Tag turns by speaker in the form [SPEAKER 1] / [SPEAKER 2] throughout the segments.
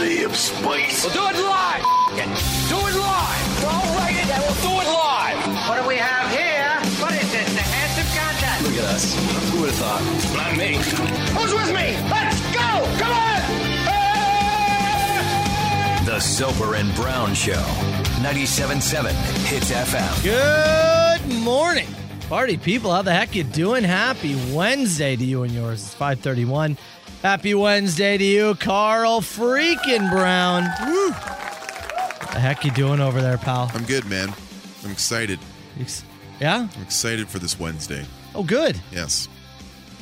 [SPEAKER 1] space.
[SPEAKER 2] We'll do it live. F- it. Do it live. Don't write it, and we'll do it live.
[SPEAKER 3] What do we have here? What is this? The handsome contest.
[SPEAKER 4] Look at us. Who would have thought?
[SPEAKER 1] Not me.
[SPEAKER 2] Who's with me? Let's go. Come on. Hey!
[SPEAKER 5] The Sober and Brown Show, 97.7 Hits FM.
[SPEAKER 6] Good morning. Party people, how the heck you doing? Happy Wednesday to you and yours. It's 531. Happy Wednesday to you, Carl freaking Brown. Woo. The heck you doing over there, pal?
[SPEAKER 7] I'm good, man. I'm excited.
[SPEAKER 6] Ex- Yeah?
[SPEAKER 7] I'm excited for this Wednesday.
[SPEAKER 6] Oh, good.
[SPEAKER 7] Yes,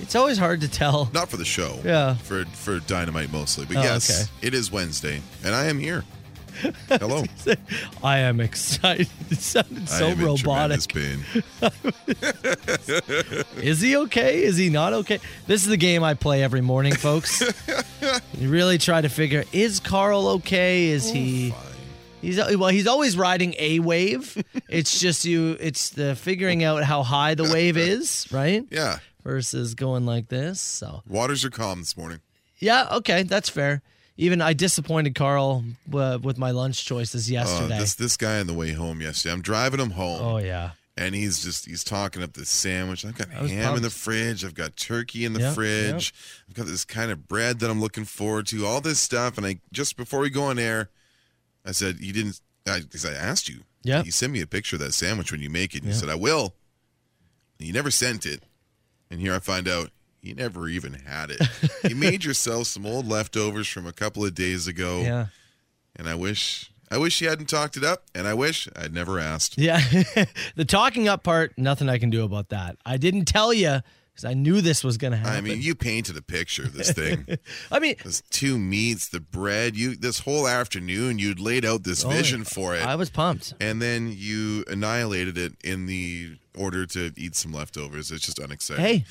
[SPEAKER 6] It's always hard to tell.
[SPEAKER 7] not for the show.
[SPEAKER 6] Yeah.
[SPEAKER 7] for for Dynamite mostly, but
[SPEAKER 6] Oh,
[SPEAKER 7] yes,
[SPEAKER 6] okay.
[SPEAKER 7] it is Wednesday, and I am here. Hello.
[SPEAKER 6] I am excited. It sounded so
[SPEAKER 7] I am
[SPEAKER 6] robotic.
[SPEAKER 7] In tremendous pain.
[SPEAKER 6] Is he okay? Is he not okay? This is the game I play every morning, folks. you really try to figure is Carl okay? Is he He's well, he's always riding a wave. it's just you it's the figuring out how high the wave is, right?
[SPEAKER 7] Yeah,
[SPEAKER 6] Versus going like this. So
[SPEAKER 7] waters are calm this morning.
[SPEAKER 6] Yeah, okay, that's fair. Even I disappointed Carl uh, with my lunch choices
[SPEAKER 7] Uh,
[SPEAKER 6] yesterday.
[SPEAKER 7] this this guy on the way home yesterday. I'm driving him home,
[SPEAKER 6] oh yeah.
[SPEAKER 7] and he's just he's talking up this sandwich. I've got
[SPEAKER 6] was
[SPEAKER 7] ham in the fridge. I've got turkey in the
[SPEAKER 6] Yeah, yeah.
[SPEAKER 7] fridge. I've got this kind of bread that I'm looking forward to. All this stuff, and I just before we go on air, I said you didn't. I, 'cause I asked you.
[SPEAKER 6] Yeah.
[SPEAKER 7] You sent me a picture of that sandwich when you make it. And You said I will. And you never sent it, and here I find out you never even had it. you made yourself some old leftovers from a couple of days ago.
[SPEAKER 6] Yeah.
[SPEAKER 7] And I wish I wish you hadn't talked it up, and I wish I'd never asked.
[SPEAKER 6] Yeah. the talking up part, nothing I can do about that. I didn't tell you because I knew this was going to happen.
[SPEAKER 7] I mean, you painted a picture of this thing.
[SPEAKER 6] I mean,
[SPEAKER 7] Those two meats, the bread, you this whole afternoon you'd laid out this
[SPEAKER 6] Oh,
[SPEAKER 7] vision for it.
[SPEAKER 6] I was pumped.
[SPEAKER 7] and then you annihilated it in the order to eat some leftovers. It's just unexciting.
[SPEAKER 6] Hey,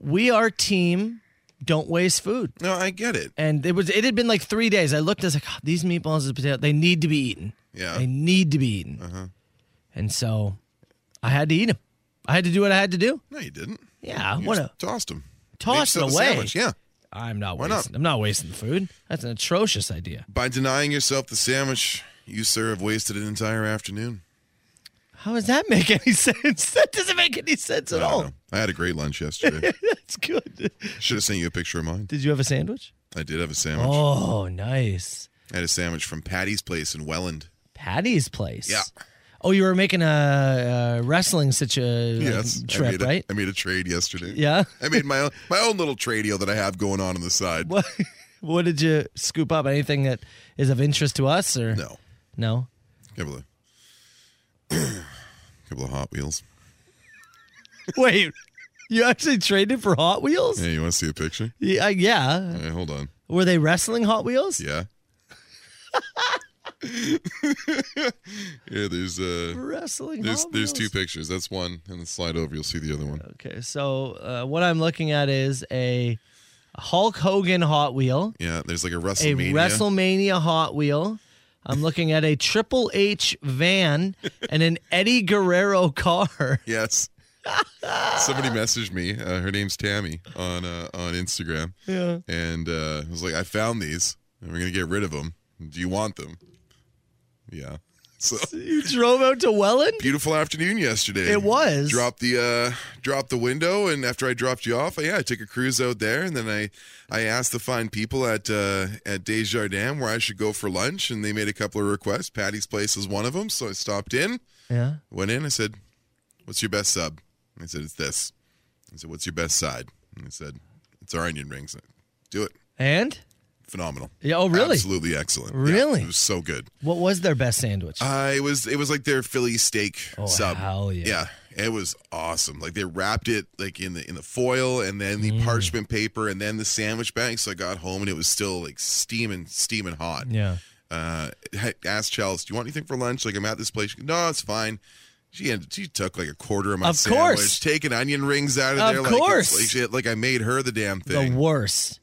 [SPEAKER 6] we are team. Don't waste food.
[SPEAKER 7] No, I get it.
[SPEAKER 6] And it was it had been like three days. I looked, I was like, "God, these meatballs and potato, they need to be eaten.
[SPEAKER 7] Yeah. Uh-huh.
[SPEAKER 6] They need to be eaten. And so I had to eat them. I had to do what I had to do.
[SPEAKER 7] No, you didn't.
[SPEAKER 6] Yeah.
[SPEAKER 7] You
[SPEAKER 6] what
[SPEAKER 7] just
[SPEAKER 6] a,
[SPEAKER 7] tossed them.
[SPEAKER 6] Tossed it away.
[SPEAKER 7] Sandwich. Yeah.
[SPEAKER 6] I'm not
[SPEAKER 7] Why not?
[SPEAKER 6] wasting. I'm not wasting the food. That's an atrocious idea.
[SPEAKER 7] By denying yourself the sandwich, you sir have wasted an entire afternoon.
[SPEAKER 6] How does that make any sense? That doesn't make any sense at
[SPEAKER 7] I don't
[SPEAKER 6] all.
[SPEAKER 7] know. I had a great lunch yesterday.
[SPEAKER 6] That's good.
[SPEAKER 7] Should have sent you a picture of mine.
[SPEAKER 6] Did you have a sandwich?
[SPEAKER 7] I did have a sandwich.
[SPEAKER 6] Oh, nice.
[SPEAKER 7] I had a sandwich from Patty's place in Welland.
[SPEAKER 6] Patty's place.
[SPEAKER 7] Yeah.
[SPEAKER 6] Oh, you were making a, uh wrestling such a
[SPEAKER 7] Yes, I
[SPEAKER 6] trip,
[SPEAKER 7] made a-
[SPEAKER 6] right?
[SPEAKER 7] I made a trade yesterday.
[SPEAKER 6] Yeah.
[SPEAKER 7] I made my own my own little trade deal that I have going on on the side.
[SPEAKER 6] What What did you scoop up? Anything that is of interest to us, or
[SPEAKER 7] No,
[SPEAKER 6] No?
[SPEAKER 7] couple of couple of Hot Wheels.
[SPEAKER 6] Wait, you actually traded for Hot Wheels?
[SPEAKER 7] Hey, you want to see a picture?
[SPEAKER 6] Yeah, uh, yeah.
[SPEAKER 7] Hey, hold on.
[SPEAKER 6] Were they wrestling Hot Wheels?
[SPEAKER 7] Yeah. yeah, there's uh
[SPEAKER 6] Wrestling.
[SPEAKER 7] there's
[SPEAKER 6] Hot
[SPEAKER 7] there's two
[SPEAKER 6] Wheels.
[SPEAKER 7] pictures. That's one, and then slide over, you'll see the other one.
[SPEAKER 6] Okay, so uh, what I'm looking at is a Hulk Hogan Hot Wheel.
[SPEAKER 7] Yeah, there's like a
[SPEAKER 6] a
[SPEAKER 7] WrestleMania.
[SPEAKER 6] WrestleMania Hot Wheel. I'm looking at a Triple H van and an Eddie Guerrero car.
[SPEAKER 7] Yes. Somebody messaged me. Uh, her name's Tammy on uh, on Instagram.
[SPEAKER 6] Yeah.
[SPEAKER 7] And uh, I was like, I found these. And we're gonna get rid of them. Do you want them? Yeah. So
[SPEAKER 6] You drove out to Welland?
[SPEAKER 7] beautiful afternoon yesterday.
[SPEAKER 6] It was.
[SPEAKER 7] Dropped the uh, dropped the window, and after I dropped you off, yeah, I took a cruise out there, and then I I asked the fine people at uh, at Desjardins where I should go for lunch, and they made a couple of requests. Patty's place was one of them, so I stopped in.
[SPEAKER 6] Yeah.
[SPEAKER 7] Went in. I said, "What's your best sub?" And I said, "It's this." I said, "What's your best side?" And I said, "It's our onion rings." I said, Do it.
[SPEAKER 6] And
[SPEAKER 7] Phenomenal.
[SPEAKER 6] Yeah, oh, really?
[SPEAKER 7] Absolutely excellent. Yeah,
[SPEAKER 6] Really?
[SPEAKER 7] it was so good.
[SPEAKER 6] what was their best sandwich?
[SPEAKER 7] Uh, it was it was like their Philly steak
[SPEAKER 6] Oh,
[SPEAKER 7] sub.
[SPEAKER 6] hell yeah.
[SPEAKER 7] Yeah, it was awesome. Like they wrapped it like in the in the foil and then
[SPEAKER 6] Mm.
[SPEAKER 7] the parchment paper and then the sandwich bag. So I got home and it was still like steaming steaming hot.
[SPEAKER 6] yeah.
[SPEAKER 7] Uh, I asked Chels, "Do you want anything for lunch?" Like I'm at this place. She goes, no, it's fine. She ended, she took like a quarter of my
[SPEAKER 6] Of
[SPEAKER 7] sandwich,
[SPEAKER 6] course.
[SPEAKER 7] taking onion rings out of,
[SPEAKER 6] Of
[SPEAKER 7] there.
[SPEAKER 6] course.
[SPEAKER 7] like, it's like, shit, like I made her the damn
[SPEAKER 6] The
[SPEAKER 7] thing.
[SPEAKER 6] worst.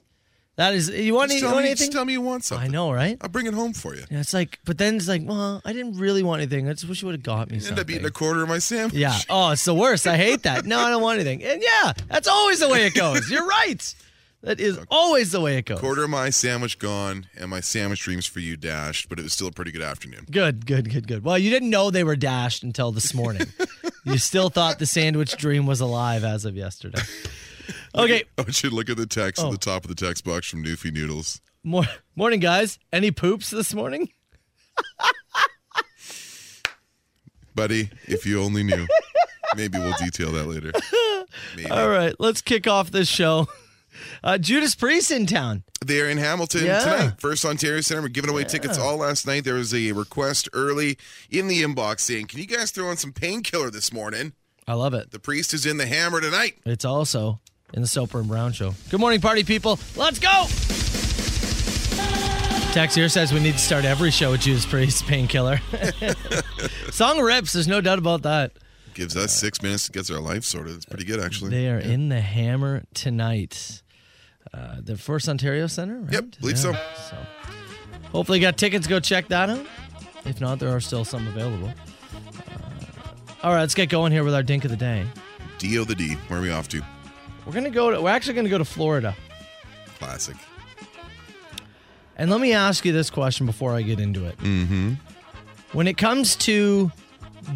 [SPEAKER 6] That is, you want,
[SPEAKER 7] Just tell,
[SPEAKER 6] any, you want
[SPEAKER 7] me, just
[SPEAKER 6] anything?
[SPEAKER 7] tell me you want something.
[SPEAKER 6] I know, right?
[SPEAKER 7] I'll bring it home for you.
[SPEAKER 6] Yeah, it's like, but then it's like, well, I didn't really want anything. I just wish you would have got me
[SPEAKER 7] End up
[SPEAKER 6] something.
[SPEAKER 7] eating a quarter of my sandwich.
[SPEAKER 6] yeah. Oh, it's the worst. I hate that. No, I don't want anything. And yeah, that's always the way it goes. You're right. That is always the way it goes.
[SPEAKER 7] Quarter of my sandwich gone, and my sandwich dreams for you dashed, but it was still a pretty good afternoon.
[SPEAKER 6] Good, good, good, good. Well, you didn't know they were dashed until this morning. you still thought the sandwich dream was alive as of yesterday. Okay,
[SPEAKER 7] I want you to look at the text
[SPEAKER 6] Oh.
[SPEAKER 7] at the top of the text box from Newfie Noodles.
[SPEAKER 6] mor- morning, guys. Any poops this morning?
[SPEAKER 7] Buddy, if you only knew. Maybe we'll detail that later. Maybe.
[SPEAKER 6] All right, let's kick off this show. Uh, Judas Priest in town.
[SPEAKER 7] They are in Hamilton
[SPEAKER 6] Yeah.
[SPEAKER 7] tonight. First Ontario Center. We're giving away tickets all last night. There was a request early in the inbox saying, Can you guys throw on some painkiller this morning?
[SPEAKER 6] I love it.
[SPEAKER 7] The priest is in the hammer tonight.
[SPEAKER 6] It's also in the Soper and Brown show. Good morning, party people. Let's go. Tex here says we need to start every show with Judas Priest painkiller. Song rips. There's no doubt about that.
[SPEAKER 7] Gives us six minutes to get our life sorted. It's pretty good, actually.
[SPEAKER 6] They are in the hammer tonight. Uh, the First Ontario Center, right?
[SPEAKER 7] Yep, believe so.
[SPEAKER 6] so. Hopefully, you got tickets. Go check that out. If not, there are still some available. Uh, all right, let's get going here with our dink of the day.
[SPEAKER 7] D O the D. Where are we off to?
[SPEAKER 6] We're gonna go. To, we're actually gonna go to Florida.
[SPEAKER 7] Classic.
[SPEAKER 6] And let me ask you this question before I get into it. Mm-hmm. When it comes to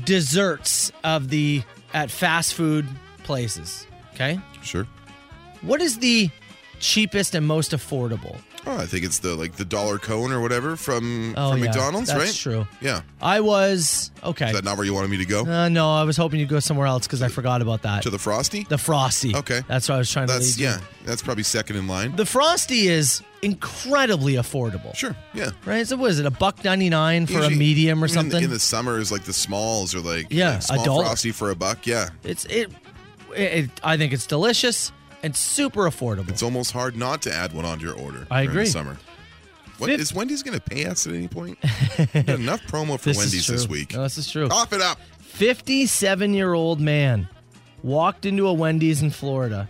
[SPEAKER 6] desserts of the at fast food places, okay,
[SPEAKER 7] Sure.
[SPEAKER 6] what is the cheapest and most affordable?
[SPEAKER 7] Oh, I think it's the like the dollar cone or whatever from
[SPEAKER 6] Oh,
[SPEAKER 7] from
[SPEAKER 6] yeah,
[SPEAKER 7] McDonald's,
[SPEAKER 6] that's
[SPEAKER 7] right?
[SPEAKER 6] true.
[SPEAKER 7] Yeah.
[SPEAKER 6] I was okay.
[SPEAKER 7] Is that not where you wanted me to go?
[SPEAKER 6] Uh, no, I was hoping you'd go somewhere else because I forgot about that.
[SPEAKER 7] to the frosty?
[SPEAKER 6] the frosty.
[SPEAKER 7] Okay.
[SPEAKER 6] that's what I was trying
[SPEAKER 7] That's
[SPEAKER 6] to. lead you.
[SPEAKER 7] yeah. That's probably second in line.
[SPEAKER 6] The frosty is incredibly affordable.
[SPEAKER 7] Sure. Yeah.
[SPEAKER 6] Right? So what is it? A buck ninety nine for a
[SPEAKER 7] Usually-
[SPEAKER 6] medium or
[SPEAKER 7] even in the-
[SPEAKER 6] something?
[SPEAKER 7] In the, summers, like the smalls or like
[SPEAKER 6] Yeah,
[SPEAKER 7] like small
[SPEAKER 6] a dollar.
[SPEAKER 7] frosty for a buck. Yeah,
[SPEAKER 6] It's it, it, it. I think it's delicious and super affordable.
[SPEAKER 7] it's almost hard not to add one onto your order.
[SPEAKER 6] I
[SPEAKER 7] during
[SPEAKER 6] agree.
[SPEAKER 7] The summer. What,
[SPEAKER 6] Fif-
[SPEAKER 7] is Wendy's going to pay us at any point? We've got enough promo for
[SPEAKER 6] This is
[SPEAKER 7] Wendy's
[SPEAKER 6] true. Uh,
[SPEAKER 7] this week.
[SPEAKER 6] No, this is true.
[SPEAKER 7] Off it up.
[SPEAKER 6] Fifty-seven year old Oh. man walked into a Wendy's in Florida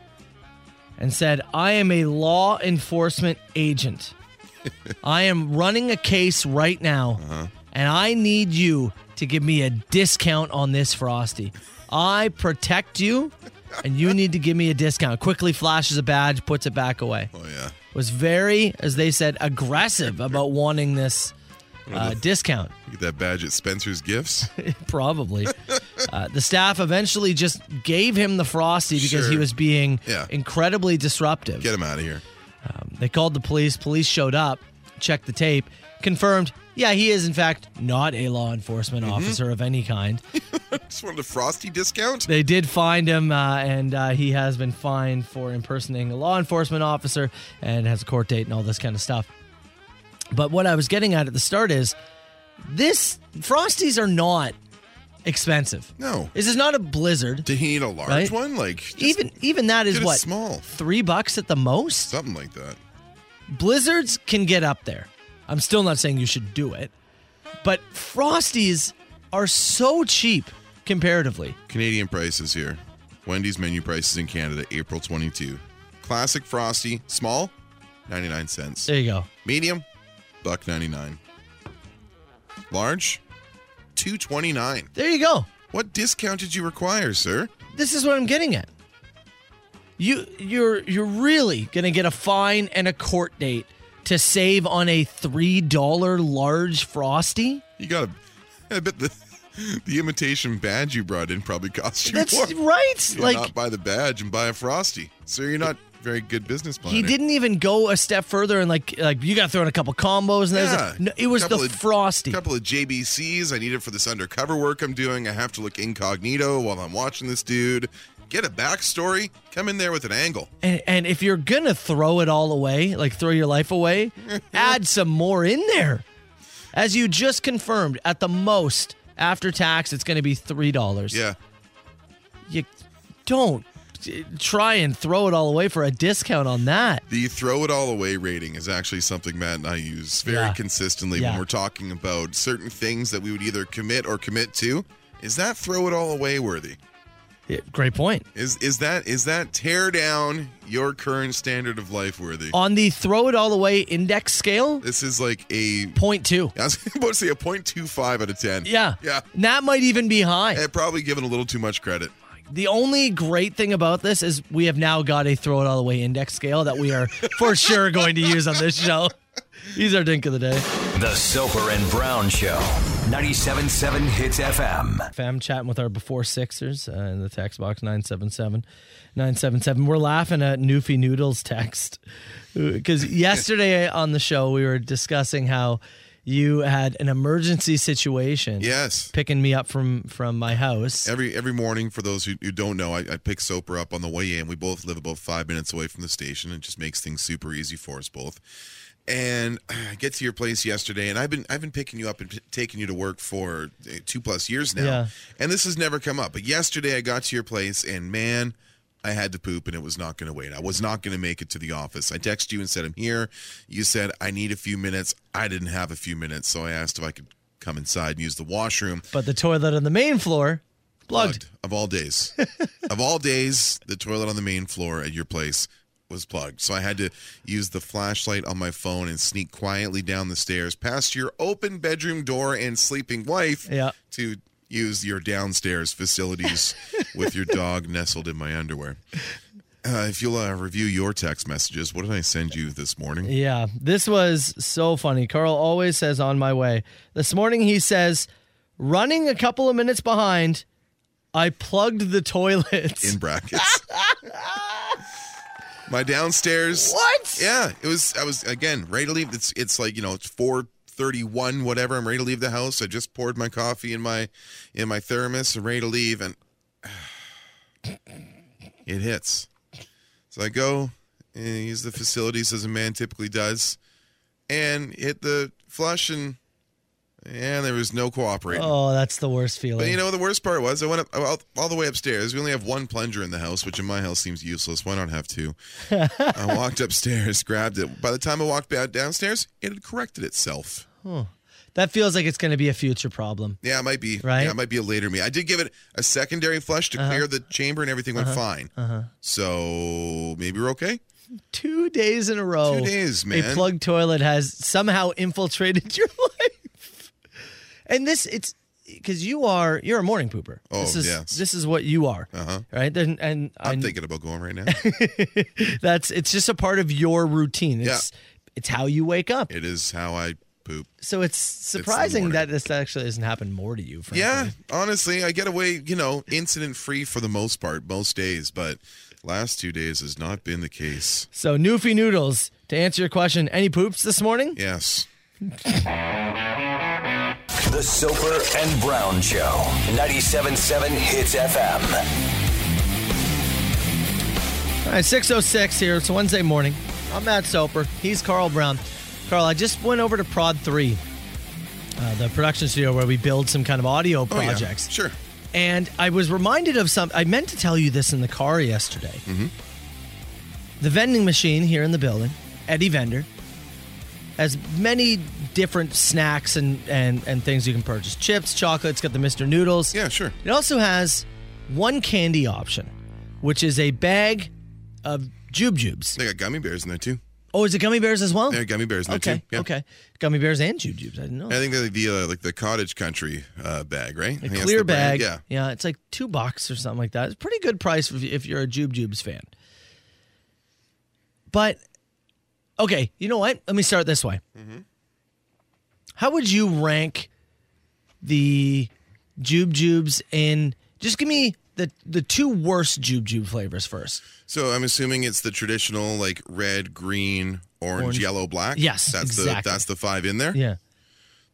[SPEAKER 6] and said, "I am a law enforcement agent. I am running a case right now,
[SPEAKER 7] Uh-huh.
[SPEAKER 6] and I need you to give me a discount on this frosty. I protect you." And you need to give me a discount. Quickly flashes a badge, puts it back away.
[SPEAKER 7] Oh yeah.
[SPEAKER 6] was very, as they said, aggressive about wanting this uh,
[SPEAKER 7] Mm-hmm.
[SPEAKER 6] discount.
[SPEAKER 7] Get that badge at Spencer's Gifts.
[SPEAKER 6] Probably. Uh, the staff eventually just gave him the Frosty because he
[SPEAKER 7] Sure.
[SPEAKER 6] was being
[SPEAKER 7] Yeah.
[SPEAKER 6] incredibly disruptive.
[SPEAKER 7] Get him out of here.
[SPEAKER 6] They called the police. Police showed up, checked the tape, confirmed, yeah, he is, in fact, not a law enforcement
[SPEAKER 7] Mm-hmm.
[SPEAKER 6] officer of any kind.
[SPEAKER 7] Just wanted a frosty discount.
[SPEAKER 6] They did find him, uh, and uh, he has been fined for impersonating a law enforcement officer and has a court date and all this kind of stuff. But what I was getting at at the start is this Frosties are not expensive.
[SPEAKER 7] No.
[SPEAKER 6] This is not a blizzard.
[SPEAKER 7] Did he need a large
[SPEAKER 6] Right?
[SPEAKER 7] one? Like just
[SPEAKER 6] even even that is
[SPEAKER 7] get a
[SPEAKER 6] what
[SPEAKER 7] small.
[SPEAKER 6] three bucks at the most.
[SPEAKER 7] Something like that.
[SPEAKER 6] Blizzards can get up there. I'm still not saying you should do it, but Frosties are so cheap comparatively.
[SPEAKER 7] Canadian prices here. Wendy's menu prices in Canada, April 22. Classic frosty, small, 99 cents.
[SPEAKER 6] There you go.
[SPEAKER 7] Medium, buck 99. Large, 229.
[SPEAKER 6] There you go.
[SPEAKER 7] What discount did you require, sir?
[SPEAKER 6] this is what I'm getting at. You you're you're really gonna get a fine and a court date to save on a three dollar large frosty.
[SPEAKER 7] You got to I bet the the imitation badge you brought in probably cost you
[SPEAKER 6] That's
[SPEAKER 7] more.
[SPEAKER 6] right.
[SPEAKER 7] You
[SPEAKER 6] Like
[SPEAKER 7] not buy the badge and buy a frosty. Sir, you're not very good business planner.
[SPEAKER 6] he didn't even go a step further and like like you got to throw in a couple combos and there's
[SPEAKER 7] Yeah.
[SPEAKER 6] a, no, it was the
[SPEAKER 7] Couple of-
[SPEAKER 6] frosty.
[SPEAKER 7] A couple of JBCs. I need it for this undercover work I'm doing. I have to look incognito while I'm watching this dude. Get a backstory. Come in there with an angle.
[SPEAKER 6] And, and if you're gonna throw it all away, like throw your life away, add some more in there. As you just confirmed, at the most after tax, it's gonna be three dollars.
[SPEAKER 7] Yeah.
[SPEAKER 6] you don't try and throw it all away for a discount on that.
[SPEAKER 7] The throw it all away rating is actually something Matt and I use very
[SPEAKER 6] Yeah.
[SPEAKER 7] consistently
[SPEAKER 6] Yeah.
[SPEAKER 7] when we're talking about certain things that we would either commit or commit to. Is that throw it all away worthy?
[SPEAKER 6] Great point.
[SPEAKER 7] Is is that is that tear down your current standard of life worthy?
[SPEAKER 6] On the throw it all away index scale,
[SPEAKER 7] This is like a
[SPEAKER 6] point two.
[SPEAKER 7] I was about to say a 0.25 out of ten.
[SPEAKER 6] Yeah.
[SPEAKER 7] Yeah.
[SPEAKER 6] And that might even be high.
[SPEAKER 7] I probably given a little too much credit.
[SPEAKER 6] The only great thing about this is we have now got a throw it all away index scale that we are for sure going to use on this show. He's our dink of the day.
[SPEAKER 5] The Soper and Brown Show. 97.7 Hits FM.
[SPEAKER 6] fam chatting with our before sixers uh, in the text box 977 977 we're laughing at newfie noodles text because yesterday on the show we were discussing how you had an emergency situation
[SPEAKER 7] Yes.
[SPEAKER 6] picking me up from from my house
[SPEAKER 7] Every every morning, for those who, who don't know, I, I pick Soper up on the way in. We both live about five minutes away from the station. It just makes things super easy for us both. And I get to your place yesterday, and I've been I've been picking you up and p- taking you to work for uh, two plus years now,
[SPEAKER 6] Yeah.
[SPEAKER 7] and this has never come up. But yesterday, I got to your place, and man. I had to poop and it was not going to wait. I was not going to make it to the office. I texted you and said, I'm here. You said, I need a few minutes. I didn't have a few minutes. So I asked if I could come inside and use the washroom
[SPEAKER 6] but the toilet on the main floor
[SPEAKER 7] plugged
[SPEAKER 6] plugged,
[SPEAKER 7] of all days. of all days, the toilet on the main floor at your place was plugged. So I had to use the flashlight on my phone and sneak quietly down the stairs past your open bedroom door and sleeping wife
[SPEAKER 6] Yeah.
[SPEAKER 7] to use your downstairs facilities with your dog nestled in my underwear. Uh, if you'll uh, review your text messages, what did I send you this morning?
[SPEAKER 6] yeah this was so funny carl always says on my way this morning he says running a couple of minutes behind i plugged the toilets
[SPEAKER 7] In brackets. my downstairs.
[SPEAKER 6] what
[SPEAKER 7] Yeah, it was. I was again ready to leave. It's it's like you know it's four thirty one whatever. I'm ready to leave the house. I just poured my coffee in my in my thermos. I'm ready to leave, and it hits. So I go and use the facilities as a man typically does, and hit the flush, and and there was no cooperating.
[SPEAKER 6] Oh, that's the worst feeling.
[SPEAKER 7] But you know the worst part was I went up all, all the way upstairs. We only have one plunger in the house, which in my house seems useless. Why not have two? I walked upstairs, grabbed it. By the time I walked back downstairs, it had corrected itself.
[SPEAKER 6] that feels like it's going to be a future problem.
[SPEAKER 7] Yeah, it might be.
[SPEAKER 6] Right? Uh-huh.
[SPEAKER 7] Yeah, it might be a later me. I did give it a secondary flush to clear the chamber, and everything went fine. So maybe we're okay.
[SPEAKER 6] Two days in a row.
[SPEAKER 7] Two days,
[SPEAKER 6] A
[SPEAKER 7] man.
[SPEAKER 6] plugged toilet has somehow infiltrated your life. And this, it's because you are you're a morning pooper.
[SPEAKER 7] Oh,
[SPEAKER 6] this is,
[SPEAKER 7] yes.
[SPEAKER 6] This is what you are.
[SPEAKER 7] Uh-huh.
[SPEAKER 6] Right. And, and
[SPEAKER 7] I'm
[SPEAKER 6] I-
[SPEAKER 7] thinking about going right now.
[SPEAKER 6] that's it's just a part of your routine. It's it's how you wake up.
[SPEAKER 7] it is how I poop.
[SPEAKER 6] so it's surprising
[SPEAKER 7] morning.
[SPEAKER 6] that this actually doesn't happen more to you. Frankly.
[SPEAKER 7] Yeah, honestly, I get away, you know, incident free for the most part, most days, but last two days has not been the case.
[SPEAKER 6] So Newfie Noodles, to answer your question, any poops this morning?
[SPEAKER 7] Yes.
[SPEAKER 5] The Soper and Brown Show. 97.7 Hits FM.
[SPEAKER 6] All right, 606 here. It's Wednesday morning. I'm Matt Soper. He's Carl Brown. Carl, I just went over to Prod 3, uh, the production studio where we build some kind of audio
[SPEAKER 7] Oh, yeah.
[SPEAKER 6] projects.
[SPEAKER 7] Sure.
[SPEAKER 6] And I was reminded of something. I meant to tell you this in the car yesterday.
[SPEAKER 7] Mm-hmm.
[SPEAKER 6] The vending machine here in the building, Eddie Vendor, has many different snacks and, and, and things you can purchase chips, chocolates, got the Mr. Noodles.
[SPEAKER 7] Yeah, sure.
[SPEAKER 6] It also has one candy option, which is a bag of jujubes.
[SPEAKER 7] They got gummy bears in there too.
[SPEAKER 6] Oh, is it gummy bears as well?
[SPEAKER 7] They got gummy bears in there
[SPEAKER 6] okay,
[SPEAKER 7] too. Yeah.
[SPEAKER 6] okay. Gummy bears and jujubes. I didn't know.
[SPEAKER 7] I think they're the uh, like the cottage country uh, bag, right? I
[SPEAKER 6] a
[SPEAKER 7] think that's
[SPEAKER 6] clear
[SPEAKER 7] the brand.
[SPEAKER 6] bag.
[SPEAKER 7] Yeah.
[SPEAKER 6] yeah, it's like two bucks or something like that. It's a pretty good price if, if you're a jujubes fan. But okay, you know what? Let me start this way.
[SPEAKER 7] Mm-hmm.
[SPEAKER 6] How would you rank the jujubes in? Just give me the the two worst jujube flavors first.
[SPEAKER 7] So I'm assuming it's the traditional like red, green, orange,
[SPEAKER 6] Orange.
[SPEAKER 7] yellow, black.
[SPEAKER 6] Yes,
[SPEAKER 7] That's the
[SPEAKER 6] exactly.
[SPEAKER 7] that's the five in there.
[SPEAKER 6] Yeah.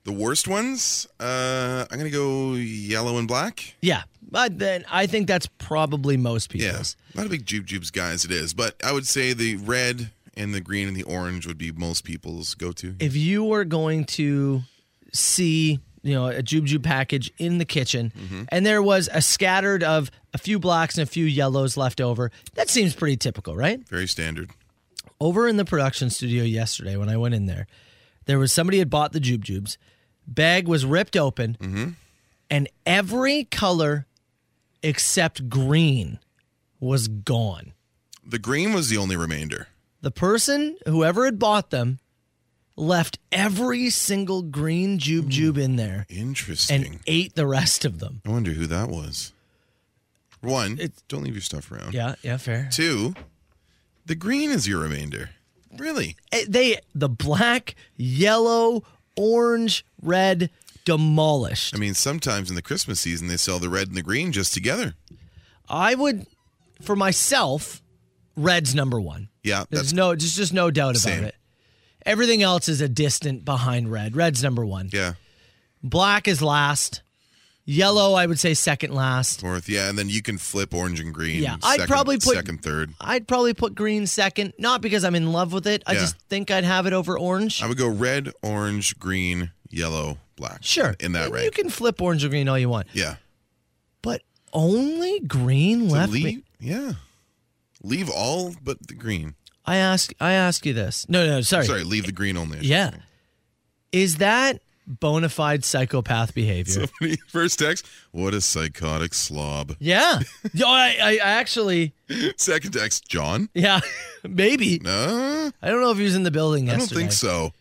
[SPEAKER 7] The worst ones, uh, I'm gonna go yellow and black.
[SPEAKER 6] Yeah, but then I think that's probably most
[SPEAKER 7] Yeah.
[SPEAKER 6] people's.
[SPEAKER 7] Not a big jube jubes guy as it is, but I would say the red and the green and the orange would be most people's go to.
[SPEAKER 6] If you were going to see, you know, a jujube package in the kitchen, and there was a scattered of a few blacks and a few yellows left over, that seems pretty typical, right?
[SPEAKER 7] Very standard.
[SPEAKER 6] Over in the production studio yesterday, when I went in there, there was somebody had bought the jujubes. Bag was ripped open, and every color except green was gone.
[SPEAKER 7] The green was the only remainder.
[SPEAKER 6] the person whoever had bought them left every single green jube jube in there
[SPEAKER 7] Interesting.
[SPEAKER 6] and ate the rest of them
[SPEAKER 7] I wonder who that was. One,
[SPEAKER 6] It's-
[SPEAKER 7] don't leave your stuff around.
[SPEAKER 6] Yeah, yeah, fair.
[SPEAKER 7] Two, the green is your remainder. Really?
[SPEAKER 6] Eh, They the black, yellow, orange, red demolished.
[SPEAKER 7] I mean, sometimes in the Christmas season, they sell the red and the green just together.
[SPEAKER 6] I would for myself, red's number 1.
[SPEAKER 7] Yeah,
[SPEAKER 6] There's
[SPEAKER 7] that's
[SPEAKER 6] no just just no doubt about
[SPEAKER 7] Same.
[SPEAKER 6] it. Everything else is a distant behind red. Red's number 1.
[SPEAKER 7] yeah,
[SPEAKER 6] Black is last. Yellow, I would say second last.
[SPEAKER 7] fourth. Yeah, and then you can flip orange and green.
[SPEAKER 6] Yeah, I'd
[SPEAKER 7] second-
[SPEAKER 6] probably put-
[SPEAKER 7] second, third.
[SPEAKER 6] I'd probably put green second, not because I'm in love with it. I
[SPEAKER 7] Yeah.
[SPEAKER 6] just think I'd have it over orange.
[SPEAKER 7] I would go red, orange, green, yellow, black.
[SPEAKER 6] sure.
[SPEAKER 7] in that
[SPEAKER 6] And
[SPEAKER 7] rank.
[SPEAKER 6] You can flip orange or green all you want,
[SPEAKER 7] yeah,
[SPEAKER 6] but only green
[SPEAKER 7] To
[SPEAKER 6] left
[SPEAKER 7] leave.
[SPEAKER 6] me.
[SPEAKER 7] Yeah, leave all but the green.
[SPEAKER 6] I ask I ask you this. No, no, sorry.
[SPEAKER 7] Sorry, leave the green only. I should
[SPEAKER 6] Yeah.
[SPEAKER 7] say.
[SPEAKER 6] Is that bona fide psychopath behavior?
[SPEAKER 7] Somebody first text. What a psychotic slob.
[SPEAKER 6] yeah. Yo, I, I I actually
[SPEAKER 7] Second text. John.
[SPEAKER 6] yeah, maybe.
[SPEAKER 7] No,
[SPEAKER 6] I don't know if he was in the building
[SPEAKER 7] I
[SPEAKER 6] yesterday.
[SPEAKER 7] don't think so.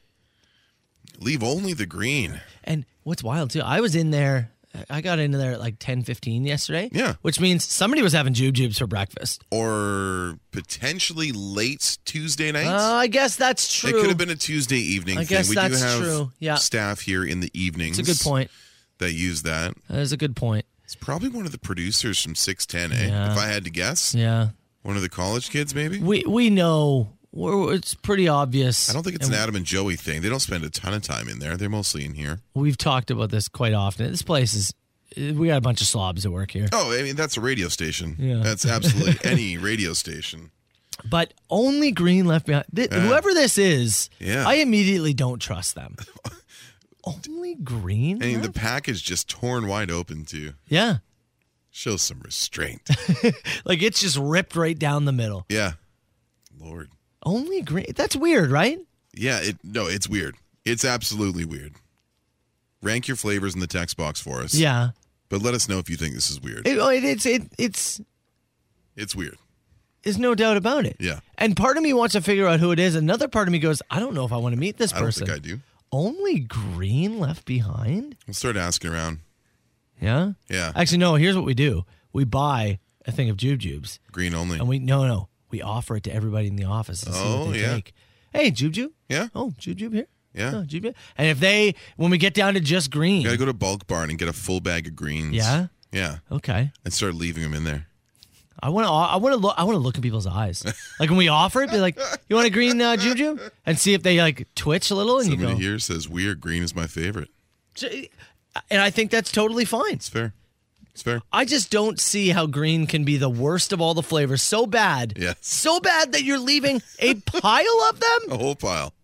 [SPEAKER 7] Leave only the green.
[SPEAKER 6] And what's wild too, I was in there. I got into there at like ten fifteen yesterday.
[SPEAKER 7] Yeah.
[SPEAKER 6] Which means somebody was having jujubes for breakfast.
[SPEAKER 7] or potentially late Tuesday nights.
[SPEAKER 6] Uh, I guess that's true.
[SPEAKER 7] It could have been a Tuesday evening
[SPEAKER 6] I
[SPEAKER 7] thing.
[SPEAKER 6] guess
[SPEAKER 7] we
[SPEAKER 6] that's
[SPEAKER 7] do have
[SPEAKER 6] true. Yeah.
[SPEAKER 7] staff here in the evenings.
[SPEAKER 6] It's a good point.
[SPEAKER 7] That use that.
[SPEAKER 6] That is a good point.
[SPEAKER 7] It's probably one of the producers from 610, eh?
[SPEAKER 6] Yeah.
[SPEAKER 7] If I had to guess,
[SPEAKER 6] Yeah.
[SPEAKER 7] one of the college kids maybe.
[SPEAKER 6] We we know we're, it's pretty obvious.
[SPEAKER 7] I don't think it's
[SPEAKER 6] and
[SPEAKER 7] an Adam and Joey thing. They don't spend a ton of time in there. They're mostly in here.
[SPEAKER 6] We've talked about this quite often. This place is. We got a bunch of slobs at work here,
[SPEAKER 7] Oh, I mean that's a radio station.
[SPEAKER 6] Yeah.
[SPEAKER 7] That's absolutely any radio station.
[SPEAKER 6] but only Green left behind. Th- Whoever this is,
[SPEAKER 7] Yeah.
[SPEAKER 6] I immediately don't trust them. only Green.
[SPEAKER 7] And the
[SPEAKER 6] left?
[SPEAKER 7] package just torn wide open too.
[SPEAKER 6] yeah,
[SPEAKER 7] Show some restraint.
[SPEAKER 6] like it's just ripped right down the middle.
[SPEAKER 7] yeah. Lord.
[SPEAKER 6] Only Green. That's weird, right?
[SPEAKER 7] Yeah, it no, it's weird. It's absolutely weird. Rank your flavors in the text box for us.
[SPEAKER 6] Yeah.
[SPEAKER 7] But let us know if you think this is weird.
[SPEAKER 6] It, oh, it, it's it, it's
[SPEAKER 7] it's weird.
[SPEAKER 6] there's no doubt about it.
[SPEAKER 7] Yeah.
[SPEAKER 6] And part of me wants to figure out who it is. Another part of me goes, I don't know if I want to meet this
[SPEAKER 7] I don't
[SPEAKER 6] person.
[SPEAKER 7] think I do.
[SPEAKER 6] Only green left behind?
[SPEAKER 7] We'll start asking around.
[SPEAKER 6] Yeah.
[SPEAKER 7] Yeah.
[SPEAKER 6] Actually, no. Here's what we do: we buy a thing of jujubes,
[SPEAKER 7] Green only.
[SPEAKER 6] and we no, no, we offer it to everybody in the office to see
[SPEAKER 7] Oh,
[SPEAKER 6] what they
[SPEAKER 7] yeah.
[SPEAKER 6] take. Hey, jujube.
[SPEAKER 7] yeah.
[SPEAKER 6] Oh, jujube here.
[SPEAKER 7] Yeah.
[SPEAKER 6] Oh, jujube. And if they, when we get down to just green,
[SPEAKER 7] Gotta go to Bulk Barn and get a full bag of greens.
[SPEAKER 6] Yeah?
[SPEAKER 7] Yeah.
[SPEAKER 6] okay.
[SPEAKER 7] And start leaving them in there.
[SPEAKER 6] I want to. I want to look. I want to look in people's eyes. Like when we offer it, be like, "You want a green uh, jujube?" And see if they like twitch a little. And
[SPEAKER 7] Somebody
[SPEAKER 6] you
[SPEAKER 7] here says weird, green is my favorite.
[SPEAKER 6] go, and I think that's totally fine.
[SPEAKER 7] It's fair. It's fair.
[SPEAKER 6] I just don't see how green can be the worst of all the flavors. So bad,
[SPEAKER 7] Yes.
[SPEAKER 6] so bad that you're leaving a pile of them.
[SPEAKER 7] A whole pile.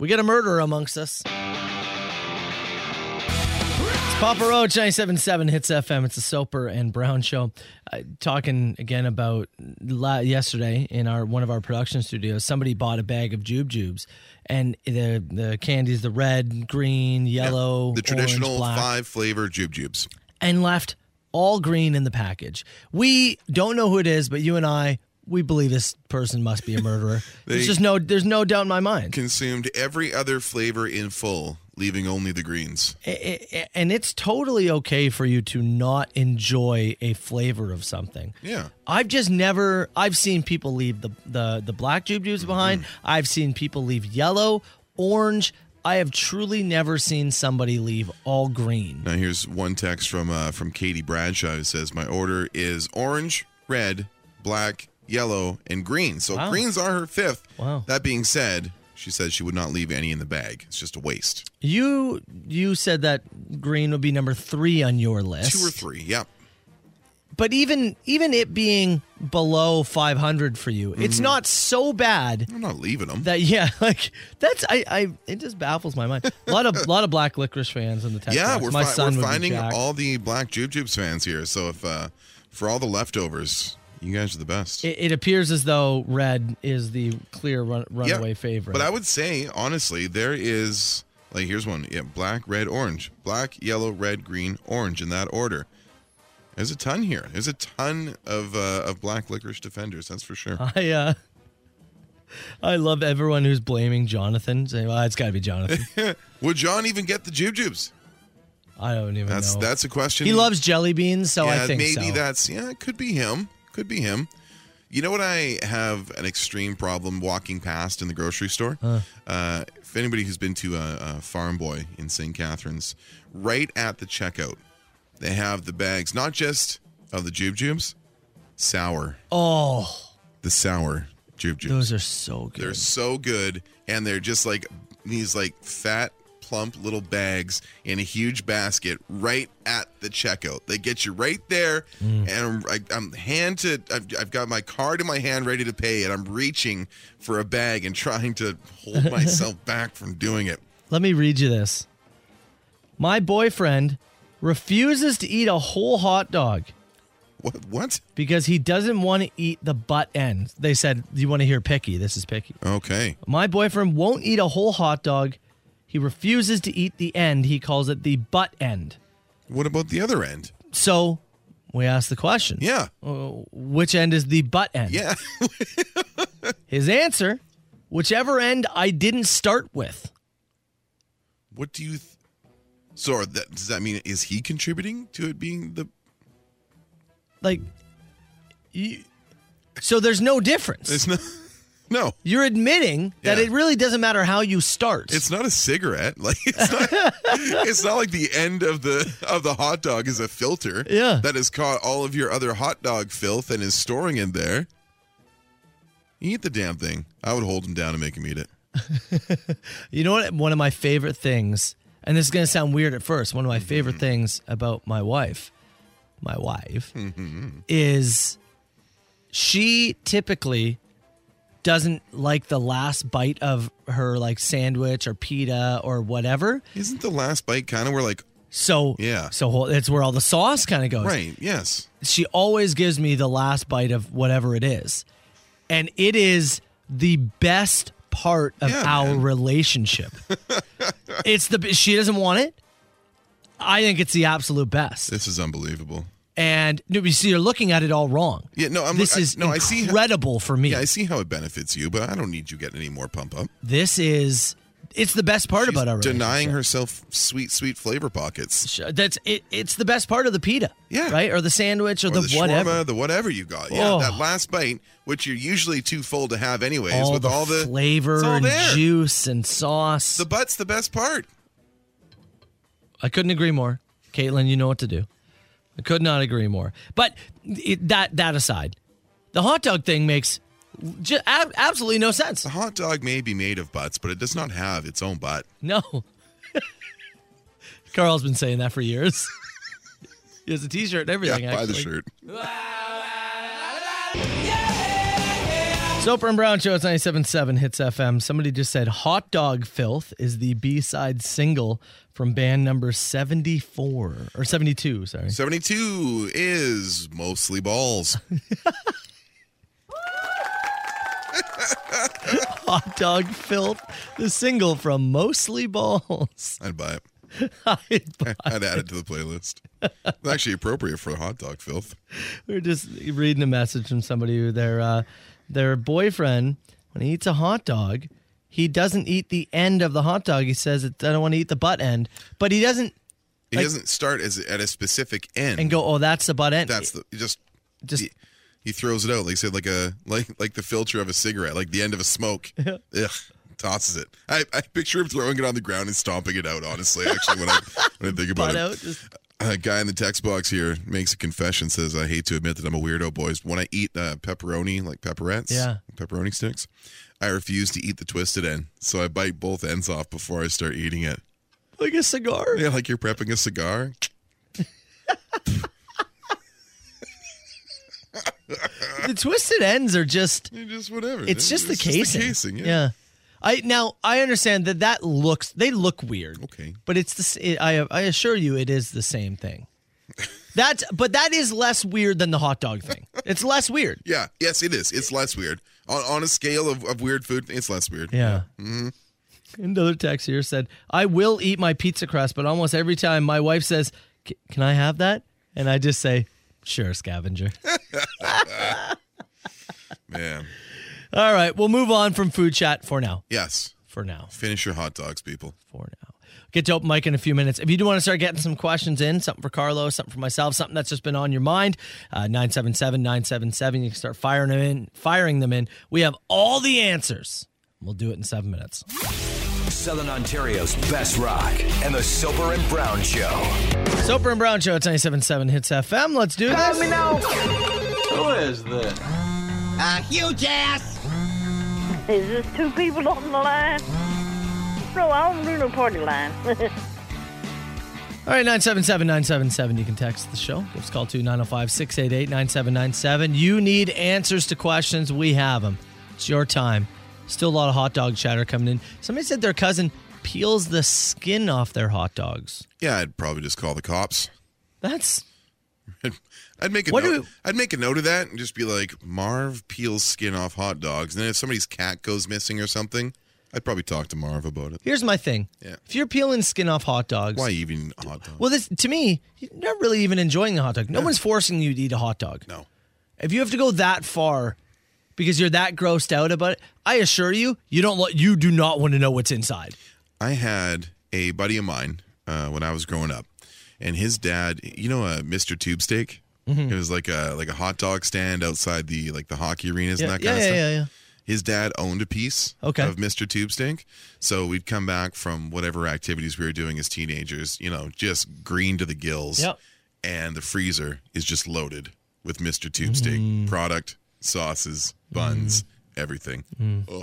[SPEAKER 6] We got a murderer amongst us. It's Papa Roach 977 Hits FM. It's the Soper and Brown Show. Uh, talking again about la- yesterday in our one of our production studios, somebody bought a bag of Jube Jubes, and the the candies, the red, green, yellow,
[SPEAKER 7] The traditional
[SPEAKER 6] orange, black,
[SPEAKER 7] five flavor jube jubes.
[SPEAKER 6] and left all green in the package. We don't know who it is, but you and I, we believe this person must be a murderer. there's just no, there's no doubt in my mind.
[SPEAKER 7] Consumed every other flavor in full, leaving only the greens.
[SPEAKER 6] I- I- and it's totally okay for you to not enjoy a flavor of something.
[SPEAKER 7] Yeah.
[SPEAKER 6] I've just never I've seen people leave the the the black jujubes
[SPEAKER 7] Mm-hmm.
[SPEAKER 6] behind. I've seen people leave yellow, orange. I have truly never seen somebody leave all green.
[SPEAKER 7] Now here's one text from uh, from Katie Bradshaw who says my order is orange, red, black, yellow, and green. So
[SPEAKER 6] Wow.
[SPEAKER 7] greens are her fifth.
[SPEAKER 6] Wow.
[SPEAKER 7] That being said, she says she would not leave any in the bag. It's just a waste.
[SPEAKER 6] You you said that green would be number 3 on your list.
[SPEAKER 7] Two or three. Yep.
[SPEAKER 6] But even even it being below 500 for you,
[SPEAKER 7] Mm-hmm.
[SPEAKER 6] it's not so bad
[SPEAKER 7] I'm not leaving them.
[SPEAKER 6] That yeah, like that's I, I it just baffles my mind. A lot of lot of black licorice fans in the text.
[SPEAKER 7] yeah,
[SPEAKER 6] box.
[SPEAKER 7] we're,
[SPEAKER 6] my
[SPEAKER 7] fi-
[SPEAKER 6] son
[SPEAKER 7] we're
[SPEAKER 6] would be
[SPEAKER 7] finding
[SPEAKER 6] jacked.
[SPEAKER 7] all the black Jube Jubes fans here. So if uh, for all the leftovers, you guys are the best.
[SPEAKER 6] It, it appears as though red is the clear run, runaway favorite.
[SPEAKER 7] But I would say, honestly, there is like here's one: yeah, black, red, orange, black, yellow, red, green, orange in that order. There's a ton here. There's a ton of uh, of black licorice defenders. That's for sure.
[SPEAKER 6] I uh, I love everyone who's blaming Jonathan. Saying, well, it's got to be Jonathan.
[SPEAKER 7] Would John even get the jujubes?
[SPEAKER 6] I don't even
[SPEAKER 7] That's
[SPEAKER 6] know.
[SPEAKER 7] that's a question.
[SPEAKER 6] he loves jelly beans, so
[SPEAKER 7] yeah,
[SPEAKER 6] Oh, I think
[SPEAKER 7] maybe
[SPEAKER 6] so.
[SPEAKER 7] that's yeah. It could be him. Could be him. You know what? I have an extreme problem walking past in the grocery store. Uh, if anybody who's been to a, a Farm Boy in St. Catharines, right at the checkout, they have the bags not just of the jujubes, sour,
[SPEAKER 6] oh,
[SPEAKER 7] the sour jujubes.
[SPEAKER 6] those are so good.
[SPEAKER 7] They're so good, and they're just like these like fat, plump little bags in a huge basket right at the checkout. They get you right there, and I'm, I, I'm hand to. I've, I've got my card in my hand, ready to pay, and I'm reaching for a bag and trying to hold myself back from doing it.
[SPEAKER 6] Let me read you this. My boyfriend refuses to eat a whole hot dog
[SPEAKER 7] What? What?
[SPEAKER 6] because he doesn't want to eat the butt end. They said, You want to hear picky? This is picky.
[SPEAKER 7] Okay.
[SPEAKER 6] My boyfriend won't eat a whole hot dog. He refuses to eat the end. He calls it the butt end.
[SPEAKER 7] What about the other end?
[SPEAKER 6] So we asked the question uh,
[SPEAKER 7] Yeah.
[SPEAKER 6] which end is the butt end?
[SPEAKER 7] Yeah.
[SPEAKER 6] His answer whichever end I didn't start with.
[SPEAKER 7] what do you? Th- so are that, does that mean is he contributing to it being the?
[SPEAKER 6] Like, you, so there's no difference.
[SPEAKER 7] It's not. No.
[SPEAKER 6] You're admitting that
[SPEAKER 7] Yeah.
[SPEAKER 6] it really doesn't matter how you start.
[SPEAKER 7] It's not a cigarette. Like it's not. it's not like the end of the of the hot dog is a filter.
[SPEAKER 6] Yeah.
[SPEAKER 7] That has caught all of your other hot dog filth and is storing in there. Eat the damn thing. I would hold him down and make him eat it.
[SPEAKER 6] you know what? One of my favorite things, and this is going to sound weird at first, one of my
[SPEAKER 7] Mm-hmm.
[SPEAKER 6] favorite things about my wife, my wife,
[SPEAKER 7] Mm-hmm.
[SPEAKER 6] is she typically doesn't like the last bite of her like sandwich or pita or whatever.
[SPEAKER 7] Isn't the last bite kind of where like
[SPEAKER 6] So
[SPEAKER 7] Yeah.
[SPEAKER 6] so whole- that's where all the sauce kind of goes.
[SPEAKER 7] right? Yes.
[SPEAKER 6] she always gives me the last bite of whatever it is. And it is the best part of
[SPEAKER 7] Yeah,
[SPEAKER 6] our
[SPEAKER 7] man.
[SPEAKER 6] relationship. it's the she doesn't want it. I think it's the absolute best.
[SPEAKER 7] This is unbelievable.
[SPEAKER 6] and no, you see, you're looking at it all wrong.
[SPEAKER 7] Yeah, no, I'm-
[SPEAKER 6] this
[SPEAKER 7] I-
[SPEAKER 6] is
[SPEAKER 7] no, I see-
[SPEAKER 6] incredible for me.
[SPEAKER 7] Yeah, I see how it benefits you, but I don't need you getting any more pump up.
[SPEAKER 6] this is it's the best part
[SPEAKER 7] She's
[SPEAKER 6] about our
[SPEAKER 7] denying
[SPEAKER 6] relationship.
[SPEAKER 7] herself sweet, sweet flavor pockets.
[SPEAKER 6] Sh- That's it. It's the best part of the pita,
[SPEAKER 7] Yeah.
[SPEAKER 6] right, or the sandwich, or,
[SPEAKER 7] Or
[SPEAKER 6] the,
[SPEAKER 7] the,
[SPEAKER 6] whatever.
[SPEAKER 7] shawarma, the whatever you got. Yeah,
[SPEAKER 6] Oh.
[SPEAKER 7] that last bite, which you're usually too full to have anyways,
[SPEAKER 6] all
[SPEAKER 7] with
[SPEAKER 6] the
[SPEAKER 7] all the
[SPEAKER 6] flavor
[SPEAKER 7] it's all
[SPEAKER 6] and
[SPEAKER 7] there.
[SPEAKER 6] juice and sauce.
[SPEAKER 7] The butt's the best part.
[SPEAKER 6] I couldn't agree more. Caitlin, you know what to do. I could not agree more. But it, that that aside, the hot dog thing makes ju- ab- absolutely no sense.
[SPEAKER 7] The hot dog may be made of butts, but it does not have its own butt.
[SPEAKER 6] No. Carl's been saying that for years. He has a T-shirt and everything.
[SPEAKER 7] yeah, buy the
[SPEAKER 6] actually.
[SPEAKER 7] shirt.
[SPEAKER 6] Soper and Brown Show. It's 97.7 Hits FM. Somebody just said "Hot Dog Filth" is the B-side single from band number 74 or 72. Sorry.
[SPEAKER 7] 72 is mostly balls.
[SPEAKER 6] Hot Dog Filth, the single from Mostly Balls.
[SPEAKER 7] I'd buy it.
[SPEAKER 6] I'd buy
[SPEAKER 7] I'd add it to the playlist. It's actually appropriate for the hot dog filth.
[SPEAKER 6] We were just reading a message from somebody who their uh, their boyfriend when he eats a hot dog, he doesn't eat the end of the hot dog. He says, "I don't want to eat the butt end," but he doesn't
[SPEAKER 7] It
[SPEAKER 6] Like-
[SPEAKER 7] doesn't start as at a specific end.
[SPEAKER 6] and go, "Oh, that's the butt end."
[SPEAKER 7] That's the he just
[SPEAKER 6] just
[SPEAKER 7] he, he throws it out like he said like a like like the filter of a cigarette, like the end of a smoke. Ugh, tosses it. I, I picture him throwing it on the ground and stomping it out. Honestly, actually, when I when I think about
[SPEAKER 6] butt
[SPEAKER 7] it,
[SPEAKER 6] out. Just,
[SPEAKER 7] a guy in the text box here makes a confession says i hate to admit that i'm a weirdo boys when i eat uh, pepperoni like pepperettes
[SPEAKER 6] Yeah.
[SPEAKER 7] pepperoni sticks i refuse to eat the twisted end so i bite both ends off before i start eating it
[SPEAKER 6] like a cigar.
[SPEAKER 7] yeah like you're prepping a cigar
[SPEAKER 6] The twisted ends are just.
[SPEAKER 7] you just whatever
[SPEAKER 6] It's just the casing.
[SPEAKER 7] casing yeah,
[SPEAKER 6] I now I understand that that looks they look weird.
[SPEAKER 7] Okay.
[SPEAKER 6] But it's the s- it, I I assure you it is the same thing. That's but that is less weird than the hot dog thing. It's less weird.
[SPEAKER 7] Yeah. yes it is it's less weird on, on a scale of, of weird food it's less weird
[SPEAKER 6] Yeah. Another text here said, I will eat my pizza crust, but almost every time my wife says, "C- Can I have that? And I just say, Sure, scavenger.
[SPEAKER 7] man
[SPEAKER 6] All right, we'll move on from food chat for now.
[SPEAKER 7] yes
[SPEAKER 6] For now.
[SPEAKER 7] finish your hot dogs people
[SPEAKER 6] For now. Get to open mic in a few minutes. If you do want to start getting some questions in, something for Carlo, something for myself, something that's just been on your mind, uh, 977 977. You can start firing them in, firing them in. We have all the answers. We'll do it in seven minutes.
[SPEAKER 5] Southern Ontario's best rock and the Soper and Brown Show.
[SPEAKER 6] Soper and Brown Show at 977 Hits FM. Let's do this.
[SPEAKER 1] Is this two people on the line? No, I don't do no party line.
[SPEAKER 6] All right, 977 977. You can text the show. Give us a call to 905 688 9797. You need answers to questions. We have them. It's your time. Still a lot of hot dog chatter coming in. Somebody said their cousin peels the skin off their hot dogs.
[SPEAKER 7] Yeah, I'd probably just call the cops.
[SPEAKER 6] That's
[SPEAKER 7] I'd make a
[SPEAKER 6] What do
[SPEAKER 7] note.
[SPEAKER 6] we-
[SPEAKER 7] I'd make a note of that and just be like, Marv peels skin off hot dogs. And then if somebody's cat goes missing or something, I'd probably talk to Marv about it.
[SPEAKER 6] here's my thing.
[SPEAKER 7] Yeah.
[SPEAKER 6] If you're peeling skin off hot dogs,
[SPEAKER 7] Why even hot dogs?
[SPEAKER 6] well, this to me, you're not really even enjoying the hot dog. No one's forcing you to eat a hot dog.
[SPEAKER 7] no.
[SPEAKER 6] If you have to go that far because you're that grossed out about it, I assure you, you don't. lo- You do not want to know what's inside.
[SPEAKER 7] I had a buddy of mine uh, when I was growing up, and his dad, you know, uh, Mr. Tube Steak.
[SPEAKER 6] Mm-hmm.
[SPEAKER 7] It was like a like a hot dog stand outside the like the hockey arenas and that
[SPEAKER 6] yeah,
[SPEAKER 7] kind of
[SPEAKER 6] yeah,
[SPEAKER 7] stuff.
[SPEAKER 6] yeah, yeah.
[SPEAKER 7] His dad owned a piece
[SPEAKER 6] Okay.
[SPEAKER 7] of Mr. Tube Stink. So we'd come back from whatever activities we were doing as teenagers, you know, just green to the gills.
[SPEAKER 6] Yep.
[SPEAKER 7] And the freezer is just loaded with Mr. Tube Steak
[SPEAKER 6] Mm.
[SPEAKER 7] product, sauces, buns, everything.
[SPEAKER 6] Mm.
[SPEAKER 7] Oh,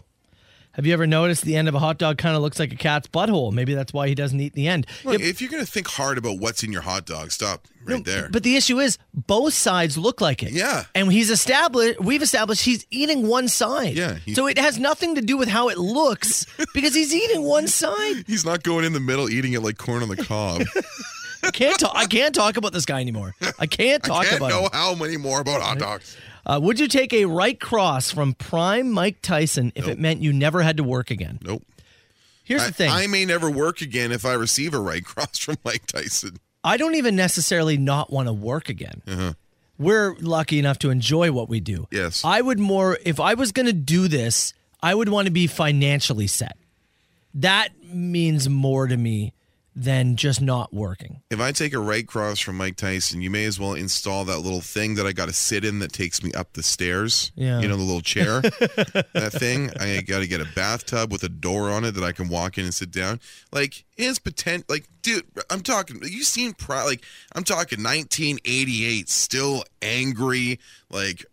[SPEAKER 6] Have you ever noticed the end of a hot dog kind of looks like a cat's butthole? Maybe that's why he doesn't eat the end.
[SPEAKER 7] Look, if you're going to think hard about what's in your hot dog, stop right there.
[SPEAKER 6] But the issue is both sides look like it.
[SPEAKER 7] Yeah.
[SPEAKER 6] And he's established we've established he's eating one side.
[SPEAKER 7] Yeah, he-
[SPEAKER 6] so it has nothing to do with how it looks because he's eating one side.
[SPEAKER 7] He's not going in the middle eating it like corn on the cob.
[SPEAKER 6] I can't talk I can't talk about this guy anymore. I can't talk
[SPEAKER 7] I can't
[SPEAKER 6] about
[SPEAKER 7] know
[SPEAKER 6] him.
[SPEAKER 7] how many more about hot dogs.
[SPEAKER 6] Uh, would you take a right cross from prime Mike Tyson if it meant you never had to work again?
[SPEAKER 7] Nope.
[SPEAKER 6] Here's
[SPEAKER 7] I,
[SPEAKER 6] the thing.
[SPEAKER 7] I may never work again if I receive a right cross from Mike Tyson.
[SPEAKER 6] I don't even necessarily not want to work again. We're lucky enough to enjoy what we do.
[SPEAKER 7] Uh-huh. Yes.
[SPEAKER 6] I would more, if I was going to do this, I would want to be financially set. That means more to me than just not working.
[SPEAKER 7] If I take a right cross from Mike Tyson, you may as well install that little thing that I got to sit in that takes me up the stairs.
[SPEAKER 6] Yeah.
[SPEAKER 7] You know, the little chair, that thing. I got to get a bathtub with a door on it that I can walk in and sit down. Like, is potent, like, dude, I'm talking, you seen, pri- like, I'm talking 1988, still angry, like,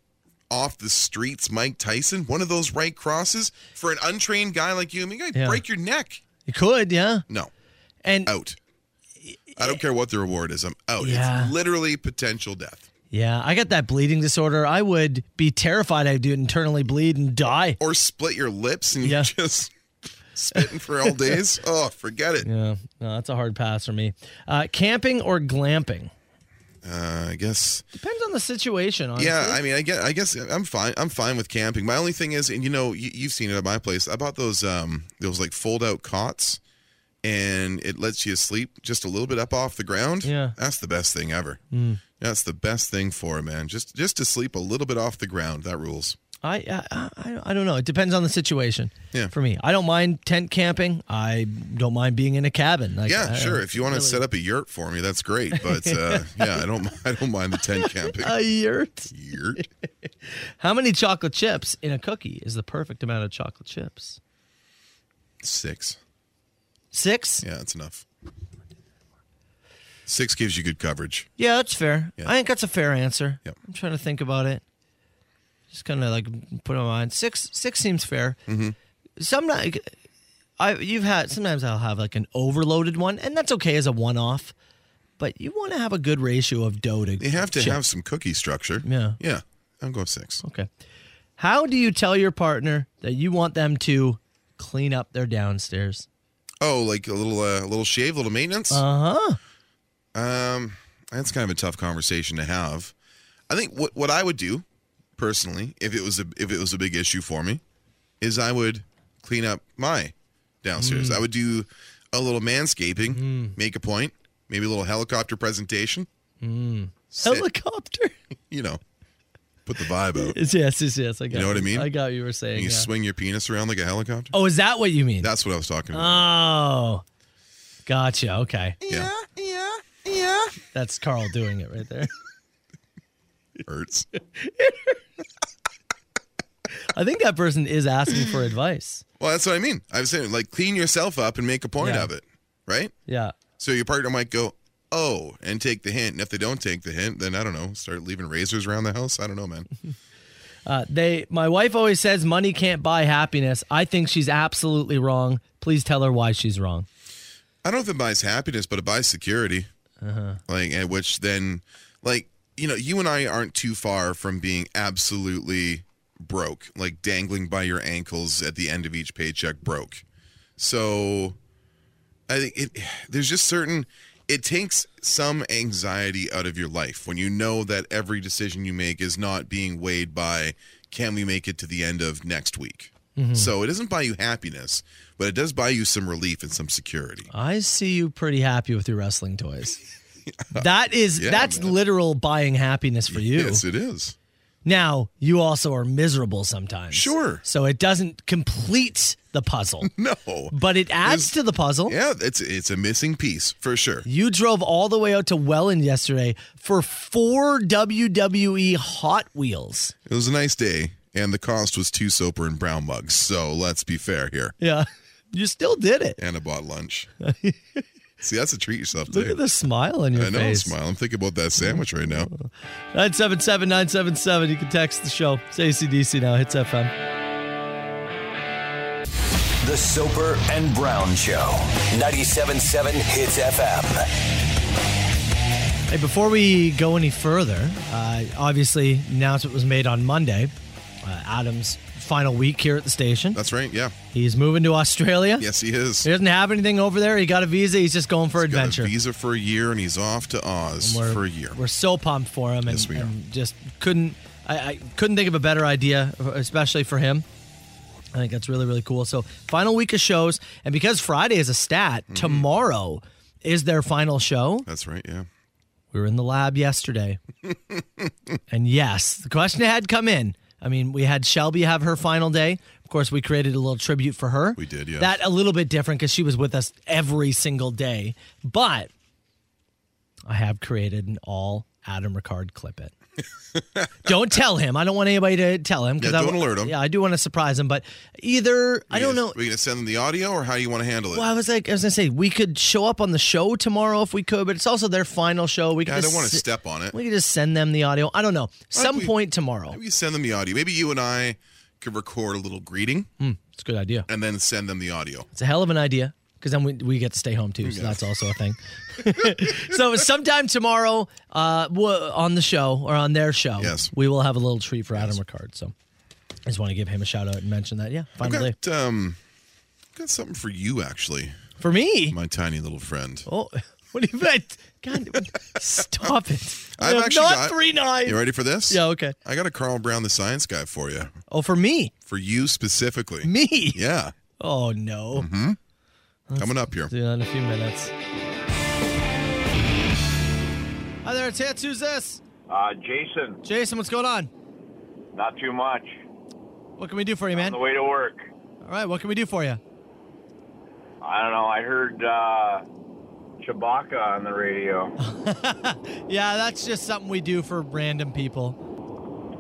[SPEAKER 7] off the streets, Mike Tyson, one of those right crosses for an untrained guy like you. I mean, you
[SPEAKER 6] Yeah.
[SPEAKER 7] break your neck.
[SPEAKER 6] You could, yeah.
[SPEAKER 7] No
[SPEAKER 6] And
[SPEAKER 7] out. I don't care what the reward is. I'm out.
[SPEAKER 6] Yeah.
[SPEAKER 7] It's literally potential death
[SPEAKER 6] yeah, I got that bleeding disorder. I would be terrified I'd internally bleed and die.
[SPEAKER 7] or split your lips and
[SPEAKER 6] Yeah.
[SPEAKER 7] you just spitting for all days. Oh, forget it.
[SPEAKER 6] Yeah, no, that's a hard pass for me. Uh, camping or glamping?
[SPEAKER 7] Uh, I guess.
[SPEAKER 6] Depends on the situation, honestly.
[SPEAKER 7] Yeah. I mean, I guess, I guess I'm fine. I'm fine with camping. My only thing is, and you know, you, you've seen it at my place. I bought those, um, those like fold out cots and it lets you sleep just a little bit up off the ground.
[SPEAKER 6] Yeah. Hmm.
[SPEAKER 7] That's the best thing ever. That's the best thing for it, man. Just, just to sleep a little bit off the ground. That rules.
[SPEAKER 6] I, I I I don't know. It depends on the situation.
[SPEAKER 7] Yeah.
[SPEAKER 6] For me, I don't mind tent camping. I don't mind being in a cabin. Like,
[SPEAKER 7] Yeah,
[SPEAKER 6] I-
[SPEAKER 7] sure. If you want to set up a yurt for me, that's great. But uh, yeah, I don't, I don't mind the tent camping.
[SPEAKER 6] A yurt.
[SPEAKER 7] Yurt.
[SPEAKER 6] How many chocolate chips in a cookie is the perfect amount of chocolate chips?
[SPEAKER 7] Six.
[SPEAKER 6] Six.
[SPEAKER 7] Yeah, that's enough. Six gives you good coverage.
[SPEAKER 6] Yeah, that's fair.
[SPEAKER 7] Yeah.
[SPEAKER 6] I think that's a fair answer.
[SPEAKER 7] Yep.
[SPEAKER 6] I'm trying to think about it. Just kind of like put it on my mind. Six six seems fair.
[SPEAKER 7] Mm-hmm.
[SPEAKER 6] Sometimes I you've had sometimes I'll have like an overloaded one, and that's okay as a one off. But you want to have a good ratio of dough to.
[SPEAKER 7] You have to
[SPEAKER 6] chip.
[SPEAKER 7] have some cookie structure.
[SPEAKER 6] Yeah.
[SPEAKER 7] Yeah. I'm going six.
[SPEAKER 6] Okay. How do you tell your partner that you want them to clean up their downstairs?
[SPEAKER 7] Oh, like a little, uh, a little shave, a little maintenance.
[SPEAKER 6] Uh huh.
[SPEAKER 7] Um, that's kind of a tough conversation to have. I think what what I would do personally, if it was a if it was a big issue for me, is I would clean up my downstairs. I would do a little manscaping, make a point, maybe a little helicopter presentation. Sit,
[SPEAKER 6] Helicopter.
[SPEAKER 7] you know, put the vibe out.
[SPEAKER 6] yes, yes, yes. I got
[SPEAKER 7] know what I mean?
[SPEAKER 6] I got what you were saying.
[SPEAKER 7] You
[SPEAKER 6] yeah.
[SPEAKER 7] swing your penis around like a helicopter.
[SPEAKER 6] oh, is that what you mean?
[SPEAKER 7] That's what I was talking about.
[SPEAKER 6] oh, Gotcha. Okay.
[SPEAKER 7] Yeah.
[SPEAKER 4] yeah, yeah.
[SPEAKER 6] That's Carl doing it right there.
[SPEAKER 7] Hurts.
[SPEAKER 6] I think that person is asking for advice.
[SPEAKER 7] Well, that's what I mean. I was saying, like, clean yourself up and make a point
[SPEAKER 6] Yeah.
[SPEAKER 7] of it, right?
[SPEAKER 6] Yeah.
[SPEAKER 7] So your partner might go, oh, and take the hint. And if they don't take the hint, then I don't know, start leaving razors around the house. I don't know, man.
[SPEAKER 6] Uh, they my wife always says money can't buy happiness. I think she's absolutely wrong. Please tell her why she's wrong.
[SPEAKER 7] I don't know if it buys happiness, but it buys security. Like, and which then, like, you know, you and I aren't too far from being absolutely broke, like dangling by your ankles at the end of each paycheck, broke. So, I think it, there's just certain, it takes some anxiety out of your life when you know that every decision you make is not being weighed by can we make it to the end of next week. So it doesn't buy you happiness, but it does buy you some relief and some security.
[SPEAKER 6] I see you pretty happy with your wrestling toys. That is
[SPEAKER 7] Yeah,
[SPEAKER 6] that's
[SPEAKER 7] man.
[SPEAKER 6] literal buying happiness for you.
[SPEAKER 7] Yes, it is.
[SPEAKER 6] Now, you also are miserable sometimes.
[SPEAKER 7] Sure.
[SPEAKER 6] So it doesn't complete the puzzle,
[SPEAKER 7] No.
[SPEAKER 6] but it adds to the puzzle.
[SPEAKER 7] Yeah, it's it's a missing piece for sure.
[SPEAKER 6] You drove all the way out to Welland yesterday for four WWE Hot Wheels.
[SPEAKER 7] It was a nice day, and the cost was two soaper and brown mugs. So let's be fair here.
[SPEAKER 6] Yeah. You still did it.
[SPEAKER 7] And I bought lunch. See, that's a treat yourself
[SPEAKER 6] Look
[SPEAKER 7] too.
[SPEAKER 6] at the smile on your
[SPEAKER 7] I know,
[SPEAKER 6] face.
[SPEAKER 7] smile. I'm thinking about that sandwich right now.
[SPEAKER 6] 977 977. You can text the show. It's ACDC now. Hits FM.
[SPEAKER 5] The Soper and Brown Show. 97.7 Hits FM.
[SPEAKER 6] Hey, before we go any further, uh, obviously, announcement was made on Monday. Uh, Adam's final week here at the station.
[SPEAKER 7] That's right. Yeah.
[SPEAKER 6] He's moving to Australia.
[SPEAKER 7] Yes, he is.
[SPEAKER 6] He doesn't have anything over there. He got a visa. He's just going for
[SPEAKER 7] Got
[SPEAKER 6] adventure.
[SPEAKER 7] a visa for a year, and he's off to Oz
[SPEAKER 6] We're-
[SPEAKER 7] for a year.
[SPEAKER 6] We're so pumped for him, and,
[SPEAKER 7] Yes, we are.
[SPEAKER 6] and just couldn't. I, I couldn't think of a better idea, especially for him. I think that's really really cool. So final week of shows, and because Friday is a stat,
[SPEAKER 7] Mm-hmm.
[SPEAKER 6] tomorrow is their final show.
[SPEAKER 7] That's right. Yeah.
[SPEAKER 6] We were in the lab yesterday, and yes, the question had come in. I mean, we had Shelby have her final day. Of course, we created a little tribute for her.
[SPEAKER 7] We did, yes.
[SPEAKER 6] That a little bit different because she was with us every single day. But I have created an all Adam Ricard clip it. don't tell him. I don't want anybody to tell him. 'cause
[SPEAKER 7] Yeah,
[SPEAKER 6] I-
[SPEAKER 7] don't alert him.
[SPEAKER 6] Yeah, I do want to surprise him. But either, I don't
[SPEAKER 7] Yes.
[SPEAKER 6] know.
[SPEAKER 7] Are we gonna send them the audio, or how you want to handle it?
[SPEAKER 6] Well, I was like, I was gonna say we could show up on the show tomorrow if we could, but it's also their final show. We could
[SPEAKER 7] Yeah, I
[SPEAKER 6] just
[SPEAKER 7] don't want to
[SPEAKER 6] sit-
[SPEAKER 7] step on it.
[SPEAKER 6] We could just send them the audio. I don't know. Some
[SPEAKER 7] we-
[SPEAKER 6] point tomorrow.
[SPEAKER 7] Maybe send them the audio. Maybe you and I could record a little greeting
[SPEAKER 6] It's a good idea.
[SPEAKER 7] and then send them the audio.
[SPEAKER 6] It's a hell of an idea because then we, we get to stay home too. So that's also a thing. so sometime tomorrow uh, wo- on the show or on their show,
[SPEAKER 7] Yes.
[SPEAKER 6] we will have a little treat for Adam Ricard. So I just want to give him a shout out and mention that. Yeah,
[SPEAKER 7] I've
[SPEAKER 6] finally.
[SPEAKER 7] got um, I've got something for you actually,
[SPEAKER 6] For me.
[SPEAKER 7] my tiny little friend.
[SPEAKER 6] Oh, what do you meant? God, stop it.
[SPEAKER 7] I've
[SPEAKER 6] No,
[SPEAKER 7] actually
[SPEAKER 6] not
[SPEAKER 7] got-
[SPEAKER 6] three nine.
[SPEAKER 7] You ready for this?
[SPEAKER 6] Yeah, okay.
[SPEAKER 7] I got a Carl Brown the Science Guy for you,
[SPEAKER 6] Oh, for me.
[SPEAKER 7] for you specifically.
[SPEAKER 6] Me.
[SPEAKER 7] Yeah,
[SPEAKER 6] Oh, no.
[SPEAKER 7] coming up here.
[SPEAKER 6] Do that in a few minutes. Hi there, it's Hits. Who's this?
[SPEAKER 8] Uh, Jason,
[SPEAKER 6] er Jason, what's going on?
[SPEAKER 8] not too much.
[SPEAKER 6] What can we do for you, man?
[SPEAKER 8] On the way to work.
[SPEAKER 6] All right, what can we do for you?
[SPEAKER 8] I don't know. I heard uh, Chewbacca on the radio.
[SPEAKER 6] Yeah, that's just something we do for random people.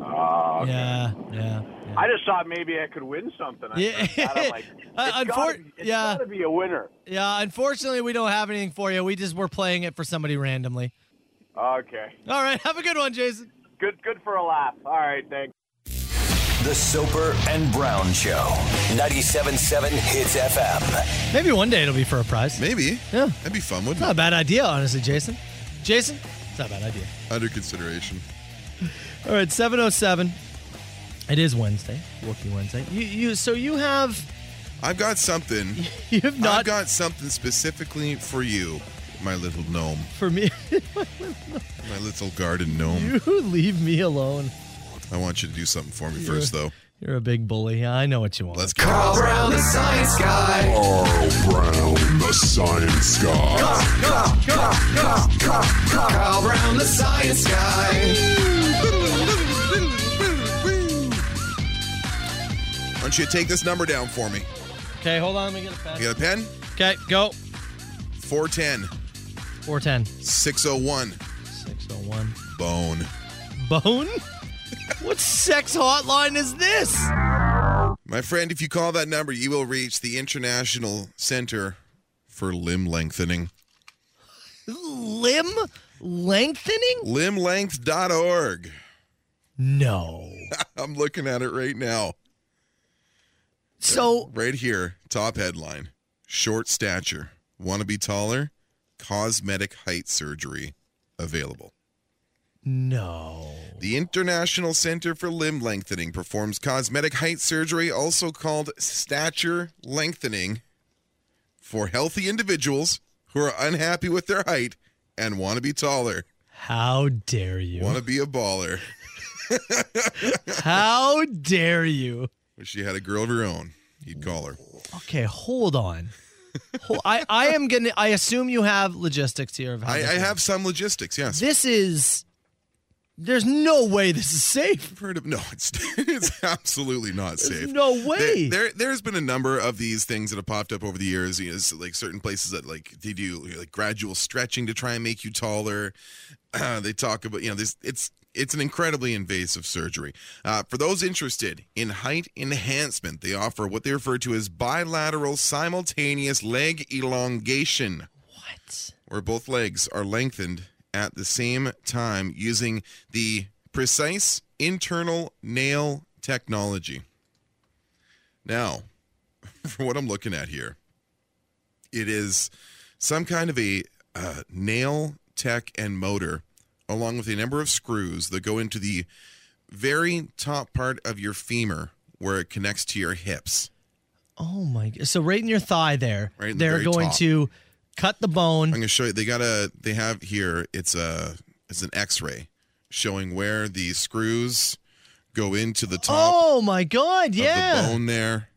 [SPEAKER 8] Uh,
[SPEAKER 6] Yeah, yeah.
[SPEAKER 8] I just thought maybe I could win something. I
[SPEAKER 6] Yeah.
[SPEAKER 8] thought, I'm like,
[SPEAKER 6] Uh,
[SPEAKER 8] it's
[SPEAKER 6] unfor-
[SPEAKER 8] gotta, be- it's
[SPEAKER 6] yeah.
[SPEAKER 8] gotta be a winner.
[SPEAKER 6] Yeah, unfortunately, we don't have anything for you. We just were playing it for somebody randomly.
[SPEAKER 8] Okay,
[SPEAKER 6] All right, have a good one, Jason.
[SPEAKER 8] good, good for a laugh. All right, thanks.
[SPEAKER 5] The Soper and Brown Show. 97.7 Hits FM.
[SPEAKER 6] Maybe one day it'll be for a prize.
[SPEAKER 7] Maybe.
[SPEAKER 6] Yeah.
[SPEAKER 7] That'd be fun, wouldn't
[SPEAKER 6] Not a
[SPEAKER 7] it?
[SPEAKER 6] bad idea, honestly, Jason. Jason, it's not a bad idea.
[SPEAKER 7] Under consideration.
[SPEAKER 6] All right, 707. It is Wednesday, Wookie Wednesday. You, you, so you have,
[SPEAKER 7] I've got something.
[SPEAKER 6] you have
[SPEAKER 7] I've
[SPEAKER 6] not
[SPEAKER 7] got something specifically for you, my little gnome,
[SPEAKER 6] for me.
[SPEAKER 7] my little garden gnome.
[SPEAKER 6] You leave me alone.
[SPEAKER 7] I want you to do something for me first, though.
[SPEAKER 6] You're a big bully. Yeah, I know what you want.
[SPEAKER 7] Let's go.
[SPEAKER 5] Brown the Science Guy.
[SPEAKER 9] Brown, the science guy.
[SPEAKER 5] Carl Brown the Science Guy.
[SPEAKER 7] Why don't you take this number down for me?
[SPEAKER 6] okay, hold on. Let me get a pen.
[SPEAKER 7] You got a pen?
[SPEAKER 6] Okay, go.
[SPEAKER 7] 410
[SPEAKER 6] 410.
[SPEAKER 7] 601
[SPEAKER 6] 601.
[SPEAKER 7] Bone.
[SPEAKER 6] Bone? what sex hotline is this?
[SPEAKER 7] My friend, if you call that number, you will reach the International Center for Limb Lengthening.
[SPEAKER 6] Limb lengthening?
[SPEAKER 7] Limblength.org.
[SPEAKER 6] No.
[SPEAKER 7] I'm looking at it right now.
[SPEAKER 6] So
[SPEAKER 7] Right here, top headline Short stature. Want to be taller? Cosmetic height surgery available.
[SPEAKER 6] no.
[SPEAKER 7] The International Center for Limb Lengthening performs cosmetic height surgery, also called stature lengthening, for healthy individuals who are unhappy with their height and want to be taller,
[SPEAKER 6] How dare you?
[SPEAKER 7] want to be a baller.
[SPEAKER 6] How dare you?
[SPEAKER 7] Wish she had a girl of her own. You'd call her.
[SPEAKER 6] Okay, hold on. Hol- I, I am gonna I assume you have logistics here of how
[SPEAKER 7] I,
[SPEAKER 6] this
[SPEAKER 7] I
[SPEAKER 6] works.
[SPEAKER 7] have some logistics. Yes,
[SPEAKER 6] this is there's no way this is safe.
[SPEAKER 7] I've heard of. No, it's it's absolutely not
[SPEAKER 6] There's
[SPEAKER 7] safe.
[SPEAKER 6] no way.
[SPEAKER 7] There, there, has been a number of these things that have popped up over the years. You know, it's like certain places that like they do like gradual stretching to try and make you taller. Uh, they talk about you know this. It's it's an incredibly invasive surgery. Uh, for those interested in height enhancement, they offer what they refer to as bilateral simultaneous leg elongation,
[SPEAKER 6] what?
[SPEAKER 7] where both legs are lengthened at the same time using the precise internal nail technology. Now, for what I'm looking at here, it is some kind of a uh, nail tech and motor, along with a number of screws that go into the very top part of your femur where it connects to your hips.
[SPEAKER 6] Oh my god. So right in your thigh there.
[SPEAKER 7] Right in the
[SPEAKER 6] they're
[SPEAKER 7] very
[SPEAKER 6] going
[SPEAKER 7] top.
[SPEAKER 6] to cut the bone.
[SPEAKER 7] I'm gonna show you. They got a. They have here. It's a. It's an X-ray showing where the screws go into the top
[SPEAKER 6] Oh my god,
[SPEAKER 7] of the
[SPEAKER 6] yeah.
[SPEAKER 7] bone there,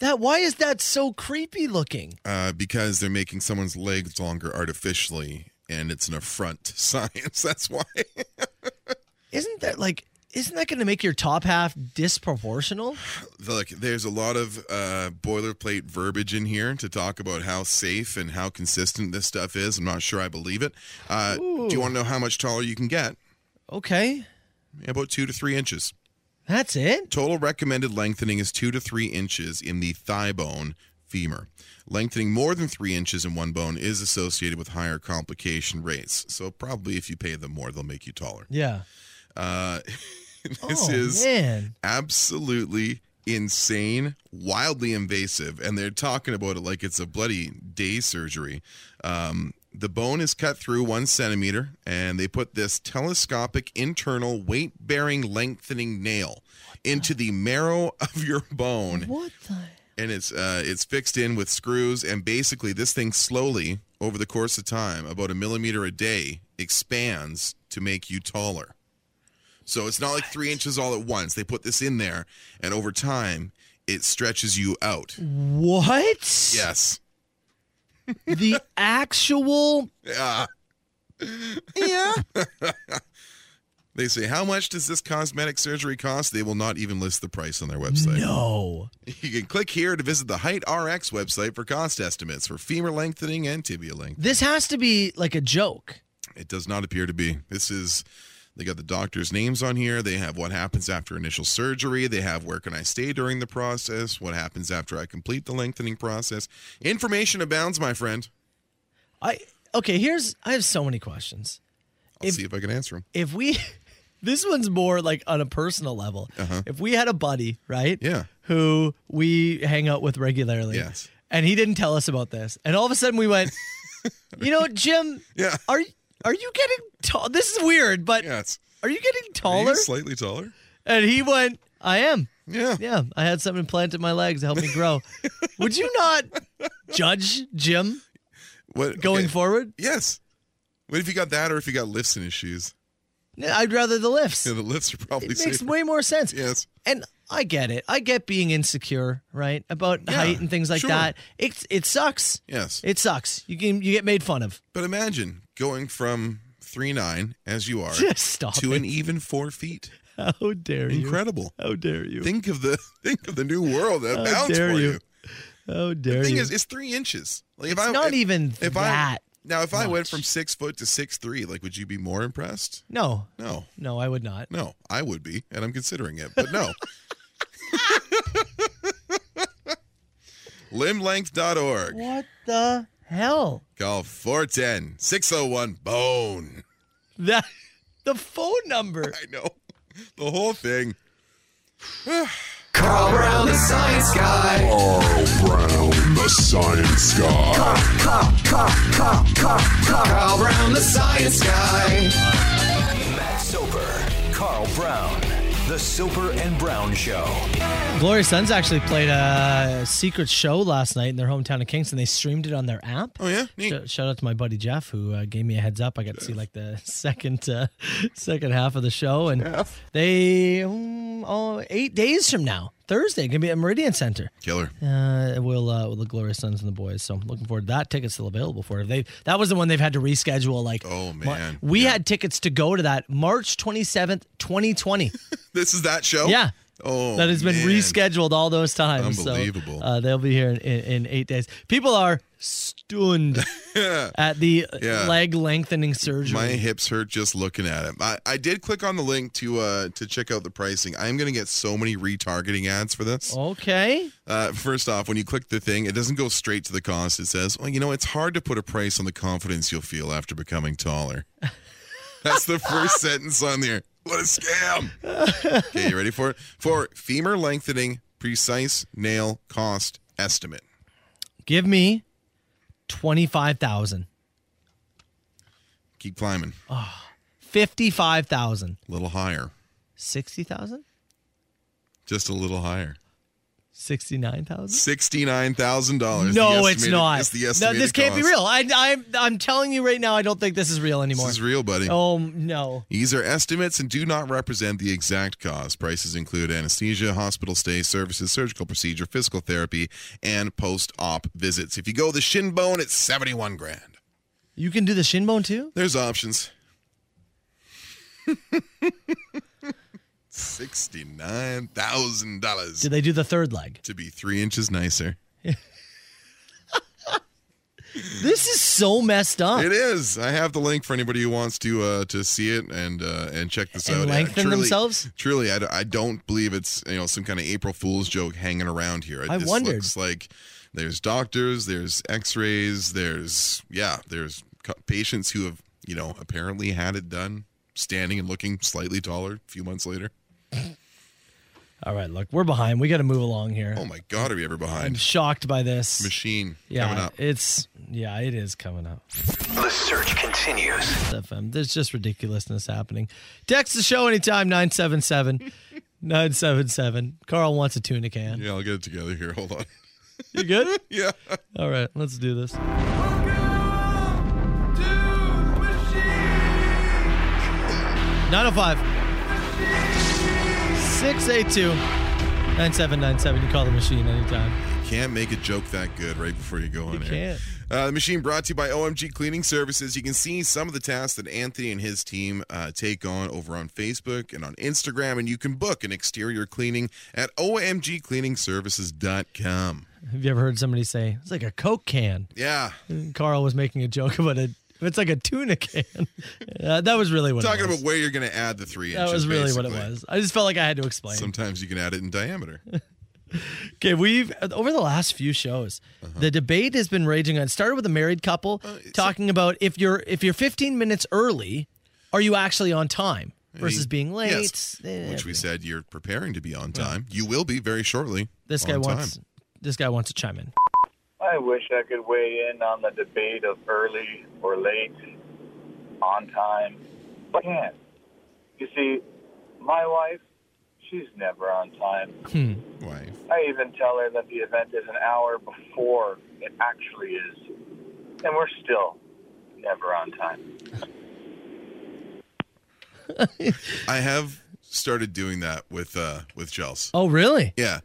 [SPEAKER 6] That why is that so creepy looking?
[SPEAKER 7] uh, because they're making someone's legs longer artificially, and it's an affront to science. That's why.
[SPEAKER 6] Isn't that like isn't that going to make your top half disproportional?
[SPEAKER 7] Look, there's a lot of uh, boilerplate verbiage in here to talk about how safe and how consistent this stuff is. I'm not sure I believe it. Uh, do you want to know how much taller you can get?
[SPEAKER 6] Okay.
[SPEAKER 7] Yeah, about two to three inches.
[SPEAKER 6] That's it.
[SPEAKER 7] Total recommended lengthening is two to three inches in the thigh bone femur. Lengthening more than three inches in one bone is associated with higher complication rates. So probably if you pay them more, they'll make you taller.
[SPEAKER 6] Yeah.
[SPEAKER 7] Uh, this
[SPEAKER 6] oh,
[SPEAKER 7] is
[SPEAKER 6] man.
[SPEAKER 7] absolutely insane, wildly invasive, and they're talking about it like it's a bloody day surgery. Um, the bone is cut through one centimeter, and they put this telescopic internal weight bearing lengthening nail into the marrow of your bone
[SPEAKER 6] What the
[SPEAKER 7] and it's uh, it's fixed in with screws and basically this thing slowly over the course of time about a millimeter a day expands to make you taller so it's not like three inches all at once they put this in there and over time it stretches you out
[SPEAKER 6] What?
[SPEAKER 7] yes
[SPEAKER 6] The actual
[SPEAKER 7] yeah yeah they say how much does this cosmetic surgery cost they will not even list the price on their website
[SPEAKER 6] No.
[SPEAKER 7] you can click here to visit the height rx website for cost estimates for femur lengthening and tibia lengthening
[SPEAKER 6] This has to be like a joke.
[SPEAKER 7] It does not appear to be. This is they got the doctors' names on here. They have what happens after initial surgery. They have where can I stay during the process? What happens after I complete the lengthening process? Information abounds, my friend.
[SPEAKER 6] I Okay, here's I have so many questions.
[SPEAKER 7] I'll
[SPEAKER 6] If-
[SPEAKER 7] see if I can answer them.
[SPEAKER 6] If we This one's more like on a personal level.
[SPEAKER 7] Uh-huh.
[SPEAKER 6] If we had a buddy, right?
[SPEAKER 7] Yeah.
[SPEAKER 6] Who we hang out with regularly.
[SPEAKER 7] Yes.
[SPEAKER 6] And he didn't tell us about this. And all of a sudden we went, "You know, Jim,
[SPEAKER 7] Yeah.
[SPEAKER 6] are are you getting tall? This is weird, but
[SPEAKER 7] Yes.
[SPEAKER 6] are you getting
[SPEAKER 7] Are you
[SPEAKER 6] taller?"
[SPEAKER 7] slightly taller.
[SPEAKER 6] And he went, "I am."
[SPEAKER 7] Yeah.
[SPEAKER 6] Yeah, I had something planted in my legs to help me grow. Would you not judge Jim
[SPEAKER 7] What
[SPEAKER 6] going
[SPEAKER 7] okay.
[SPEAKER 6] forward?
[SPEAKER 7] Yes. What if you got that, or if you got lifts in his shoes?
[SPEAKER 6] No, I'd rather the lifts.
[SPEAKER 7] Yeah, the lifts are probably
[SPEAKER 6] it makes
[SPEAKER 7] safer.
[SPEAKER 6] way more sense.
[SPEAKER 7] Yes.
[SPEAKER 6] And I get it. I get being insecure, right? About
[SPEAKER 7] Yeah,
[SPEAKER 6] height and things like
[SPEAKER 7] sure.
[SPEAKER 6] that. It it sucks.
[SPEAKER 7] Yes.
[SPEAKER 6] It sucks. You can you get made fun of.
[SPEAKER 7] But imagine going from three nine as you are
[SPEAKER 6] Just stop
[SPEAKER 7] to
[SPEAKER 6] it.
[SPEAKER 7] an even four feet.
[SPEAKER 6] How dare you?
[SPEAKER 7] Incredible.
[SPEAKER 6] How dare you?
[SPEAKER 7] Think of the think of the new world that
[SPEAKER 6] How
[SPEAKER 7] bounds
[SPEAKER 6] dare
[SPEAKER 7] for you.
[SPEAKER 6] you. How dare
[SPEAKER 7] The thing
[SPEAKER 6] you?
[SPEAKER 7] is, it's three inches. Like
[SPEAKER 6] It's not even
[SPEAKER 7] I,
[SPEAKER 6] that
[SPEAKER 7] now, if I went
[SPEAKER 6] much.
[SPEAKER 7] from six foot to six three, like, would you be more impressed?
[SPEAKER 6] no,
[SPEAKER 7] No,
[SPEAKER 6] no, I would not.
[SPEAKER 7] no, I would be, and I'm considering it, but no. Limblength.org.
[SPEAKER 6] What the hell?
[SPEAKER 7] Call 410 601 bone.
[SPEAKER 6] That the phone number.
[SPEAKER 7] I know. The whole thing.
[SPEAKER 2] Carl Brown, the science guy.
[SPEAKER 9] Carl Brown, the science guy.
[SPEAKER 2] Carl Brown, the science guy.
[SPEAKER 5] Matt Soper, Carl Brown, The Soper and Brown Show.
[SPEAKER 6] Gloria Sons actually played a secret show last night in their hometown of Kingston. They streamed it on their app.
[SPEAKER 7] Oh, yeah? Neat.
[SPEAKER 6] Shout, shout out to my buddy Jeff who uh, gave me a heads up. I got to see like the second uh, second half of the show, and they um, oh, eight days from now, Thursday, gonna be at Meridian Center.
[SPEAKER 7] Killer.
[SPEAKER 6] Uh, we'll uh, with the Glorious Sons and the Boys. So I'm looking forward to that. Tickets still available for it. They that was the one they've had to reschedule. Like
[SPEAKER 7] Oh,
[SPEAKER 6] Mar-
[SPEAKER 7] man.
[SPEAKER 6] we had tickets to go to that March 27th, 2020.
[SPEAKER 7] This is that show?
[SPEAKER 6] Yeah.
[SPEAKER 7] Oh.
[SPEAKER 6] that has been
[SPEAKER 7] man.
[SPEAKER 6] rescheduled all those times. So,
[SPEAKER 7] Unbelievable.
[SPEAKER 6] uh, they'll be here in, in, in eight days. People are stunned at the uh,
[SPEAKER 7] Yeah.
[SPEAKER 6] leg lengthening surgery.
[SPEAKER 7] My hips hurt just looking at it. I, I did click on the link to uh to check out the pricing. I'm gonna get so many retargeting ads for this.
[SPEAKER 6] Oh. okay.
[SPEAKER 7] Uh, first off, when you click the thing, it doesn't go straight to the cost. It says, "Well, you know, it's hard to put a price on the confidence you'll feel after becoming taller." That's the first sentence on there. What a scam! okay, you ready for it? For femur lengthening, precise nail cost estimate.
[SPEAKER 6] Give me 25,000,
[SPEAKER 7] Keep climbing.
[SPEAKER 6] 55,000,
[SPEAKER 7] A little higher.
[SPEAKER 6] 60,000,
[SPEAKER 7] Just a little higher.
[SPEAKER 6] 69,000.
[SPEAKER 7] Sixty-nine thousand dollars.
[SPEAKER 6] No, it's not.
[SPEAKER 7] It's the
[SPEAKER 6] no,
[SPEAKER 7] estimated
[SPEAKER 6] this can't be
[SPEAKER 7] cost.
[SPEAKER 6] real. I, I'm, I'm telling you right now, I don't think this is real anymore.
[SPEAKER 7] This is real, buddy.
[SPEAKER 6] oh, no.
[SPEAKER 7] These are estimates and do not represent the exact cost. Prices include anesthesia, hospital stay, services, surgical procedure, physical therapy, and post-op visits. If you go the shin bone, it's seventy-one grand.
[SPEAKER 6] You can do the shin bone too?
[SPEAKER 7] There's options. Sixty-nine thousand dollars
[SPEAKER 6] Did they do the third leg?
[SPEAKER 7] to be three inches nicer.
[SPEAKER 6] This is so messed up.
[SPEAKER 7] It is. I have the link for anybody who wants to uh, to see it and uh, and check this
[SPEAKER 6] And
[SPEAKER 7] out.
[SPEAKER 6] lengthen
[SPEAKER 7] Truly-
[SPEAKER 6] themselves?
[SPEAKER 7] Truly, I, d- I don't believe it's you know some kind of April Fool's joke hanging around here.
[SPEAKER 6] I
[SPEAKER 7] this
[SPEAKER 6] wondered.
[SPEAKER 7] looks like there's doctors, there's X-rays, there's yeah, there's co- patients who have you know apparently had it done, standing and looking slightly taller a few months later.
[SPEAKER 6] All right, look, we're behind. We got to move along here.
[SPEAKER 7] Oh my God, are we ever
[SPEAKER 6] I'm
[SPEAKER 7] behind?
[SPEAKER 6] shocked by this.
[SPEAKER 7] Machine
[SPEAKER 6] yeah,
[SPEAKER 7] coming up.
[SPEAKER 6] it's yeah, it is coming up.
[SPEAKER 5] The search continues.
[SPEAKER 6] FM. There's just ridiculousness happening. Text the show anytime 977 977. Carl wants a tuna can.
[SPEAKER 7] Yeah, I'll get it together here. Hold on.
[SPEAKER 6] You good?
[SPEAKER 7] yeah.
[SPEAKER 6] All right, let's do this. Nine oh five. 682 9797. You call the machine anytime.
[SPEAKER 7] Can't make a joke that good right before you go on
[SPEAKER 6] You
[SPEAKER 7] air.
[SPEAKER 6] can't.
[SPEAKER 7] Uh, the machine brought to you by OMG Cleaning Services. You can see some of the tasks that Anthony and his team uh, take on over on Facebook and on Instagram, and you can book an exterior cleaning at omgcleaningservices.com.
[SPEAKER 6] Have you ever heard somebody say, it's like a Coke can?
[SPEAKER 7] Yeah,
[SPEAKER 6] Carl was making a joke about it. It's like a tuna can. Uh, that was really what
[SPEAKER 7] talking
[SPEAKER 6] it was.
[SPEAKER 7] about where you're going to add the three
[SPEAKER 6] that
[SPEAKER 7] inches.
[SPEAKER 6] was really what it
[SPEAKER 7] basically.
[SPEAKER 6] was. I just felt like I had to explain.
[SPEAKER 7] Sometimes you can add it in diameter.
[SPEAKER 6] okay, we've over the last few shows,
[SPEAKER 7] Uh-huh.
[SPEAKER 6] the debate has been raging on. It started with a married couple
[SPEAKER 7] Uh,
[SPEAKER 6] talking about if you're if you're 15 minutes early, are you actually on time versus being late?
[SPEAKER 7] Yes,
[SPEAKER 6] Eh,
[SPEAKER 7] which we said you're preparing to be on time. You will be very shortly.
[SPEAKER 6] this guy
[SPEAKER 7] on time.
[SPEAKER 6] wants this guy wants to chime in.
[SPEAKER 8] I wish I could weigh in on the debate of early or late, on time, but can't. You see, my wife, she's never on time.
[SPEAKER 7] Wife.
[SPEAKER 8] I even tell her that the event is an hour before it actually is, and we're still never on time.
[SPEAKER 7] I have started doing that with uh with Chels.
[SPEAKER 6] Oh, really?
[SPEAKER 7] Yeah,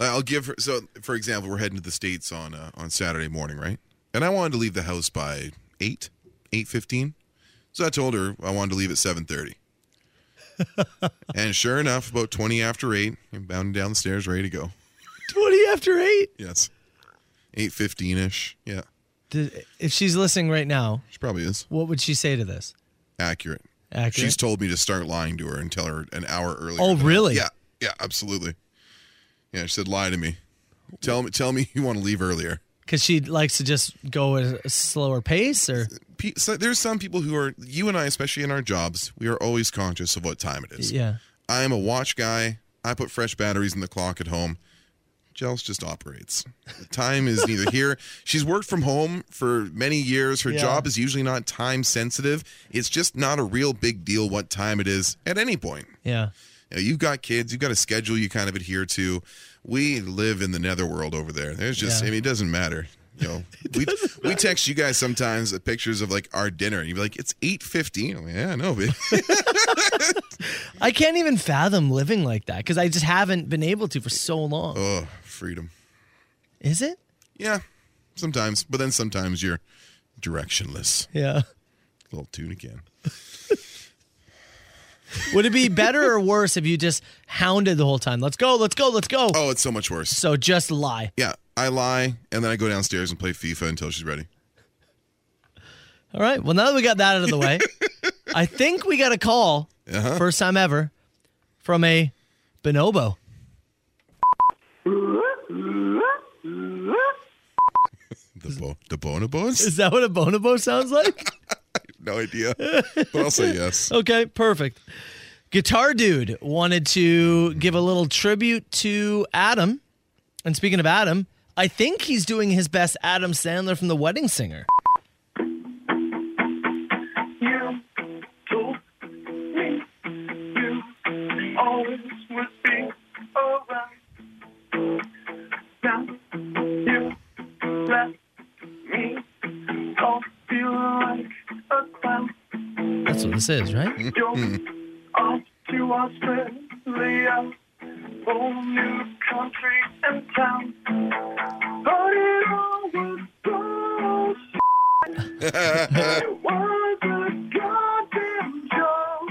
[SPEAKER 7] Uh, I'll give her. So, for example, we're heading to the states on uh, on Saturday morning, right? And I wanted to leave the house by eight, eight fifteen. So I told her I wanted to leave at seven thirty. and sure enough, about twenty after eight, I'm bounding down the stairs, ready to go.
[SPEAKER 6] 20 after 8?
[SPEAKER 7] Yes. eight fifteen ish. Yeah,
[SPEAKER 6] Did- If she's listening right now,
[SPEAKER 7] she probably is
[SPEAKER 6] what would she say to this?
[SPEAKER 7] accurate.
[SPEAKER 6] Accurate.
[SPEAKER 7] She's told me to start lying to her and tell her an hour earlier.
[SPEAKER 6] Oh,
[SPEAKER 7] than I-
[SPEAKER 6] really?
[SPEAKER 7] Yeah, yeah, absolutely. Yeah, she said lie to me. Tell me, tell me you want to leave earlier.
[SPEAKER 6] Because she likes to just go at a slower pace, or
[SPEAKER 7] Pe- So there's some people who are you and I, especially in our jobs, we are always conscious of what time it is.
[SPEAKER 6] yeah,
[SPEAKER 7] I am a watch guy. I put fresh batteries in the clock at home. Jels just operates. Time is neither here. She's worked from home for many years. Her
[SPEAKER 6] Yeah.
[SPEAKER 7] job is usually not time sensitive. It's just not a real big deal what time it is at any point.
[SPEAKER 6] yeah.
[SPEAKER 7] You know, you've got kids, you've got a schedule you kind of adhere to. We live in the netherworld over there. There's just,
[SPEAKER 6] Yeah.
[SPEAKER 7] I mean, it doesn't matter. You know, we, we text you guys sometimes the pictures of like our dinner, and you'd be like, "It's 8.15. I'm like, "Yeah, no, babe."
[SPEAKER 6] I can't even fathom living like that because I just haven't been able to for so long.
[SPEAKER 7] oh, freedom.
[SPEAKER 6] Is it?
[SPEAKER 7] Yeah, sometimes, but then sometimes you're directionless.
[SPEAKER 6] Yeah.
[SPEAKER 7] Little tune again.
[SPEAKER 6] Would it be better or worse if you just hounded the whole time? Let's go, let's go, let's go.
[SPEAKER 7] Oh, it's so much worse.
[SPEAKER 6] So just lie.
[SPEAKER 7] Yeah, I lie, and then I go downstairs and play FIFA until she's ready.
[SPEAKER 6] All right. Well, now that we got that out of the way, I think we got a call, first time ever, from a bonobo.
[SPEAKER 7] The bo- the bonobos?
[SPEAKER 6] Is that what a bonobo sounds like?
[SPEAKER 7] No idea, but I'll say yes.
[SPEAKER 6] Okay, perfect. Guitar Dude wanted to give a little tribute to Adam. And speaking of Adam, I think he's doing his best Adam Sandler from The Wedding Singer.
[SPEAKER 4] You told me you always would be alright. Now you let me go feel like a clown.
[SPEAKER 6] That's what this is,
[SPEAKER 7] Mm-hmm.
[SPEAKER 6] right?
[SPEAKER 4] You're off to Australia, whole new country and town. But it all was bullshit. It was a goddamn joke.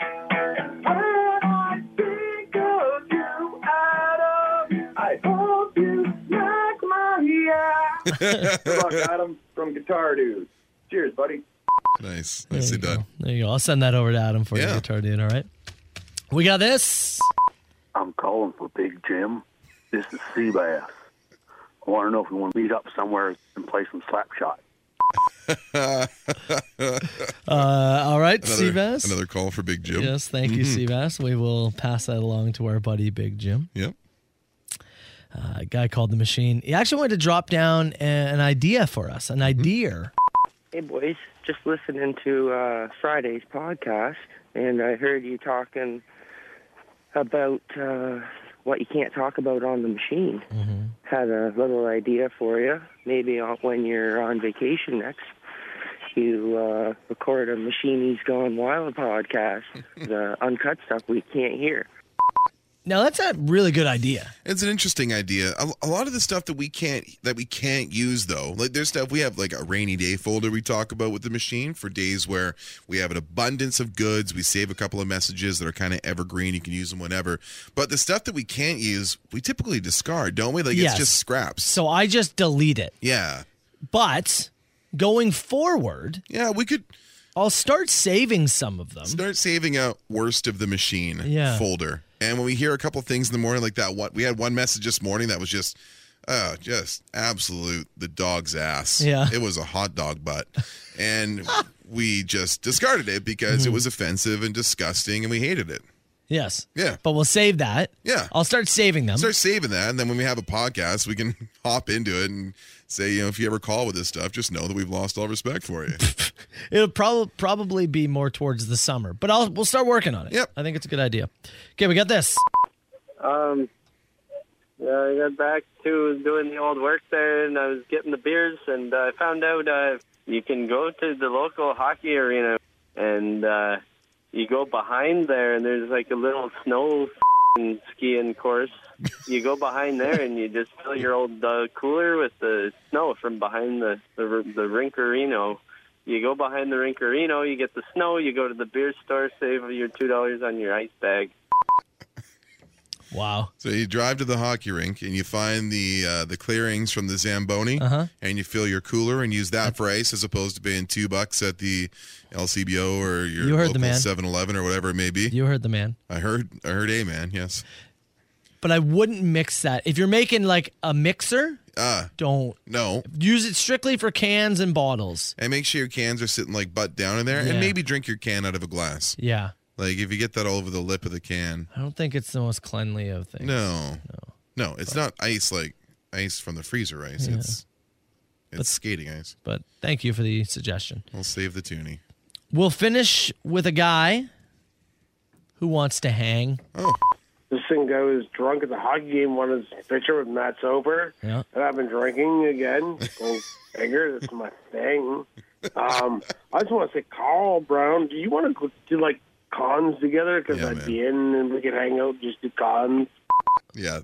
[SPEAKER 4] And when I think of you, Adam, I hope you smack my ass.
[SPEAKER 8] Fuck Adam from Guitar Dude. Cheers, buddy.
[SPEAKER 7] Nice,
[SPEAKER 6] There
[SPEAKER 7] nicely
[SPEAKER 6] you go.
[SPEAKER 7] done.
[SPEAKER 6] There you go. I'll send that over to Adam for you,
[SPEAKER 7] Yeah.
[SPEAKER 6] Guitar Dude, all right? We got this.
[SPEAKER 10] I'm calling for Big Jim. This is Seabass. I want to know if we want to meet up somewhere and play some slap shot.
[SPEAKER 6] Uh, all right,
[SPEAKER 7] Another,
[SPEAKER 6] Seabass.
[SPEAKER 7] another Mm-hmm. call for Big Jim.
[SPEAKER 6] Yes, thank you, Seabass. We will pass that along to our buddy Big Jim. Uh,
[SPEAKER 7] Yep.
[SPEAKER 6] A guy called the machine. He actually wanted to drop down an idea for us, an
[SPEAKER 7] Mm-hmm.
[SPEAKER 6] idea.
[SPEAKER 11] Hey, boys. Just listening to uh, Friday's podcast, and I heard you talking about uh, what you can't talk about on the machine. Had a little idea for you. Maybe on, when you're on vacation next, you uh, record a Machine's Gone Wild podcast, the uncut stuff we can't hear.
[SPEAKER 6] Now, that's a really good idea.
[SPEAKER 7] It's an interesting idea. A, a lot of the stuff that we can't that we can't use though, like there's stuff we have like a rainy day folder we talk about with the machine for days where we have an abundance of goods. We save a couple of messages that are kind of evergreen. You can use them whenever. But the stuff that we can't use, we typically discard, don't we? Like
[SPEAKER 6] Yes.
[SPEAKER 7] it's just scraps.
[SPEAKER 6] So I just delete it.
[SPEAKER 7] Yeah,
[SPEAKER 6] But going forward,
[SPEAKER 7] yeah. We could
[SPEAKER 6] I'll start saving some of them.
[SPEAKER 7] start saving a worst of the machine
[SPEAKER 6] Yeah.
[SPEAKER 7] folder. And when we hear a couple things in the morning like that, what we had one message this morning that was just, oh, just absolute the dog's ass.
[SPEAKER 6] Yeah.
[SPEAKER 7] it was a hot dog butt, and we just discarded it because
[SPEAKER 6] Hmm.
[SPEAKER 7] it was offensive and disgusting, and we hated it.
[SPEAKER 6] Yes.
[SPEAKER 7] Yeah.
[SPEAKER 6] But we'll save that.
[SPEAKER 7] Yeah.
[SPEAKER 6] I'll start saving them.
[SPEAKER 7] Start saving that, and then when we have a podcast, we can hop into it and say, you know, if you ever call with this stuff, just know that we've lost all respect for you.
[SPEAKER 6] It'll prob- probably be more towards the summer, but I'll we'll start working on it.
[SPEAKER 7] Yep.
[SPEAKER 6] I think it's a good idea. Okay, we got this.
[SPEAKER 11] Um, yeah, I got back to doing the old work there, and I was getting the beers, and I found out uh, you can go to the local hockey arena, and uh, you go behind there, and there's like a little snow f***ing skiing course. You go behind there, and you just fill your old uh, cooler with the snow from behind the the, r- the rinkerino. You go behind the rinkerino, you get the snow, you go to the beer store, save your two dollars on your ice bag.
[SPEAKER 6] Wow.
[SPEAKER 7] So you drive to the hockey rink and you find the uh, the clearings from the Zamboni,
[SPEAKER 6] Uh-huh.
[SPEAKER 7] and you fill your cooler and use that for ice as opposed to paying two bucks at the LCBO or your
[SPEAKER 6] You heard
[SPEAKER 7] local
[SPEAKER 6] the man.
[SPEAKER 7] 7-Eleven or whatever it may be.
[SPEAKER 6] You heard the man.
[SPEAKER 7] I heard I heard a man. Yes.
[SPEAKER 6] But I wouldn't mix that. If you're making like a mixer,
[SPEAKER 7] Ah.
[SPEAKER 6] don't
[SPEAKER 7] No.
[SPEAKER 6] use it strictly for cans and bottles.
[SPEAKER 7] And make sure your cans are sitting like butt down in there,
[SPEAKER 6] Yeah.
[SPEAKER 7] and maybe drink your can out of a glass.
[SPEAKER 6] Yeah.
[SPEAKER 7] Like if you get that all over the lip of the can.
[SPEAKER 6] I don't think it's the most cleanly of things.
[SPEAKER 7] No. No, it's not ice like ice from the freezer ice.
[SPEAKER 6] Yeah.
[SPEAKER 7] It's it's skating ice.
[SPEAKER 6] But thank you for the suggestion.
[SPEAKER 7] We'll save the toonie.
[SPEAKER 6] We'll finish with a guy who wants to hang.
[SPEAKER 7] Oh.
[SPEAKER 12] This thing guy was drunk at the hockey game, wanted his picture with Matt Soper.
[SPEAKER 6] Yeah.
[SPEAKER 12] And I've been drinking again. Go figure, that's my thing. Um, I just want to say, Carl Brown, do you want to go do like cons together? Because I'd be in and we could hang out, just do cons.
[SPEAKER 7] Yeah.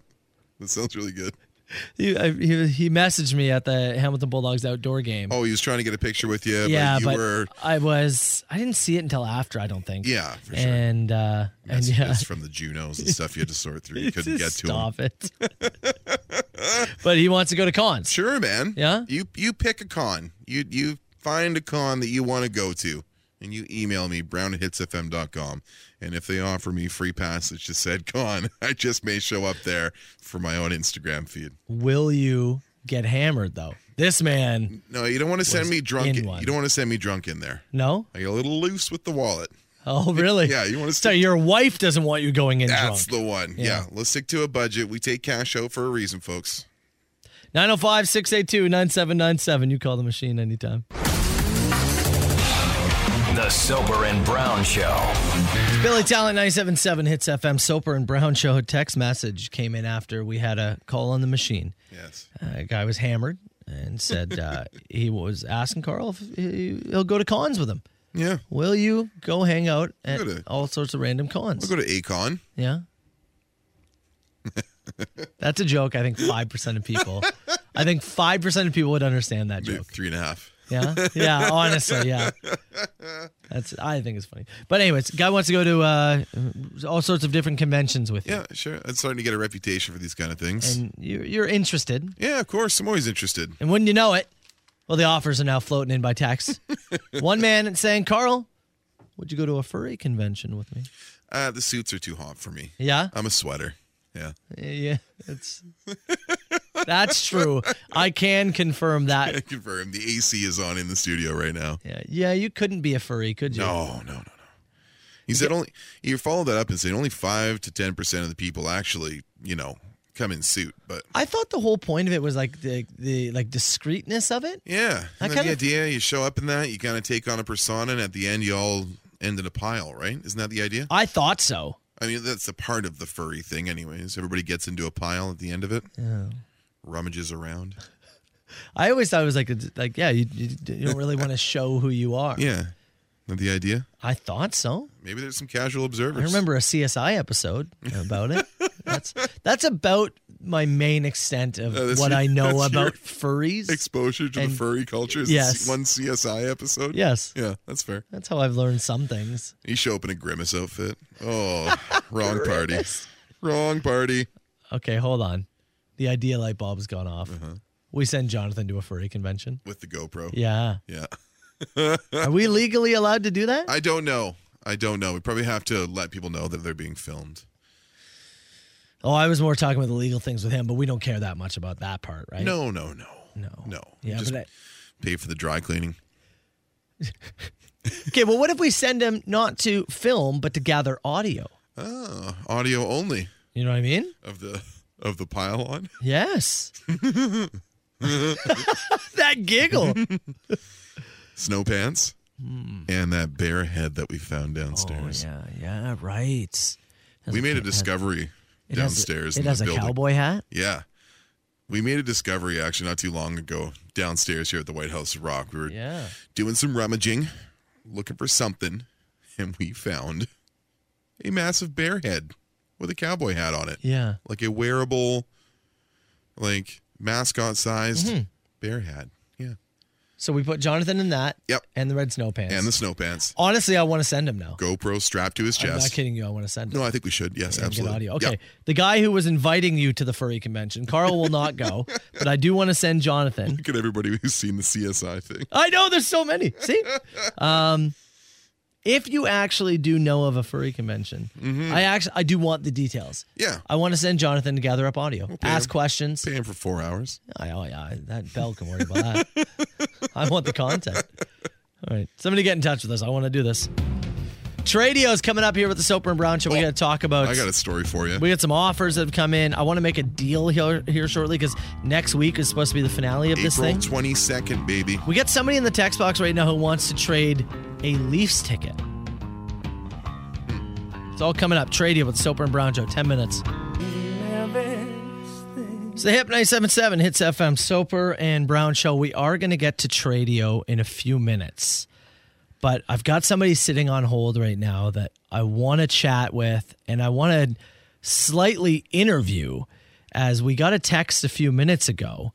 [SPEAKER 7] That sounds really good.
[SPEAKER 6] He, I, he, he messaged me at the Hamilton Bulldogs outdoor game.
[SPEAKER 7] Oh, he was trying to get a picture with you,
[SPEAKER 6] yeah,
[SPEAKER 7] but you
[SPEAKER 6] but
[SPEAKER 7] were
[SPEAKER 6] I was I didn't see it until after. I don't think.
[SPEAKER 7] Yeah, for sure.
[SPEAKER 6] And uh, and
[SPEAKER 7] messages
[SPEAKER 6] yeah,
[SPEAKER 7] from the Junos and stuff you had to sort through. You couldn't get
[SPEAKER 6] Just
[SPEAKER 7] to
[SPEAKER 6] stop
[SPEAKER 7] him.
[SPEAKER 6] it. but he wants to go to cons.
[SPEAKER 7] Sure, man.
[SPEAKER 6] Yeah.
[SPEAKER 7] You you pick a con. You you find a con that you want to go to. And you email me, brown at hitsfm.com. And if they offer me free pass that just said con, I just may show up there for my own Instagram feed.
[SPEAKER 6] Will you get hammered though? This man,
[SPEAKER 7] No, you don't want to send
[SPEAKER 6] Was
[SPEAKER 7] me drunk.
[SPEAKER 6] in
[SPEAKER 7] In,
[SPEAKER 6] one.
[SPEAKER 7] you don't want to send me drunk in there.
[SPEAKER 6] no.
[SPEAKER 7] I get a little loose with the wallet.
[SPEAKER 6] Oh, really?
[SPEAKER 7] Yeah, you want to
[SPEAKER 6] So your wife doesn't want you going in
[SPEAKER 7] That's
[SPEAKER 6] drunk.
[SPEAKER 7] the one.
[SPEAKER 6] Yeah.
[SPEAKER 7] Yeah. let's stick to a budget. We take cash out for a reason, folks.
[SPEAKER 6] 905 682 9797. You call the machine anytime.
[SPEAKER 5] The Soper and Brown Show.
[SPEAKER 6] It's Billy Talent 977 hits FM. Soper and Brown Show A text message came in after we had a call on the machine.
[SPEAKER 7] Yes.
[SPEAKER 6] Uh, a guy was hammered and said uh, he was asking Carl if he- he'll go to cons with him.
[SPEAKER 7] Yeah.
[SPEAKER 6] Will you go hang out at
[SPEAKER 7] Go to-
[SPEAKER 6] all sorts of random cons?
[SPEAKER 7] I'll go to Acon.
[SPEAKER 6] Yeah. That's a joke. I think 5% of people, I think 5% of people would understand that joke.
[SPEAKER 7] Three and a half.
[SPEAKER 6] Yeah. Yeah. Honestly. Yeah. That's, I think it's funny. But, anyways, guy wants to go to uh, all sorts of different conventions with you.
[SPEAKER 7] Yeah, sure. I'm starting to get a reputation for these kind of things.
[SPEAKER 6] And you're, you're interested.
[SPEAKER 7] yeah, of course. I'm always interested.
[SPEAKER 6] And wouldn't you know it? Well, the offers are now floating in by text. One man saying, Carl, would you go to a furry convention with me?
[SPEAKER 7] Uh, the suits are too hot for me.
[SPEAKER 6] Yeah.
[SPEAKER 7] I'm a sweater. Yeah.
[SPEAKER 6] Yeah. It's, that's true. I can confirm that.
[SPEAKER 7] I confirm the AC is on in the studio right now.
[SPEAKER 6] Yeah, yeah, you couldn't be a furry, could you?
[SPEAKER 7] No, no, no, no. He said only you follow that up and said only five to ten percent of the people actually, you know, come in suit. But
[SPEAKER 6] I thought the whole point of it was like the the like discreetness of it.
[SPEAKER 7] yeah,
[SPEAKER 6] I
[SPEAKER 7] and then
[SPEAKER 6] kind
[SPEAKER 7] the
[SPEAKER 6] of-
[SPEAKER 7] idea you show up in that, you kind of take on a persona, and at the end, you all end in a pile, right? Isn't that the idea?
[SPEAKER 6] I thought so.
[SPEAKER 7] I mean, that's a part of the furry thing, anyways. Everybody gets into a pile at the end of it,
[SPEAKER 6] Yeah.
[SPEAKER 7] rummages around.
[SPEAKER 6] I always thought it was like a, like yeah, you, you you don't really want to show who you are.
[SPEAKER 7] Yeah, not the idea.
[SPEAKER 6] I thought so.
[SPEAKER 7] Maybe there's some casual observers.
[SPEAKER 6] I remember a CSI episode about it. That's that's about my main extent of
[SPEAKER 7] Uh, that's
[SPEAKER 6] what
[SPEAKER 7] your-
[SPEAKER 6] I know
[SPEAKER 7] that's your
[SPEAKER 6] about furries.
[SPEAKER 7] exposure to
[SPEAKER 6] And-
[SPEAKER 7] the furry culture. Is
[SPEAKER 6] Yes.
[SPEAKER 7] yes, one CSI episode.
[SPEAKER 6] Yes.
[SPEAKER 7] yeah, that's fair.
[SPEAKER 6] that's how I've learned some things.
[SPEAKER 7] You show up in a grimace outfit. Oh, wrong party. Wrong party.
[SPEAKER 6] Okay, hold on. The idea light bulb's gone off.
[SPEAKER 7] Uh-huh.
[SPEAKER 6] We send Jonathan to a furry convention.
[SPEAKER 7] With the GoPro.
[SPEAKER 6] Yeah.
[SPEAKER 7] Yeah.
[SPEAKER 6] Are we legally allowed to do that?
[SPEAKER 7] I don't know. I don't know. We probably have to let people know that they're being filmed.
[SPEAKER 6] Oh, I was more talking about the legal things with him, but we don't care that much about that part, right?
[SPEAKER 7] No, no, no.
[SPEAKER 6] No.
[SPEAKER 7] No.
[SPEAKER 6] Yeah,
[SPEAKER 7] Just
[SPEAKER 6] but I-
[SPEAKER 7] pay for the dry cleaning.
[SPEAKER 6] Okay, well, what if we send him not to film, but to gather audio?
[SPEAKER 7] Oh, audio only
[SPEAKER 6] You know what I mean?
[SPEAKER 7] of the of the pylon.
[SPEAKER 6] Yes. that giggle.
[SPEAKER 7] Snow pants.
[SPEAKER 6] Hmm.
[SPEAKER 7] And that bare head that we found downstairs.
[SPEAKER 6] yeah, yeah, right.
[SPEAKER 7] we made a discovery
[SPEAKER 6] It has-
[SPEAKER 7] downstairs
[SPEAKER 6] It
[SPEAKER 7] in
[SPEAKER 6] has
[SPEAKER 7] the
[SPEAKER 6] a
[SPEAKER 7] building.
[SPEAKER 6] cowboy hat.
[SPEAKER 7] Yeah. We made a discovery actually not too long ago downstairs here at the White House Rock. We were
[SPEAKER 6] Yeah.
[SPEAKER 7] doing some rummaging, looking for something, and we found a massive bear head with a cowboy hat on it.
[SPEAKER 6] Yeah.
[SPEAKER 7] Like a
[SPEAKER 6] Mm-hmm.
[SPEAKER 7] wearable, like mascot sized bear hat. Yeah.
[SPEAKER 6] So we put Jonathan in that.
[SPEAKER 7] Yep.
[SPEAKER 6] And the red snow pants.
[SPEAKER 7] and the snow pants.
[SPEAKER 6] Honestly, I want to send him now.
[SPEAKER 7] GoPro strapped to his
[SPEAKER 6] I'm not
[SPEAKER 7] chest.
[SPEAKER 6] kidding you. I want to send him.
[SPEAKER 7] No, I think we should. Yes,
[SPEAKER 6] and get
[SPEAKER 7] absolutely.
[SPEAKER 6] audio. Okay. The guy who was inviting you to the furry convention, Carl will not go, but I do want to send Jonathan.
[SPEAKER 7] Look at everybody who's seen the CSI thing.
[SPEAKER 6] I know there's so many. See? Um, if you actually do know of a furry convention,
[SPEAKER 7] Mm-hmm.
[SPEAKER 6] I actually I do want the details.
[SPEAKER 7] Yeah.
[SPEAKER 6] I want to send Jonathan to gather up audio, ask questions.
[SPEAKER 7] Pay him for four hours.
[SPEAKER 6] I, oh yeah, that bell can worry about that. I want the content. All right, somebody get in touch with us. I want to do this. Tradio is coming up here with the Soper and Brown show. We got to talk about.
[SPEAKER 7] Oh, I got a story for you.
[SPEAKER 6] We got some offers that have come in. I want to make a deal here, here shortly because next week is supposed to be the finale of this
[SPEAKER 7] April
[SPEAKER 6] thing.
[SPEAKER 7] twenty second, baby.
[SPEAKER 6] We got somebody in the text box right now who wants to trade a Leafs ticket. It's all coming up. Tradio with Soper and Brown Show. 10 minutes. It's the Hip 977 Hits FM Soper and Brown Show. We are going to get to Tradio in a few minutes, but I've got somebody sitting on hold right now that I want to chat with and I want to slightly interview as we got a text a few minutes ago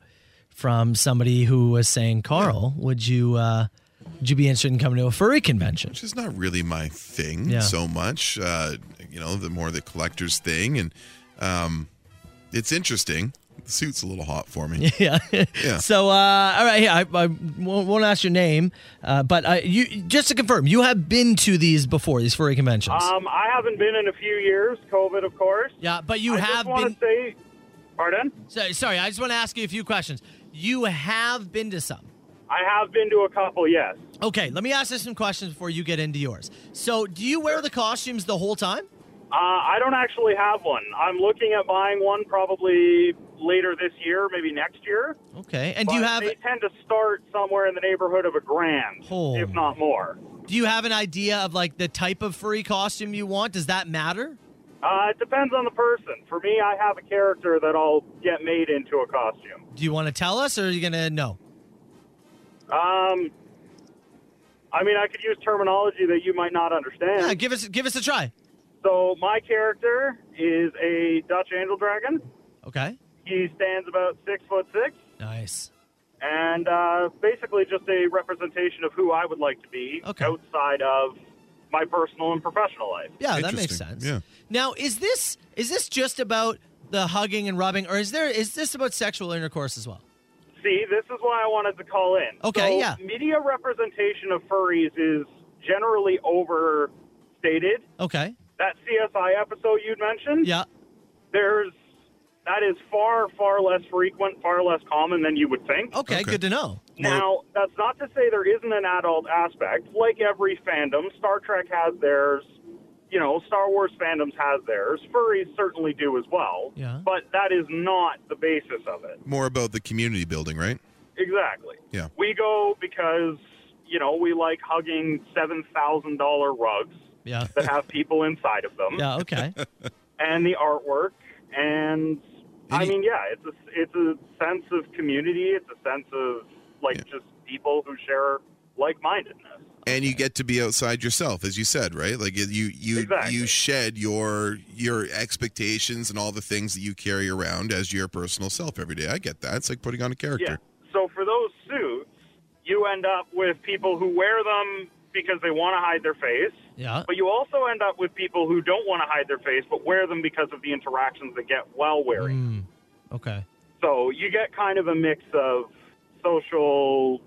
[SPEAKER 6] from somebody who was saying, Carl, would you, uh, would you be interested in coming to a furry convention?
[SPEAKER 7] Which is not really my thing
[SPEAKER 6] Yeah.
[SPEAKER 7] so much. Uh, you know, the more the collector's thing, and um, it's interesting. The suit's a little hot for me.
[SPEAKER 6] Yeah.
[SPEAKER 7] Yeah.
[SPEAKER 6] So, uh, all right, yeah, I, I won't, won't ask your name, uh, but I, you just to confirm, you have been to these before, these furry conventions.
[SPEAKER 13] Um, I haven't been in a few years, COVID, of course.
[SPEAKER 6] Yeah, but you
[SPEAKER 13] I
[SPEAKER 6] have
[SPEAKER 13] just want
[SPEAKER 6] been-
[SPEAKER 13] to say, pardon?
[SPEAKER 6] So, sorry, I just want to ask you a few questions. You have been to some.
[SPEAKER 13] I have been to a couple, yes.
[SPEAKER 6] Okay, let me ask you some questions before you get into yours. So, do you wear the costumes the whole time?
[SPEAKER 13] Uh, I don't actually have one. I'm looking at buying one probably later this year, maybe next year.
[SPEAKER 6] Okay, and do you
[SPEAKER 13] But
[SPEAKER 6] have
[SPEAKER 13] They tend to start somewhere in the neighborhood of a grand,
[SPEAKER 6] Oh.
[SPEAKER 13] if not more.
[SPEAKER 6] do you have an idea of like the type of furry costume you want? Does that matter?
[SPEAKER 13] Uh, it depends on the person. For me, I have a character that I'll get made into a costume.
[SPEAKER 6] Do you want to tell us, or are you gonna no?
[SPEAKER 13] Um, I mean, I could use terminology that you might not understand.
[SPEAKER 6] Yeah, give us give us a try.
[SPEAKER 13] So my character is a Dutch angel dragon.
[SPEAKER 6] Okay,
[SPEAKER 13] He stands about six foot six,
[SPEAKER 6] nice.
[SPEAKER 13] and uh, basically just a representation of who I would like to be outside of my personal and professional life.
[SPEAKER 6] Yeah, that makes sense. Now, is this is this just about the hugging and rubbing, or is there is this about sexual intercourse as well?
[SPEAKER 13] See, this is why I wanted to call in.
[SPEAKER 6] Okay,
[SPEAKER 13] So,
[SPEAKER 6] yeah.
[SPEAKER 13] Media representation of furries is generally overstated.
[SPEAKER 6] Okay.
[SPEAKER 13] That CSI episode you'd mentioned.
[SPEAKER 6] Yeah.
[SPEAKER 13] There's that is far far less frequent, far less common than you would think.
[SPEAKER 6] Okay, good to know.
[SPEAKER 13] Now, that's not to say there isn't an adult aspect. Like every fandom, Star Trek has theirs. You know, Star Wars fandoms has theirs. Furries certainly do as well.
[SPEAKER 7] Yeah.
[SPEAKER 13] But that is not the basis of it.
[SPEAKER 7] More about the community building, right?
[SPEAKER 13] Exactly.
[SPEAKER 7] Yeah.
[SPEAKER 13] We go because, you know, we like hugging $7,000 rugs
[SPEAKER 6] Yeah.
[SPEAKER 13] that have people inside of them
[SPEAKER 6] Yeah. Okay.
[SPEAKER 13] and the artwork. And I mean, yeah, it's a, it's a sense of community. It's a sense of, like, just people who share like mindedness.
[SPEAKER 7] And you get to be outside yourself, as you said, right? Like you, you, you shed your your expectations and all the things that you carry around as your personal self every day. I get that. It's like putting on a character.
[SPEAKER 13] Yeah. So for those suits, you end up with people who wear them because they want to hide their face.
[SPEAKER 6] Yeah.
[SPEAKER 13] But you also end up with people who don't want to hide their face but wear them because of the interactions they get while wearing.
[SPEAKER 6] Mm, okay.
[SPEAKER 13] So you get kind of a mix of social,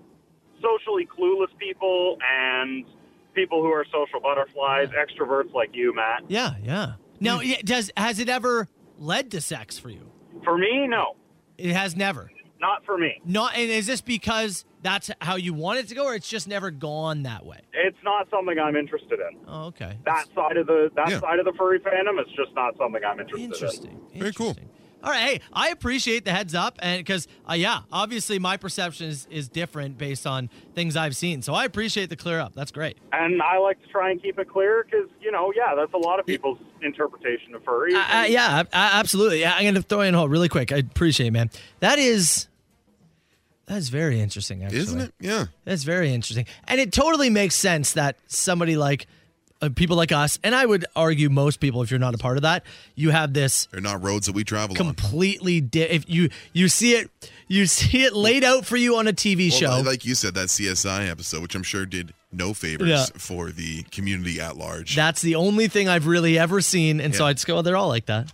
[SPEAKER 13] socially clueless people and people who are social butterflies, extroverts like you, Matt.
[SPEAKER 6] Yeah. Yeah. Now, yeah, does has it ever led to sex for you?
[SPEAKER 13] For me, no.
[SPEAKER 6] It has never.
[SPEAKER 13] Not for me.
[SPEAKER 6] Not. And is this because that's how you want it to go, or it's just never gone that way?
[SPEAKER 13] It's not something I'm interested in.
[SPEAKER 6] Oh, okay.
[SPEAKER 13] That side of the that side of the furry fandom is just not something I'm interested in.
[SPEAKER 6] Interesting. Very cool. All right, hey, I appreciate the heads up, and because uh, yeah, obviously my perception is, is different based on things I've seen, so I appreciate the clear up. That's great.
[SPEAKER 13] And I like to try and keep it clear because, you know, yeah, that's a lot of people's interpretation of furry.
[SPEAKER 6] Uh, yeah, ab- a- absolutely. Yeah, I'm gonna throw you in hold really quick. I appreciate it, man. That is that is very interesting, actually.
[SPEAKER 7] Isn't it? Yeah.
[SPEAKER 6] That's very interesting, and it totally makes sense that somebody like uh, people like us, and I would argue most people, if you're not a part of that, you have this
[SPEAKER 7] They're not roads that we travel on.
[SPEAKER 6] completely. Di- if you you see it, you see it laid out for you on a TV
[SPEAKER 7] Well,
[SPEAKER 6] show.
[SPEAKER 7] li- Like you said, that CSI episode, which I'm sure did no favors
[SPEAKER 6] Yeah.
[SPEAKER 7] for the community at large.
[SPEAKER 6] That's the only thing I've really ever seen, and so
[SPEAKER 7] Yeah.
[SPEAKER 6] I just go, well, they're all like that.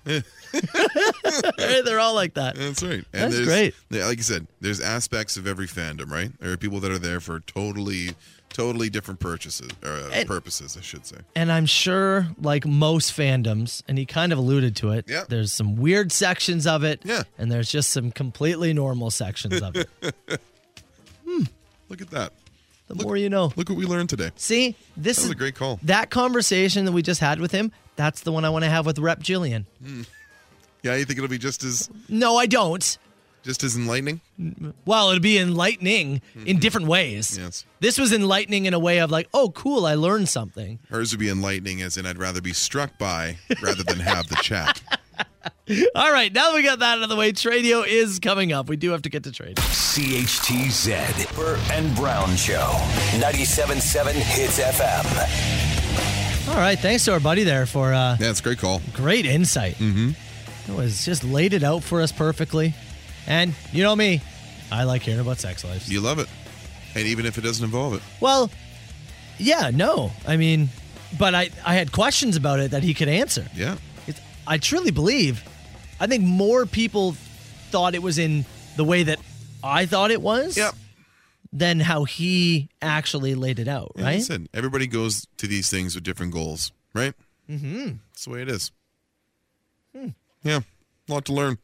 [SPEAKER 6] they're all like that.
[SPEAKER 7] That's right.
[SPEAKER 6] That's
[SPEAKER 7] there's-
[SPEAKER 6] great.
[SPEAKER 7] yeah, Like you said, there's aspects of every fandom, right? There are people that are there for totally, totally different purchases or uh,
[SPEAKER 6] And-
[SPEAKER 7] purposes, I should say.
[SPEAKER 6] And I'm sure, like most fandoms, and he kind of alluded to it,
[SPEAKER 7] Yeah.
[SPEAKER 6] there's some weird sections of it, yeah. and there's just some completely normal sections of it.
[SPEAKER 7] Look at that.
[SPEAKER 6] The more you know.
[SPEAKER 7] Look what we learned today.
[SPEAKER 6] See, this
[SPEAKER 7] That
[SPEAKER 6] is
[SPEAKER 7] was a great call.
[SPEAKER 6] That conversation that we just had with him, that's the one I want to have with Rep Jillian.
[SPEAKER 7] Yeah, you think it'll be just as
[SPEAKER 6] No, I don't.
[SPEAKER 7] just as enlightening?
[SPEAKER 6] Well, it'd be enlightening in different ways.
[SPEAKER 7] Yes.
[SPEAKER 6] This was enlightening in a way of like, oh, cool, I learned something.
[SPEAKER 7] Hers would be enlightening, as in I'd rather be struck by rather than have the chat.
[SPEAKER 6] All right, now that we got that out of the way, Tradio is coming up. We do have to get to trade.
[SPEAKER 5] CHTZ. Burr and Brown Show. 97.7 Hits FM.
[SPEAKER 6] All right, thanks to our buddy there for uh,
[SPEAKER 7] yeah, it's a great call.
[SPEAKER 6] Great insight. Mm-hmm. It was just laid it out for us perfectly. And you know me, I like hearing about sex lives.
[SPEAKER 7] You love it. And even if it doesn't involve it.
[SPEAKER 6] Well, yeah, no, I mean, but I I had questions about it that he could answer.
[SPEAKER 7] Yeah.
[SPEAKER 6] It's, I truly believe, I think more people thought it was in the way that I thought it was. Yep. Than how he actually laid it out,
[SPEAKER 7] Yeah, like I
[SPEAKER 6] right?
[SPEAKER 7] said, everybody goes to these things with different goals, right?
[SPEAKER 6] Mm-hmm. Hmm.
[SPEAKER 7] That's the way it is. Yeah, a lot to learn.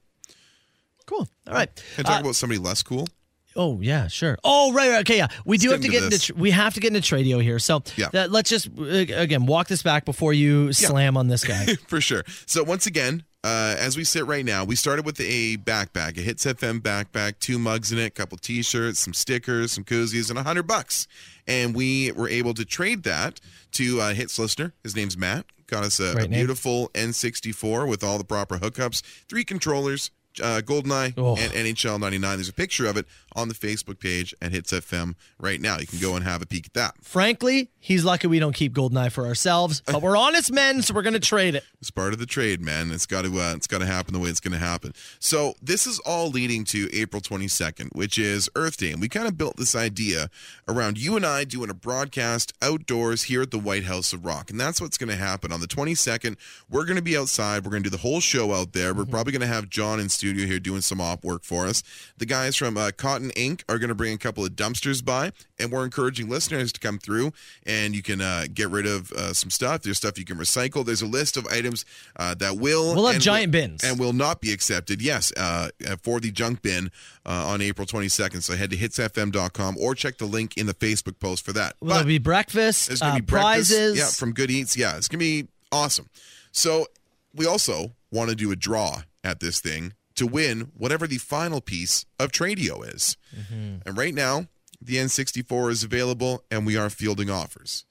[SPEAKER 6] Cool. All right.
[SPEAKER 7] Can I talk
[SPEAKER 6] Uh,
[SPEAKER 7] about somebody less cool?
[SPEAKER 6] Oh yeah, sure. Oh right, right. Okay, yeah. We do
[SPEAKER 7] Let's get
[SPEAKER 6] have to get
[SPEAKER 7] into
[SPEAKER 6] into
[SPEAKER 7] this.
[SPEAKER 6] tr- we have to get into Tradio here. So
[SPEAKER 7] Yeah.
[SPEAKER 6] that- let's just uh, again walk this back before you slam on this guy.
[SPEAKER 7] For sure. So once again, uh, as we sit right now, we started with a backpack, a Hits FM backpack, two mugs in it, a couple T-shirts, some stickers, some koozies, and a hundred bucks. And we were able to trade that to a Hits listener. His name's Matt. Got us a, a
[SPEAKER 6] Great name.
[SPEAKER 7] beautiful N64 with all the proper hookups, three controllers, uh, GoldenEye,
[SPEAKER 6] Oh.
[SPEAKER 7] and NHL 99. There's a picture of it on the Facebook page at Hits FM right now. You can go and have a peek at that.
[SPEAKER 6] Frankly, he's lucky we don't keep Goldeneye for ourselves, but we're honest men, so we're gonna trade it.
[SPEAKER 7] It's part of the trade, man. It's got to uh, it's got to happen the way it's going to happen. So this is all leading to April 22nd, which is Earth Day, and we kind of built this idea around you and I doing a broadcast outdoors here at the White House of Rock, and that's what's going to happen on the 22nd. We're going to be outside. We're going to do the whole show out there.
[SPEAKER 6] Mm-hmm.
[SPEAKER 7] We're probably going to have John in studio here doing some op work for us. The guys from uh, Cotton Inc. are going to bring a couple of dumpsters by, and we're encouraging listeners to come through and you can uh, get rid of uh, some stuff. There's stuff you can recycle. There's a list of items uh, that will
[SPEAKER 6] We'll have
[SPEAKER 7] and
[SPEAKER 6] giant
[SPEAKER 7] will-
[SPEAKER 6] bins.
[SPEAKER 7] and will not be accepted. Yes, uh, uh, for the junk bin uh, on April 22nd. So head to hitsfm.com or check the link in the Facebook post for that.
[SPEAKER 6] Will there be breakfast?
[SPEAKER 7] There's gonna
[SPEAKER 6] uh,
[SPEAKER 7] be breakfast,
[SPEAKER 6] prizes.
[SPEAKER 7] yeah, from Good Eats. Yeah, it's gonna be awesome. So we also want to do a draw at this thing to win whatever the final piece of Tradio is. And right now, the N64 is available, and we are fielding offers.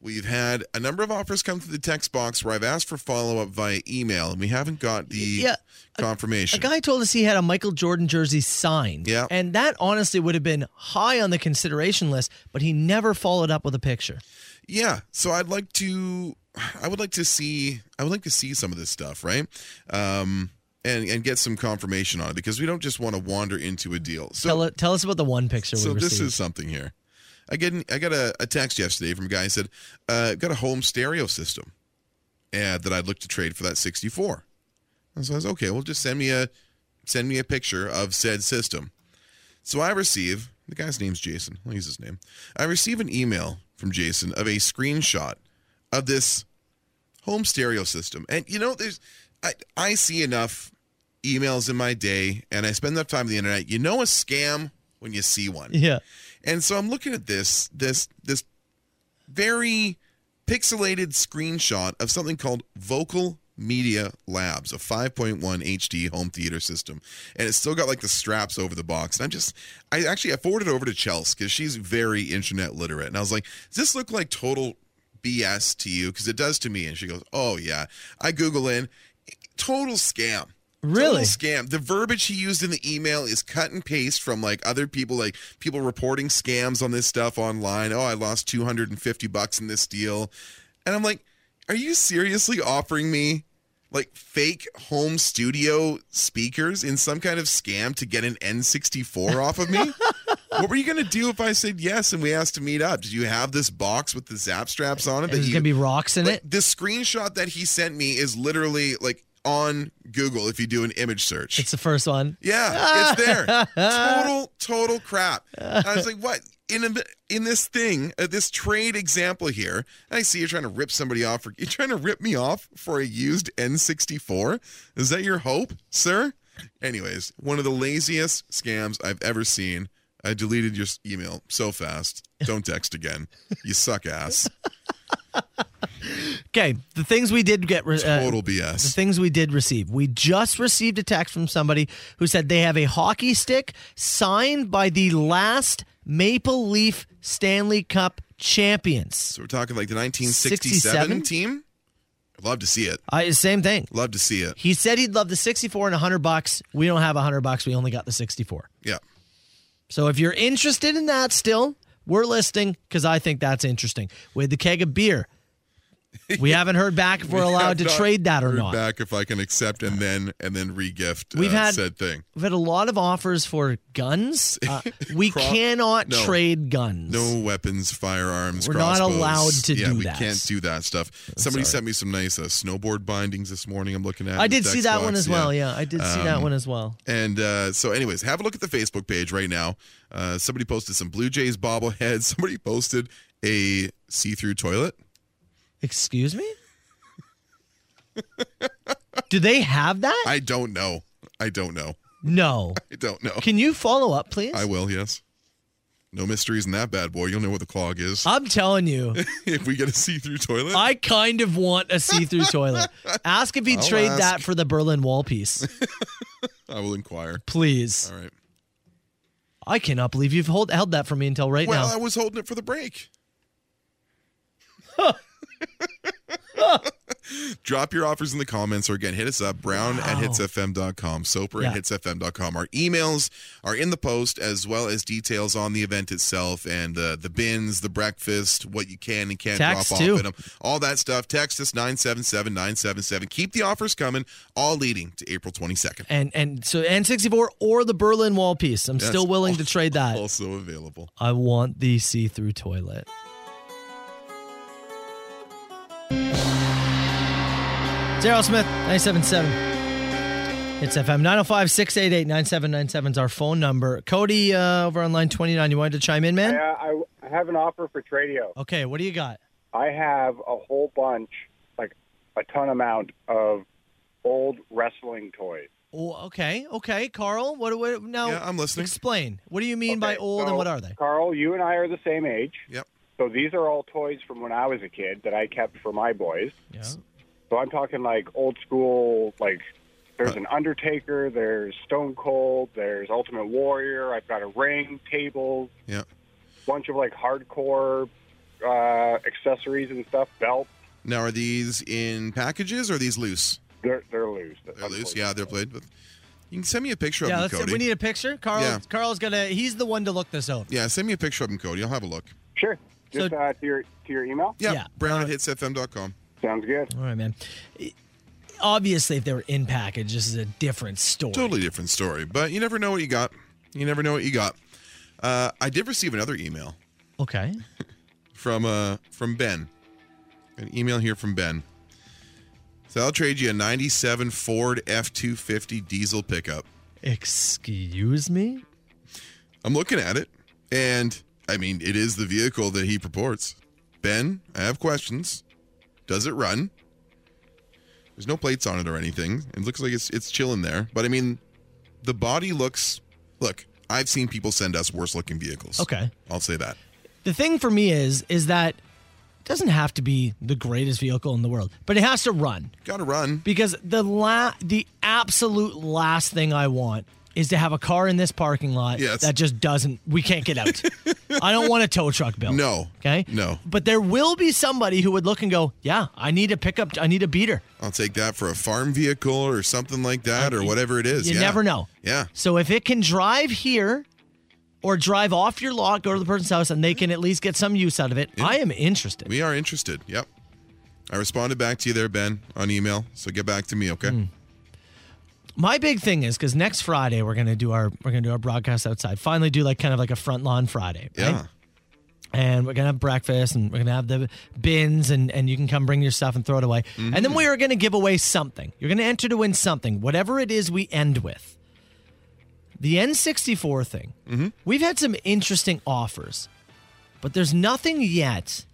[SPEAKER 7] We've had a number of offers come through the text box where I've asked for follow up via email, and we haven't got the
[SPEAKER 6] Yeah, a
[SPEAKER 7] confirmation.
[SPEAKER 6] guy told us he had a Michael Jordan jersey signed.
[SPEAKER 7] Yeah.
[SPEAKER 6] And that honestly would have been high on the consideration list, but he never followed up with a picture.
[SPEAKER 7] yeah so i'd like to i would like to see i would like to see some of this stuff right um and and get some confirmation on it because we don't just want to wander into a deal so
[SPEAKER 6] tell, tell us about the one picture we
[SPEAKER 7] so
[SPEAKER 6] received.
[SPEAKER 7] this is uh, something here i get an- i got a, a text yesterday from a guy who said uh got a home stereo system and that i'd look to trade for that 64 and so i was okay well just send me a send me a picture of said system so i receive the guy's name's jason i'll use his name i receive an email from jason of a screenshot of this home stereo system. And you know, there's I I see enough emails in my day and I spend enough time on the internet. You know a scam when you see one.
[SPEAKER 6] Yeah.
[SPEAKER 7] And so I'm looking at this this this very pixelated screenshot of something called Vocal Media Labs, a 5.1 HD home theater system. And it's still got like the straps over the box. And I'm just, I actually, I forwarded it over to Chelsea because she's very internet literate. And I was like, does this look like total BS to you? Because it does to me. And she goes, oh, yeah. I Google in, total scam. Total
[SPEAKER 6] Really?
[SPEAKER 7] scam. The verbiage he used in the email is cut and paste from like other people, like people reporting scams on this stuff online. Oh, I lost 250 bucks in this deal. And I'm like, are you seriously offering me like fake home studio speakers in some kind of scam to get an N64 off of me? what were you going to do if I said yes and we asked to meet up? Did you have this box with the zap straps on it? that
[SPEAKER 6] There's
[SPEAKER 7] you-
[SPEAKER 6] gonna be rocks in it.
[SPEAKER 7] the screenshot that he sent me is literally like on Google if you do an image search.
[SPEAKER 6] It's the first one.
[SPEAKER 7] Yeah, it's there. total, total crap. And I was like, what? In a, in this thing, uh, this trade example here, I see you're trying to rip somebody off. For, you're trying to rip me off for a used N64. Is that your hope, sir? Anyways, one of the laziest scams I've ever seen. I deleted your s- email so fast. Don't text again. You suck ass.
[SPEAKER 6] Okay, the things we did get re- uh,
[SPEAKER 7] Total BS.
[SPEAKER 6] The things we did receive. We just received a text from somebody who said they have a hockey stick signed by the last Maple Leaf Stanley Cup champions.
[SPEAKER 7] So we're talking like the 1967 team. I'd love to see it.
[SPEAKER 6] I, Uh, same thing.
[SPEAKER 7] Love to see it.
[SPEAKER 6] He said he'd love the 64 and 100 bucks. We don't have 100 bucks. We only got the 64.
[SPEAKER 7] Yeah.
[SPEAKER 6] So if you're interested in that still, we're listing because I think that's interesting. With the keg of beer, we haven't heard back if we're
[SPEAKER 7] We
[SPEAKER 6] allowed
[SPEAKER 7] have
[SPEAKER 6] to trade that or
[SPEAKER 7] heard
[SPEAKER 6] not.
[SPEAKER 7] Back if I can accept and then and then regift.
[SPEAKER 6] We've
[SPEAKER 7] uh,
[SPEAKER 6] had-
[SPEAKER 7] said thing.
[SPEAKER 6] We've had a lot of offers for guns. Uh, we
[SPEAKER 7] Crop-
[SPEAKER 6] cannot
[SPEAKER 7] no.
[SPEAKER 6] trade guns.
[SPEAKER 7] No weapons, firearms.
[SPEAKER 6] We're not
[SPEAKER 7] crossbows.
[SPEAKER 6] allowed to
[SPEAKER 7] yeah,
[SPEAKER 6] do
[SPEAKER 7] we
[SPEAKER 6] that.
[SPEAKER 7] can't do that stuff. Somebody sent me some nice uh, snowboard bindings this morning. I'm looking at.
[SPEAKER 6] I
[SPEAKER 7] in the
[SPEAKER 6] did see
[SPEAKER 7] text
[SPEAKER 6] that
[SPEAKER 7] box,
[SPEAKER 6] one as well. Yeah, I did see that
[SPEAKER 7] Um,
[SPEAKER 6] one as well.
[SPEAKER 7] And uh, so, anyways, have a look at the Facebook page right now. Uh, somebody posted some Blue Jays bobbleheads. Somebody posted a see-through toilet.
[SPEAKER 6] Excuse me? do they have that?
[SPEAKER 7] I don't know. I don't know.
[SPEAKER 6] no.
[SPEAKER 7] I don't know.
[SPEAKER 6] Can you follow up, please?
[SPEAKER 7] I will. Yes. No mysteries in that bad boy. You'll know what the clog is
[SPEAKER 6] I'm telling you,
[SPEAKER 7] if we get a see-through toilet.
[SPEAKER 6] I kind of want a see-through toilet. Ask if he'd
[SPEAKER 7] I'll
[SPEAKER 6] trade that
[SPEAKER 7] ask.
[SPEAKER 6] for the Berlin Wall piece,
[SPEAKER 7] I will inquire.
[SPEAKER 6] please.
[SPEAKER 7] All right.
[SPEAKER 6] I cannot believe you've hold, held that for me until right
[SPEAKER 7] well,
[SPEAKER 6] now.
[SPEAKER 7] I was holding it for the break. Drop your offers in the comments or again hit us up, brown at hitsfm.com, soper
[SPEAKER 6] Yeah.
[SPEAKER 7] at hitsfm.com. Our emails are in the post as well as details on the event itself and uh, the bins, the breakfast, what you can and can't
[SPEAKER 6] Text,
[SPEAKER 7] drop
[SPEAKER 6] too.
[SPEAKER 7] off in them, all that stuff. Text us 977 977. Keep the offers coming, all leading to April 22nd.
[SPEAKER 6] and and so N64 or the Berlin Wall piece. I'm
[SPEAKER 7] That's
[SPEAKER 6] still willing to trade that.
[SPEAKER 7] Also available.
[SPEAKER 6] I want the see-through toilet. Daryl Smith, 977. It's FM 905 688 9797 is our phone number. Cody uh, over on line 29, you wanted to chime in, man?
[SPEAKER 14] Yeah, I, I have an offer for Tradio.
[SPEAKER 6] Okay, what do you got?
[SPEAKER 14] I have a whole bunch, like a ton amount of old wrestling toys.
[SPEAKER 6] Oh, okay, okay. Carl, what, what now?
[SPEAKER 7] Yeah, I'm listening.
[SPEAKER 6] Explain. What do you mean by
[SPEAKER 14] Okay,
[SPEAKER 6] old
[SPEAKER 14] so,
[SPEAKER 6] and what are they?
[SPEAKER 14] Carl, you and I are the same age.
[SPEAKER 7] Yep.
[SPEAKER 14] So these are all toys from when I was a kid that I kept for my boys.
[SPEAKER 6] Yeah.
[SPEAKER 14] So I'm talking like old school, like there's an Undertaker, there's Stone Cold, there's Ultimate Warrior. I've got a ring, tables,
[SPEAKER 7] Yeah.
[SPEAKER 14] bunch of like hardcore uh, accessories and stuff, belt.
[SPEAKER 7] Now, are these in packages or are these loose?
[SPEAKER 14] They're, they're loose.
[SPEAKER 7] They're loose. Yeah, they're played with. You can send me a picture
[SPEAKER 6] Yeah,
[SPEAKER 7] of
[SPEAKER 6] let's,
[SPEAKER 7] them, Cody.
[SPEAKER 6] we need a picture. Carl,
[SPEAKER 7] Yeah.
[SPEAKER 6] Carl's gonna. He's the one to look this over.
[SPEAKER 7] yeah, send me a picture of them, Cody. I'll have a look.
[SPEAKER 14] Sure.
[SPEAKER 6] So-
[SPEAKER 14] Just uh, to your to your email.
[SPEAKER 7] Yeah,
[SPEAKER 6] Yeah.
[SPEAKER 7] brown at hitsfm.com.
[SPEAKER 14] Sounds good.
[SPEAKER 6] All right, man. Obviously, if they were in package, this is a different story.
[SPEAKER 7] Totally different story, but you never know what you got. You never know what you got. Uh, I did receive another email
[SPEAKER 6] Okay.
[SPEAKER 7] from uh, from Ben. An email here from Ben. So I'll trade you a 97 Ford F250 diesel pickup.
[SPEAKER 6] Excuse me?
[SPEAKER 7] I'm looking at it, and I mean, it is the vehicle that he purports. Ben, I have questions. Does it run? There's no plates on it or anything. It looks like it's it's chilling there, but I mean, the body looks. Look, I've seen people send us worse looking vehicles.
[SPEAKER 6] Okay.
[SPEAKER 7] I'll say that.
[SPEAKER 6] The thing for me is, is that it doesn't have to be the greatest vehicle in the world, but it has to run.
[SPEAKER 7] Got to run.
[SPEAKER 6] Because the la- the absolute last thing I want is to have a car in this parking lot
[SPEAKER 7] Yes.
[SPEAKER 6] that just doesn't. We can't get out. I don't want a tow truck bill.
[SPEAKER 7] No.
[SPEAKER 6] Okay.
[SPEAKER 7] No.
[SPEAKER 6] But there will be somebody who would look and go, "Yeah, I need a pickup. I need a beater."
[SPEAKER 7] I'll take that for a farm vehicle or something like that, or whatever it is.
[SPEAKER 6] You
[SPEAKER 7] yeah.
[SPEAKER 6] never know.
[SPEAKER 7] Yeah.
[SPEAKER 6] So if it can drive here or drive off your lot, go to the person's house, and they can at least get some use out of it, I am interested.
[SPEAKER 7] We are interested. Yep. I responded back to you there, Ben, on email. So get back to me, okay?
[SPEAKER 6] Hmm. My big thing is because next Friday we're gonna do our we're gonna do our broadcast outside. Finally, do like kind of like a front lawn Friday. Right?
[SPEAKER 7] Yeah.
[SPEAKER 6] And we're gonna have breakfast, and we're gonna have the bins, and and you can come bring your stuff and throw it away. And
[SPEAKER 7] Mm.
[SPEAKER 6] then we are gonna give away something. You're gonna enter to win something, whatever it is. We end with the N64 thing.
[SPEAKER 7] Mm-hmm.
[SPEAKER 6] We've had some interesting offers, but there's nothing yet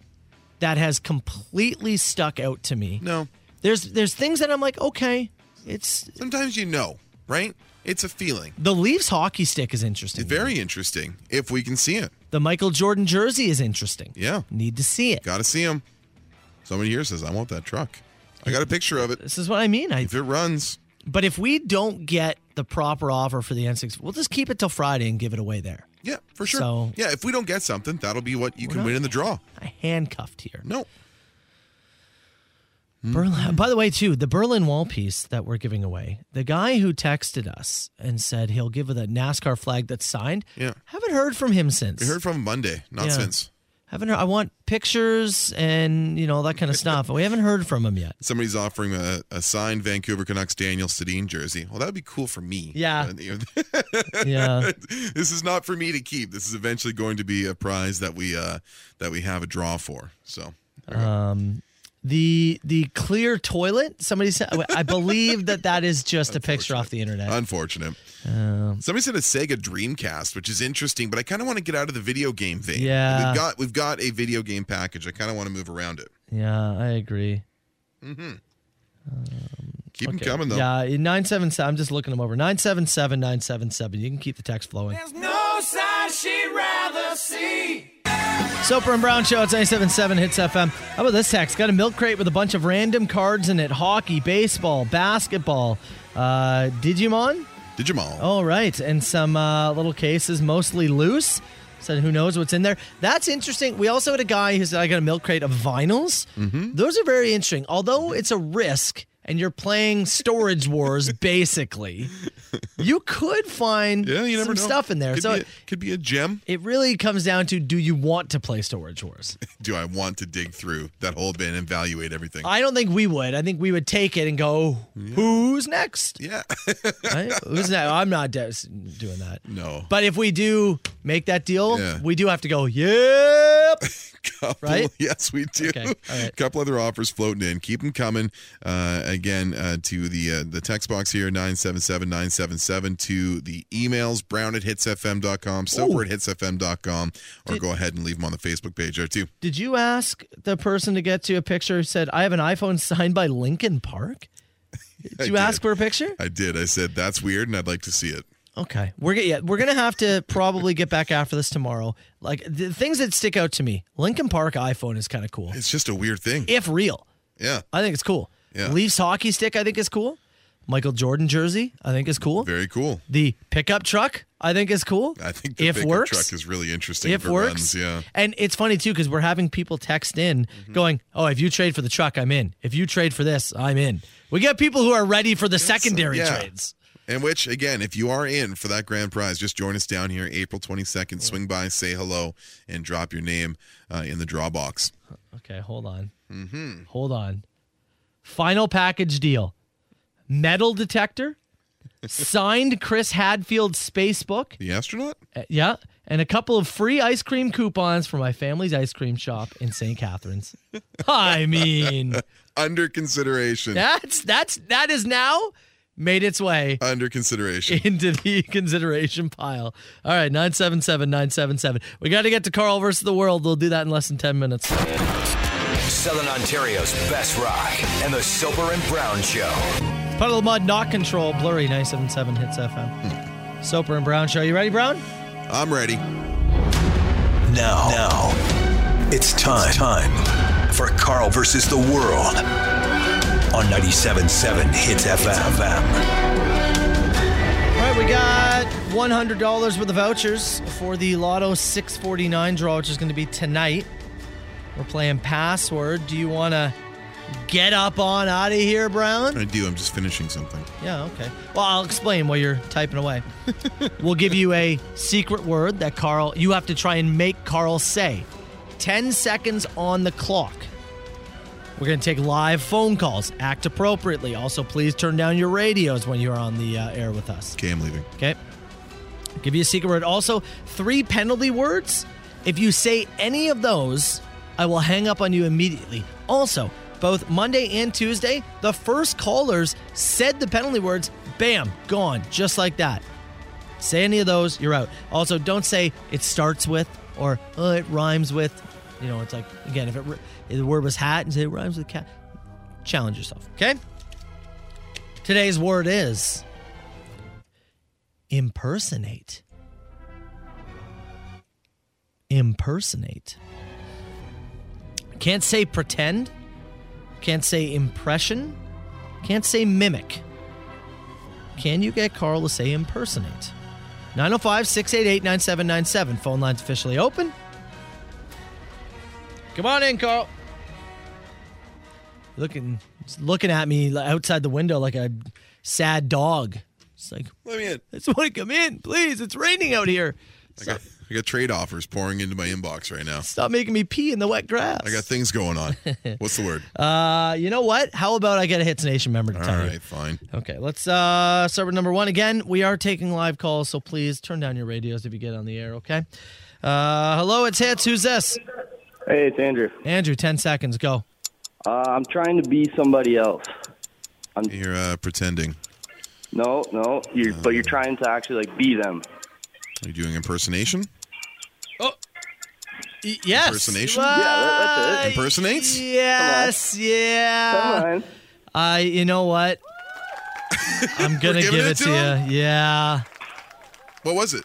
[SPEAKER 6] that has completely stuck out to me.
[SPEAKER 7] No.
[SPEAKER 6] There's there's things that I'm like, okay, it's
[SPEAKER 7] sometimes you know, right? It's a feeling.
[SPEAKER 6] The Leafs hockey stick is interesting.
[SPEAKER 7] It's very interesting if we can see it.
[SPEAKER 6] The Michael Jordan jersey is interesting.
[SPEAKER 7] Yeah.
[SPEAKER 6] Need to see it.
[SPEAKER 7] Got to see him. Somebody here says, I want that truck. I got a picture of it.
[SPEAKER 6] This is what I mean. I,
[SPEAKER 7] if it runs.
[SPEAKER 6] But if we don't get the proper offer for the N6, we'll just keep it till Friday and give it away there.
[SPEAKER 7] Yeah, for sure.
[SPEAKER 6] So-
[SPEAKER 7] yeah, if we don't get something, that'll be what you
[SPEAKER 6] We're
[SPEAKER 7] can
[SPEAKER 6] not-
[SPEAKER 7] win in the draw.
[SPEAKER 6] I handcuffed here.
[SPEAKER 7] No. Mm-hmm.
[SPEAKER 6] Berlin. By the way, too, the Berlin Wall piece that we're giving away. The guy who texted us and said he'll give the NASCAR flag that's signed.
[SPEAKER 7] Yeah.
[SPEAKER 6] Haven't heard from him since.
[SPEAKER 7] We heard from Monday, not
[SPEAKER 6] Yeah.
[SPEAKER 7] since.
[SPEAKER 6] Haven't heard. I want pictures and you know that kind of stuff. we haven't heard from him yet.
[SPEAKER 7] Somebody's offering a, a signed Vancouver Canucks Daniel Sedin jersey. Well, that would be cool for me.
[SPEAKER 6] Yeah.
[SPEAKER 7] yeah. This is not for me to keep. This is eventually going to be a prize that we uh that we have a draw for. So
[SPEAKER 6] Um, the the clear toilet. Somebody said. I believe that that is just a picture off the internet.
[SPEAKER 7] unfortunate.
[SPEAKER 6] Um,
[SPEAKER 7] Somebody said a Sega Dreamcast, which is interesting, but I kind of want to get out of the video game vein.
[SPEAKER 6] Yeah.
[SPEAKER 7] We've got we've got a video game package. I kind of want to move around it.
[SPEAKER 6] Yeah, I agree.
[SPEAKER 7] Mm-hmm. Keep 'em
[SPEAKER 6] Okay.
[SPEAKER 7] coming though.
[SPEAKER 6] Yeah, nine seven seven. I'm just looking them over. Nine seven seven nine seven seven. You can keep the text flowing.
[SPEAKER 2] No side she'd rather see.
[SPEAKER 6] Soper and Brown Show. It's 977 Hits FM. How about this text? Got a milk crate with a bunch of random cards in it: hockey, baseball, basketball, uh, Digimon.
[SPEAKER 7] Digimon.
[SPEAKER 6] All right, and some uh, little cases, mostly loose. Said who knows what's in there. That's interesting. We also had a guy who said I got a milk crate of vinyls.
[SPEAKER 7] Mm-hmm.
[SPEAKER 6] Those are very interesting. Although it's a risk, and you're playing storage wars basically. You could find
[SPEAKER 7] Yeah, you never
[SPEAKER 6] some
[SPEAKER 7] know.
[SPEAKER 6] stuff in there.
[SPEAKER 7] Could
[SPEAKER 6] so
[SPEAKER 7] be a- could be a gem.
[SPEAKER 6] It really comes down to do you want to play Storage Wars?
[SPEAKER 7] Do I want to dig through that whole bin and evaluate everything?
[SPEAKER 6] I don't think we would. I think we would take it and go, who's next?
[SPEAKER 7] Yeah.
[SPEAKER 6] Right? Who's next? I'm not de- doing that.
[SPEAKER 7] No.
[SPEAKER 6] But if we do make that deal,
[SPEAKER 7] Yeah.
[SPEAKER 6] we do have to go, yep.
[SPEAKER 7] couple,
[SPEAKER 6] Right?
[SPEAKER 7] Yes, we do.
[SPEAKER 6] Okay, all right.
[SPEAKER 7] couple other offers floating in. Keep them coming. Uh, again, uh, to the uh, the text box here, 977-977, to the emails, brown at hitsfm.com, sober at hitsfm.com, or go ahead and leave them on the Facebook page there, too.
[SPEAKER 6] Did you ask the person to get you a picture who said, I have an iPhone signed by Lincoln Park? Did
[SPEAKER 7] I
[SPEAKER 6] you
[SPEAKER 7] did.
[SPEAKER 6] ask for a picture?
[SPEAKER 7] I did. I said, that's weird, and I'd like to see it.
[SPEAKER 6] Okay, we're get, yeah, we're gonna have to probably get back after this tomorrow. Like the things that stick out to me, Lincoln Park iPhone is kind of cool,
[SPEAKER 7] It's just a weird thing.
[SPEAKER 6] if real.
[SPEAKER 7] Yeah.
[SPEAKER 6] I think it's cool.
[SPEAKER 7] Yeah.
[SPEAKER 6] Leafs hockey stick, I think is cool. Michael Jordan jersey, I think is cool.
[SPEAKER 7] Very cool.
[SPEAKER 6] The pickup truck, I think is cool.
[SPEAKER 7] I think the
[SPEAKER 6] if
[SPEAKER 7] pickup
[SPEAKER 6] works,
[SPEAKER 7] truck is really interesting.
[SPEAKER 6] if
[SPEAKER 7] it
[SPEAKER 6] works,
[SPEAKER 7] runs, yeah. Mm-hmm.
[SPEAKER 6] And it's funny too because we're having people text in going, "Oh, if you trade for the truck, I'm in. If you trade for this, I'm in." We got people who are ready for the secondary
[SPEAKER 7] yeah.
[SPEAKER 6] trades.
[SPEAKER 7] And which, again, if you are in for that grand prize, just join us down here April 22nd. Swing by, say hello, and drop your name uh, in the draw box.
[SPEAKER 6] Okay, hold on.
[SPEAKER 7] Mm-hmm.
[SPEAKER 6] Hold on. Final package deal metal detector, signed Chris Hadfield space book.
[SPEAKER 7] The astronaut?
[SPEAKER 6] Uh, yeah. And a couple of free ice cream coupons for my family's ice cream shop in St. Catharines. I mean,
[SPEAKER 7] Under consideration.
[SPEAKER 6] that's that's that is now made its way
[SPEAKER 7] Under consideration.
[SPEAKER 6] into the consideration pile. All right, 977 977. We got to get to Carl versus the world. We'll do that in less than 10 minutes.
[SPEAKER 5] Southern Ontario's best rock and the Soper and Brown Show.
[SPEAKER 6] Puddle of Mud, Not Control, Blurry, 977 Hits FM. Soper and Brown Show. You ready, Brown?
[SPEAKER 7] I'm ready.
[SPEAKER 5] Now, now, it's time, time for Carl versus the world on 97.7 Hits FM.
[SPEAKER 6] All right, we got $100 worth of vouchers for the Lotto 649 draw, which is going to be tonight. We're playing Password. Do you want to get up on out of here, Brown?
[SPEAKER 7] I do. I'm just finishing something.
[SPEAKER 6] Yeah, okay. Well, I'll explain while you're typing away. we'll give you a secret word that Carl, you have to try and make Carl say. 10 seconds on the clock. We're going to take live phone calls. Act appropriately. Also, please turn down your radios when you're on the uh, air with us.
[SPEAKER 7] Okay, I'm leaving.
[SPEAKER 6] Okay. Give you a secret word. Also, three penalty words. If you say any of those, I will hang up on you immediately. Also, both Monday and Tuesday, the first callers said the penalty words, bam, gone, just like that. Say any of those, you're out. Also, don't say it starts with or uh, it rhymes with. You know, it's like, again, if, it, r- if the word was hat and say it rhymes with cat, challenge yourself, okay? Today's word is impersonate. Impersonate. Can't say pretend. Can't say impression. Can't say mimic. Can you get Carl to say impersonate? 905 688 9797. Phone line's officially open. Come on in, Carl. Looking, he's looking at me li- outside the window like a sad dog. It's like,
[SPEAKER 7] let me in.
[SPEAKER 6] I just want to come in, please. It's raining out here.
[SPEAKER 7] I got, I got trade offers pouring into my inbox right now.
[SPEAKER 6] Stop making me pee in the wet grass.
[SPEAKER 7] I got things going on. What's the word?
[SPEAKER 6] Uh, you know what? How about I get a Hits Nation member to
[SPEAKER 7] All
[SPEAKER 6] tell you?
[SPEAKER 7] right, fine.
[SPEAKER 6] Okay, let's uh, start with number one again. We are taking live calls, so please turn down your radios if you get on the air. Okay. Uh, hello, it's Hits. Who's this?
[SPEAKER 15] Hey, it's Andrew.
[SPEAKER 6] Andrew, ten seconds. Go.
[SPEAKER 15] Uh, I'm trying to be somebody else.
[SPEAKER 7] You're uh, pretending.
[SPEAKER 15] No, no, you're, but you're trying to actually like be them.
[SPEAKER 7] Are you doing impersonation?
[SPEAKER 6] yes.
[SPEAKER 7] Impersonation?
[SPEAKER 6] Uh,
[SPEAKER 7] Impersonates?
[SPEAKER 6] Yes.
[SPEAKER 16] Uh,
[SPEAKER 6] Yeah. I. you know what? I'm gonna
[SPEAKER 7] giving
[SPEAKER 6] give
[SPEAKER 7] it
[SPEAKER 6] it
[SPEAKER 7] to
[SPEAKER 6] to, you. Yeah.
[SPEAKER 7] What was it?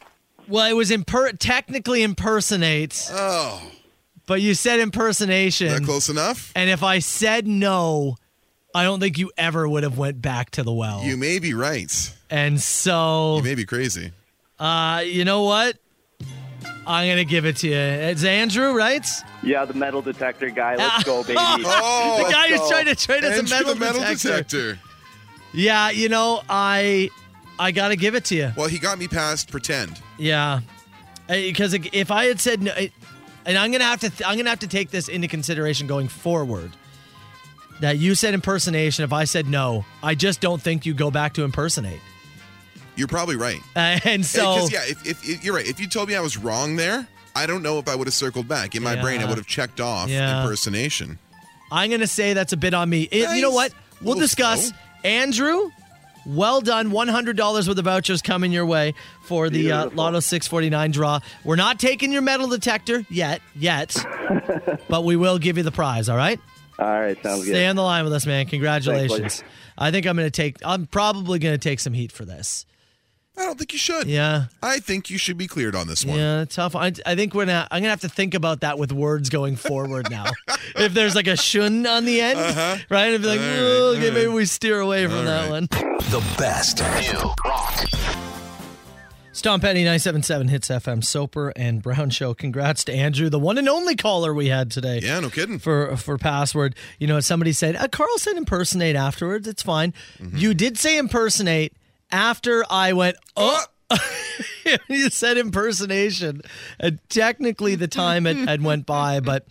[SPEAKER 6] Well, it was imper- technically impersonates.
[SPEAKER 7] Oh.
[SPEAKER 6] But you said impersonation.
[SPEAKER 7] That close enough?
[SPEAKER 6] And if I said no, I don't think you ever would have went back to the well.
[SPEAKER 7] You may be right.
[SPEAKER 6] And so
[SPEAKER 7] You may be crazy.
[SPEAKER 6] Uh, you know what? I'm gonna give it to you. It's Andrew, right? Oh,
[SPEAKER 15] Yeah, the metal detector guy. Let's go, baby.
[SPEAKER 7] Oh,
[SPEAKER 6] the
[SPEAKER 15] Let's
[SPEAKER 6] guy who's
[SPEAKER 15] go.
[SPEAKER 6] trying to trade us a
[SPEAKER 7] Andrew
[SPEAKER 6] metal,
[SPEAKER 7] the metal detector.
[SPEAKER 6] Yeah, you know, I I gotta give it to you.
[SPEAKER 7] Well, he got me past pretend.
[SPEAKER 6] Yeah, because if I had said no, it- and I'm gonna have to, th- I'm gonna have to take this into consideration going forward. That you said impersonation. If I said no, I just don't think you go back to impersonate.
[SPEAKER 7] You're probably right.
[SPEAKER 6] Uh,
[SPEAKER 7] Yeah,
[SPEAKER 6] and so,
[SPEAKER 7] 'cause, yeah, if, if, if- you're right. If you told me I was wrong there, I don't know if I would have circled back. In my brain, I
[SPEAKER 6] Yeah.
[SPEAKER 7] would have checked off
[SPEAKER 6] Yeah.
[SPEAKER 7] impersonation.
[SPEAKER 6] I'm gonna say that's a bit on me. It- You know what? We'll discuss.
[SPEAKER 15] oh.
[SPEAKER 6] Andrew, well done. One hundred dollars worth of vouchers coming your way for the uh, Lotto six forty nine draw. We're not taking your metal detector yet, yet, but we will give you the prize. All right.
[SPEAKER 15] All right, sounds
[SPEAKER 6] Stay
[SPEAKER 15] good.
[SPEAKER 6] on the line with us, man. Congratulations.
[SPEAKER 15] Thanks,
[SPEAKER 6] I think I'm gonna take. I'm probably gonna take some heat for this.
[SPEAKER 7] I don't think you should.
[SPEAKER 6] Yeah.
[SPEAKER 7] I think you should be cleared on this one.
[SPEAKER 6] Yeah, tough. I, I think we're gonna. I'm gonna have to think about that with words going forward now. if there's like a shun on the end,
[SPEAKER 5] Uh-huh.
[SPEAKER 6] right? I'd be like,
[SPEAKER 5] All right,
[SPEAKER 6] "Oh, okay,
[SPEAKER 5] all
[SPEAKER 6] maybe
[SPEAKER 5] right.
[SPEAKER 6] we steer away from
[SPEAKER 5] All
[SPEAKER 6] that one.
[SPEAKER 5] The best. New rock.
[SPEAKER 6] Stomp Penny 977 hits FM Soper and Brown Show. Congrats to Andrew, the one and only caller we had today.
[SPEAKER 7] Yeah, no kidding.
[SPEAKER 6] For for password, you know, somebody said uh, Carl said impersonate afterwards. It's fine. You did say impersonate after I went oh. you said impersonation. And technically, the time had, had went by, but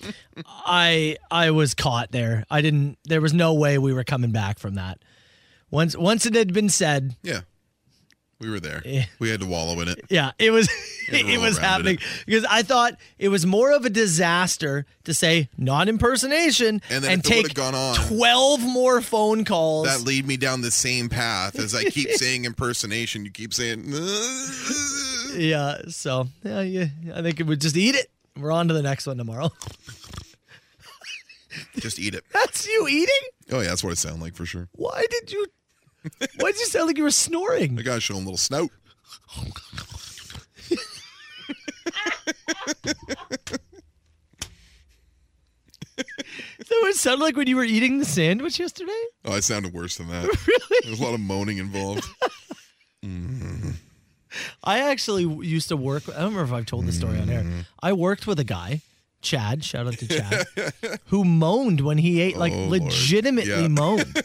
[SPEAKER 6] I I was caught there. I didn't. There was no way we were coming back from that. Once once it had been said,
[SPEAKER 7] Yeah. We were there. We had to wallow in it.
[SPEAKER 6] yeah, it was
[SPEAKER 7] It
[SPEAKER 6] it was
[SPEAKER 7] rounded
[SPEAKER 6] happening because I thought it was more of a disaster to say non impersonation
[SPEAKER 7] And
[SPEAKER 6] and,
[SPEAKER 7] then if it would've
[SPEAKER 6] take
[SPEAKER 7] gone on-
[SPEAKER 6] twelve more phone calls.
[SPEAKER 7] That lead me down the same path as I keep saying impersonation. You keep saying, "Uh,
[SPEAKER 6] yeah, so yeah, yeah, I think it would just eat it. We're on to the next one tomorrow.
[SPEAKER 7] just eat it.
[SPEAKER 6] That's you eating?
[SPEAKER 7] Oh, yeah, that's what I sound like for sure.
[SPEAKER 6] Why did you? Why did you sound like you were snoring?
[SPEAKER 7] I got to show him a little snout.
[SPEAKER 6] Is that what it sounded like when you were eating the sandwich yesterday?
[SPEAKER 7] Oh, I sounded worse than that.
[SPEAKER 6] Really?
[SPEAKER 7] There's a lot of moaning involved.
[SPEAKER 6] I actually w- used to work. I don't remember if I've told this story on air.
[SPEAKER 7] Mm-hmm.
[SPEAKER 6] I worked with a guy, Chad. Shout out to Chad, who moaned when he ate. Like
[SPEAKER 7] Oh, Lord.
[SPEAKER 6] legitimately
[SPEAKER 7] Yeah.
[SPEAKER 6] moaned.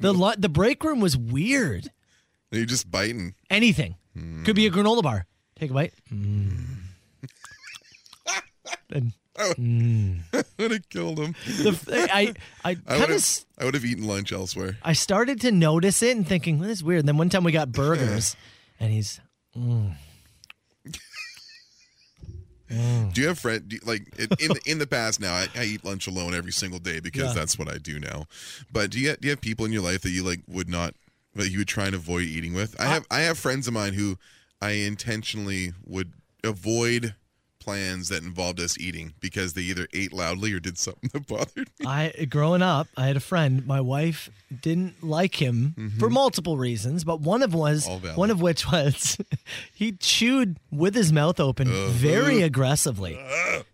[SPEAKER 6] The lo- the break room was weird.
[SPEAKER 7] You're just biting.
[SPEAKER 6] Anything
[SPEAKER 7] Mm.
[SPEAKER 6] could be a granola bar. Take a bite. Mm. and, mm.
[SPEAKER 7] would have killed him.
[SPEAKER 6] The f- eh, I- I kinda
[SPEAKER 7] would have
[SPEAKER 6] s-
[SPEAKER 7] I would have eaten lunch elsewhere.
[SPEAKER 6] I started to notice it and thinking, this is weird. And then one time we got burgers and he's, mm.
[SPEAKER 7] Do you have friend do you- like in in the, in the past? Now I, I eat lunch alone every single day because
[SPEAKER 6] Yeah.
[SPEAKER 7] that's what I do now. But do you do you have people in your life that you like would not that you would try and avoid eating with? I have I have friends of mine who I intentionally would avoid plans that involved us eating because they either ate loudly or did something that bothered.
[SPEAKER 6] I growing up, I had a friend. My wife didn't like him for multiple reasons, but one of was
[SPEAKER 7] Mm-hmm. All valid.
[SPEAKER 6] one of which was he chewed with his mouth open
[SPEAKER 7] Uh-huh.
[SPEAKER 6] very aggressively.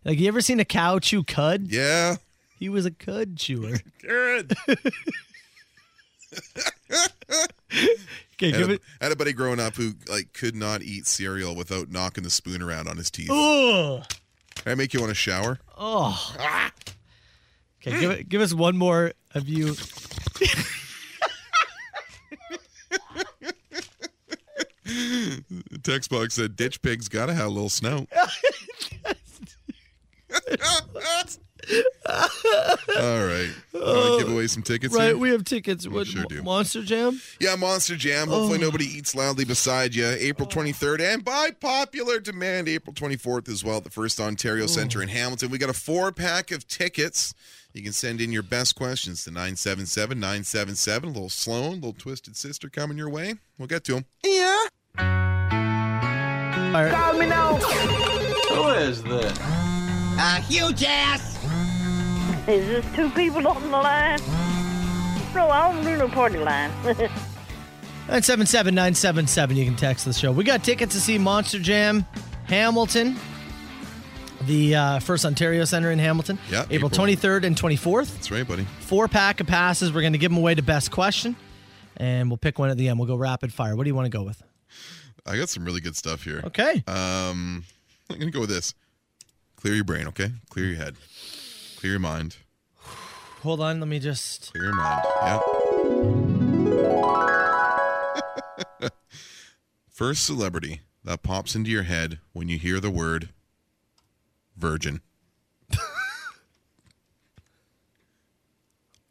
[SPEAKER 6] Like you ever seen a cow chew cud?
[SPEAKER 7] Yeah,
[SPEAKER 6] he was a cud chewer.
[SPEAKER 7] Good.
[SPEAKER 6] Okay,
[SPEAKER 7] I
[SPEAKER 6] give
[SPEAKER 7] had, a,
[SPEAKER 6] it.
[SPEAKER 7] I had a buddy growing up who like could not eat cereal without knocking the spoon around on his teeth.
[SPEAKER 6] Ugh.
[SPEAKER 7] I make you want to shower.
[SPEAKER 6] Oh.
[SPEAKER 7] Ah.
[SPEAKER 6] Okay, give it, give us one more of you.
[SPEAKER 7] Text box said, "Ditch pigs gotta have a little snout." All right, Wanna give away some tickets.
[SPEAKER 6] Right,
[SPEAKER 7] here?
[SPEAKER 6] we have tickets. What,
[SPEAKER 7] sure do.
[SPEAKER 6] Monster Jam?
[SPEAKER 7] yeah, Monster Jam. Hopefully,
[SPEAKER 6] Oh.
[SPEAKER 7] nobody eats loudly beside you. April 23rd, and by popular demand, April 24th as well at the First
[SPEAKER 6] Oh.
[SPEAKER 7] Ontario Centre in Hamilton. We got a four pack of tickets. You can send in your best questions to 977 977. A little Sloan, a little Twisted Sister coming your way. We'll get to them.
[SPEAKER 2] Yeah.
[SPEAKER 6] All right.
[SPEAKER 2] Call me now.
[SPEAKER 5] Who is this?
[SPEAKER 1] A huge ass. Is this two people on the line? No, I don't do no party line.
[SPEAKER 6] 977 977. You can text the show. We got tickets to see Monster Jam Hamilton, the uh, First Ontario Center in Hamilton,
[SPEAKER 7] Yeah,
[SPEAKER 6] April,
[SPEAKER 7] April.
[SPEAKER 6] 23rd and 24th.
[SPEAKER 7] That's right, buddy.
[SPEAKER 6] Four pack of passes. We're going to give them away to Best Question, and we'll pick one at the end. We'll go rapid fire. What do you want to go with? Uh,
[SPEAKER 7] I got some really good stuff here.
[SPEAKER 6] Okay.
[SPEAKER 7] Um, I'm gonna go with this. Clear your brain, okay? Clear your head. Clear your mind.
[SPEAKER 6] Hold on. Let me just.
[SPEAKER 7] Clear your mind. Yeah. First celebrity that pops into your head when you hear the word virgin.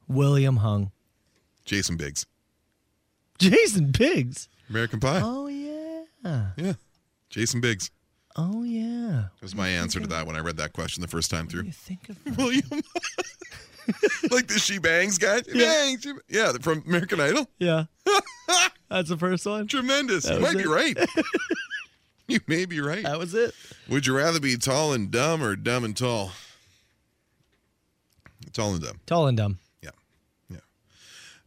[SPEAKER 6] William Hung.
[SPEAKER 7] Jason Biggs.
[SPEAKER 6] Jason Biggs.
[SPEAKER 7] American Pie.
[SPEAKER 6] Oh, yeah.
[SPEAKER 7] Yeah. Jason Biggs.
[SPEAKER 6] Oh, yeah.
[SPEAKER 7] was my answer to that when I read that question the first time through.
[SPEAKER 6] Think of
[SPEAKER 7] William. like the she bangs guy? She
[SPEAKER 6] Yeah.
[SPEAKER 7] bangs. she- Yeah, from American Idol.
[SPEAKER 6] Yeah. That's the first one.
[SPEAKER 7] Tremendous.
[SPEAKER 6] That
[SPEAKER 7] You
[SPEAKER 6] was
[SPEAKER 7] might be
[SPEAKER 6] it. Uh,
[SPEAKER 7] right. you may be right.
[SPEAKER 6] That was it.
[SPEAKER 7] Would you rather be tall and dumb or dumb and tall? Tall and dumb.
[SPEAKER 6] Tall and dumb.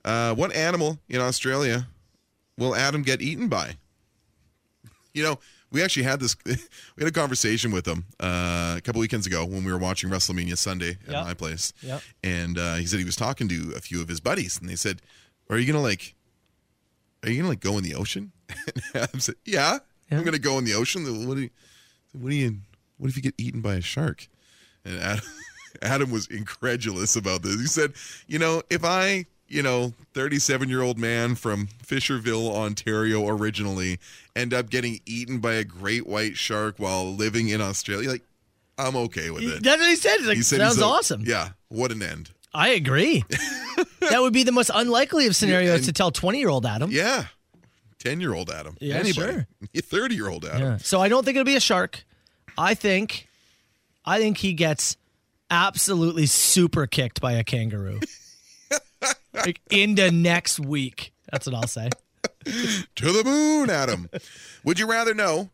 [SPEAKER 7] Uh, what animal in Australia will Adam get eaten by? You know, we actually had this. We had a conversation with him uh, a couple weekends ago when we were watching WrestleMania Sunday at
[SPEAKER 6] Yeah.
[SPEAKER 7] my place,
[SPEAKER 6] Yep.
[SPEAKER 7] and uh, he said he was talking to a few of his buddies, and they said, "Are you gonna like? Are you gonna like go in the ocean?" And Adam said, "Yeah, I'm gonna go in the ocean. What do you? What do you? What if you get eaten by a shark?" And Adam, Adam was incredulous about this. He said, "You know, if I, you know, 37 year old man from Fisherville, Ontario, originally, end up getting eaten by a great white shark while living in Australia, like, I'm okay with it."
[SPEAKER 6] That's what he said. He's like,
[SPEAKER 7] He said he's
[SPEAKER 6] sounds
[SPEAKER 7] like,
[SPEAKER 6] awesome.
[SPEAKER 7] Yeah, what an end.
[SPEAKER 6] I agree. that would be the most unlikely of scenarios to tell 20 year old Adam.
[SPEAKER 7] Yeah, 10 year old Adam.
[SPEAKER 6] Yeah,
[SPEAKER 7] Anybody. 30 year old Adam.
[SPEAKER 6] Yeah. So I don't think it'll be a shark. I think I think he gets absolutely super kicked by a kangaroo. like into next week. That's what I'll say.
[SPEAKER 7] To the moon, Adam. Would you rather know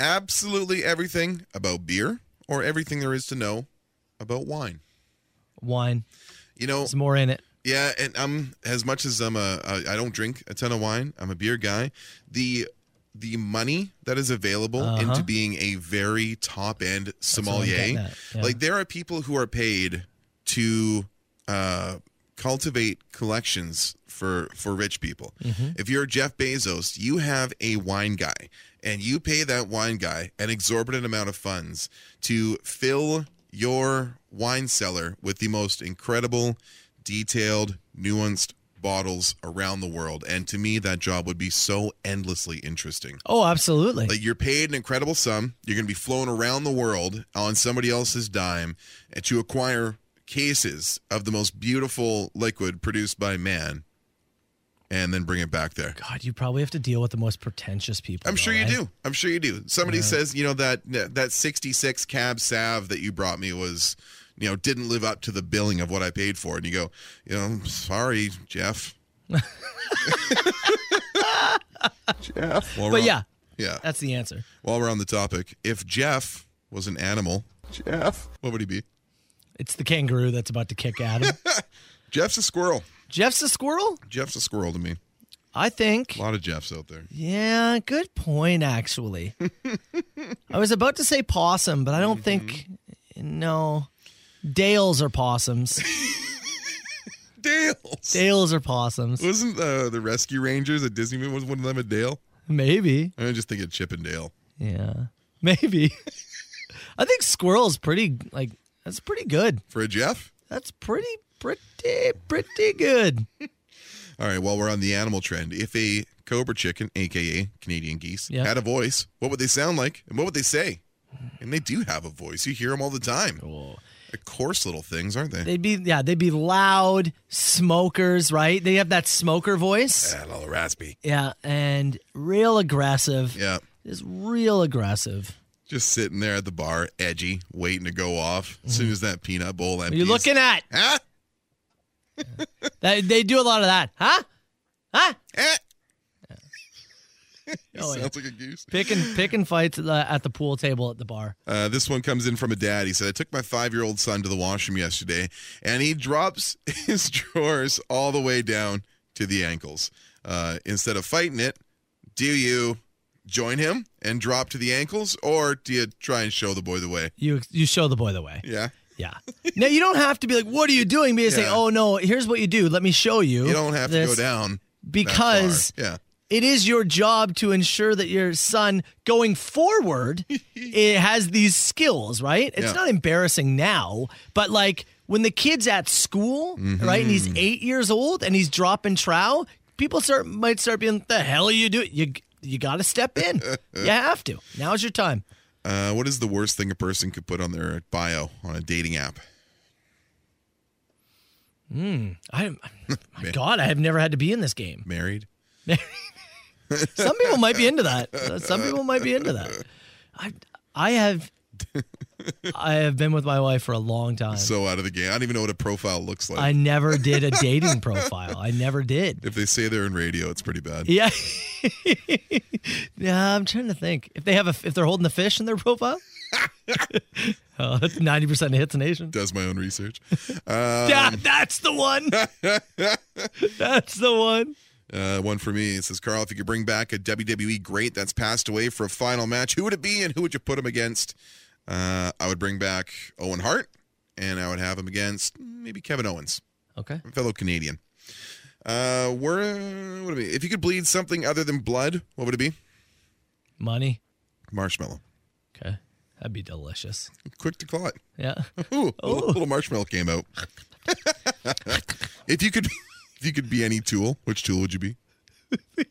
[SPEAKER 7] absolutely everything about beer or everything there is to know about wine?
[SPEAKER 6] Wine.
[SPEAKER 7] You know,
[SPEAKER 6] There's more in it.
[SPEAKER 7] yeah, and I'm as much as I'm a a I don't drink a ton of wine. I'm a beer guy. The the money that is available
[SPEAKER 16] Uh-huh.
[SPEAKER 7] into being a very top end
[SPEAKER 16] what I'm getting
[SPEAKER 7] sommelier,
[SPEAKER 16] at, yeah.
[SPEAKER 7] like there are people who are paid to uh, cultivate collections for for rich people.
[SPEAKER 16] Mhm.
[SPEAKER 7] If you're Jeff Bezos, you have a wine guy, and you pay that wine guy an exorbitant amount of funds to fill your wine cellar with the most incredible, detailed, nuanced bottles around the world. And to me, that job would be so endlessly interesting.
[SPEAKER 6] Oh, absolutely.
[SPEAKER 7] Like you're paid an incredible sum. You're going eh, to be flown around the world on somebody else's dime and to acquire cases of the most beautiful liquid produced by man and then bring it back there.
[SPEAKER 6] God, you probably have to deal with the most pretentious people.
[SPEAKER 7] I'm
[SPEAKER 6] though,
[SPEAKER 7] sure you
[SPEAKER 6] right?
[SPEAKER 7] do. I'm sure you do. Somebody
[SPEAKER 6] Yeah.
[SPEAKER 7] says, you know, that that 66 cab salve that you brought me was, you know, didn't live up to the billing of what I paid for. it. And you go, you know, sorry, Jeff. Jeff.
[SPEAKER 6] But yeah.
[SPEAKER 7] Yeah.
[SPEAKER 6] That's the answer.
[SPEAKER 7] While we're on the topic, if Jeff was an animal, Jeff, what would he be?
[SPEAKER 6] It's the kangaroo that's about to kick Adam.
[SPEAKER 7] Jeff's a squirrel.
[SPEAKER 6] Jeff's a squirrel?
[SPEAKER 7] Jeff's a squirrel to me.
[SPEAKER 6] I think.
[SPEAKER 7] A lot of Jeffs out there.
[SPEAKER 6] Yeah, good point, actually. I was about to say possum, but I don't think.
[SPEAKER 7] Mm-hmm.
[SPEAKER 6] No. Dales are possums.
[SPEAKER 7] Dales.
[SPEAKER 6] Dales are possums.
[SPEAKER 7] Wasn't uh, the Rescue Rangers at Disney was one of them a Dale?
[SPEAKER 6] Maybe.
[SPEAKER 7] I just think of Chip and Dale.
[SPEAKER 6] Yeah. Maybe. I think squirrel's pretty, like, that's pretty good.
[SPEAKER 7] For a Jeff?
[SPEAKER 6] That's pretty, pretty, pretty good.
[SPEAKER 7] All right, while we're on the animal trend, if a cobra chicken, aka Canadian geese,
[SPEAKER 6] Yeah.
[SPEAKER 7] had a voice, what would they sound like and what would they say? And they do have a voice. You hear them all the time. They're coarse little things, aren't they?
[SPEAKER 6] They'd be, yeah, they'd be loud smokers, right? They have that smoker voice.
[SPEAKER 7] Yeah, a little raspy.
[SPEAKER 6] Yeah, and real aggressive.
[SPEAKER 7] Yeah.
[SPEAKER 6] Just real aggressive.
[SPEAKER 7] Just sitting there at the bar, edgy, waiting to go off as soon as that peanut bowl
[SPEAKER 6] What Mm-hmm. are
[SPEAKER 7] empties.
[SPEAKER 6] you looking at?
[SPEAKER 7] Huh?
[SPEAKER 6] that, they do a lot of that. Huh? Huh?
[SPEAKER 7] He
[SPEAKER 6] Oh, yeah.
[SPEAKER 7] sounds like a goose.
[SPEAKER 6] Picking picking fights at the, at the pool table at the bar.
[SPEAKER 7] Uh, this one comes in from a dad. He said, I took my five year old son to the washroom yesterday, and he drops his drawers all the way down to the ankles. Uh, instead of fighting it, do you join him and drop to the ankles, or do you try and show the boy the way?
[SPEAKER 6] You you show the boy the way.
[SPEAKER 7] Yeah.
[SPEAKER 6] Yeah. now you don't have to be like, "What are you doing?" Be say,
[SPEAKER 7] Yeah.
[SPEAKER 6] "Oh no, here's what you do. Let me show you."
[SPEAKER 7] You don't have to go
[SPEAKER 6] this."
[SPEAKER 7] down. that
[SPEAKER 6] because-
[SPEAKER 7] far. Yeah.
[SPEAKER 6] It is your job to ensure that your son going forward it has these skills, right? It's
[SPEAKER 7] Yeah.
[SPEAKER 6] not embarrassing now, but like when the kid's at school, right, and he's 8 years old and he's dropping trow, people start might start being, "The hell are you doing? You you got to step in. you have to. Now's your time."
[SPEAKER 7] Uh, what is the worst thing a person could put on their bio on a dating app?
[SPEAKER 6] Mm, I, my God, I have never had to be in this game.
[SPEAKER 7] Married?
[SPEAKER 6] Some people might be into that. Uh, Some people might be into that. I, I have, I have been with my wife for a long time.
[SPEAKER 7] So out of the game. I don't even know what a profile looks like.
[SPEAKER 6] I never did a dating profile. I never did.
[SPEAKER 7] if they say they're in radio, it's pretty bad.
[SPEAKER 6] Yeah. yeah, I'm trying to think. If they have a, if they're holding a fish in their profile, oh, that's ninety percent hits nation.
[SPEAKER 7] Does my own research. Um,
[SPEAKER 6] yeah, that's the one. that's the one.
[SPEAKER 7] Uh, one for me. It says, Carl, if you could bring back a WWE great that's passed away for a final match, who would it be and who would you put him against? Uh, I would bring back Owen Hart and I would have him against maybe Kevin Owens,
[SPEAKER 6] Okay.
[SPEAKER 7] a fellow Canadian. Uh, where, what would it be? If you could bleed something other than blood, what would it be?
[SPEAKER 6] Money.
[SPEAKER 7] Marshmallow.
[SPEAKER 6] Okay. That'd be delicious.
[SPEAKER 7] Quick to call it.
[SPEAKER 6] Yeah.
[SPEAKER 7] Ooh, a
[SPEAKER 6] Oh.
[SPEAKER 7] little, little marshmallow came out. if you could, if you could be any tool, which tool would you be?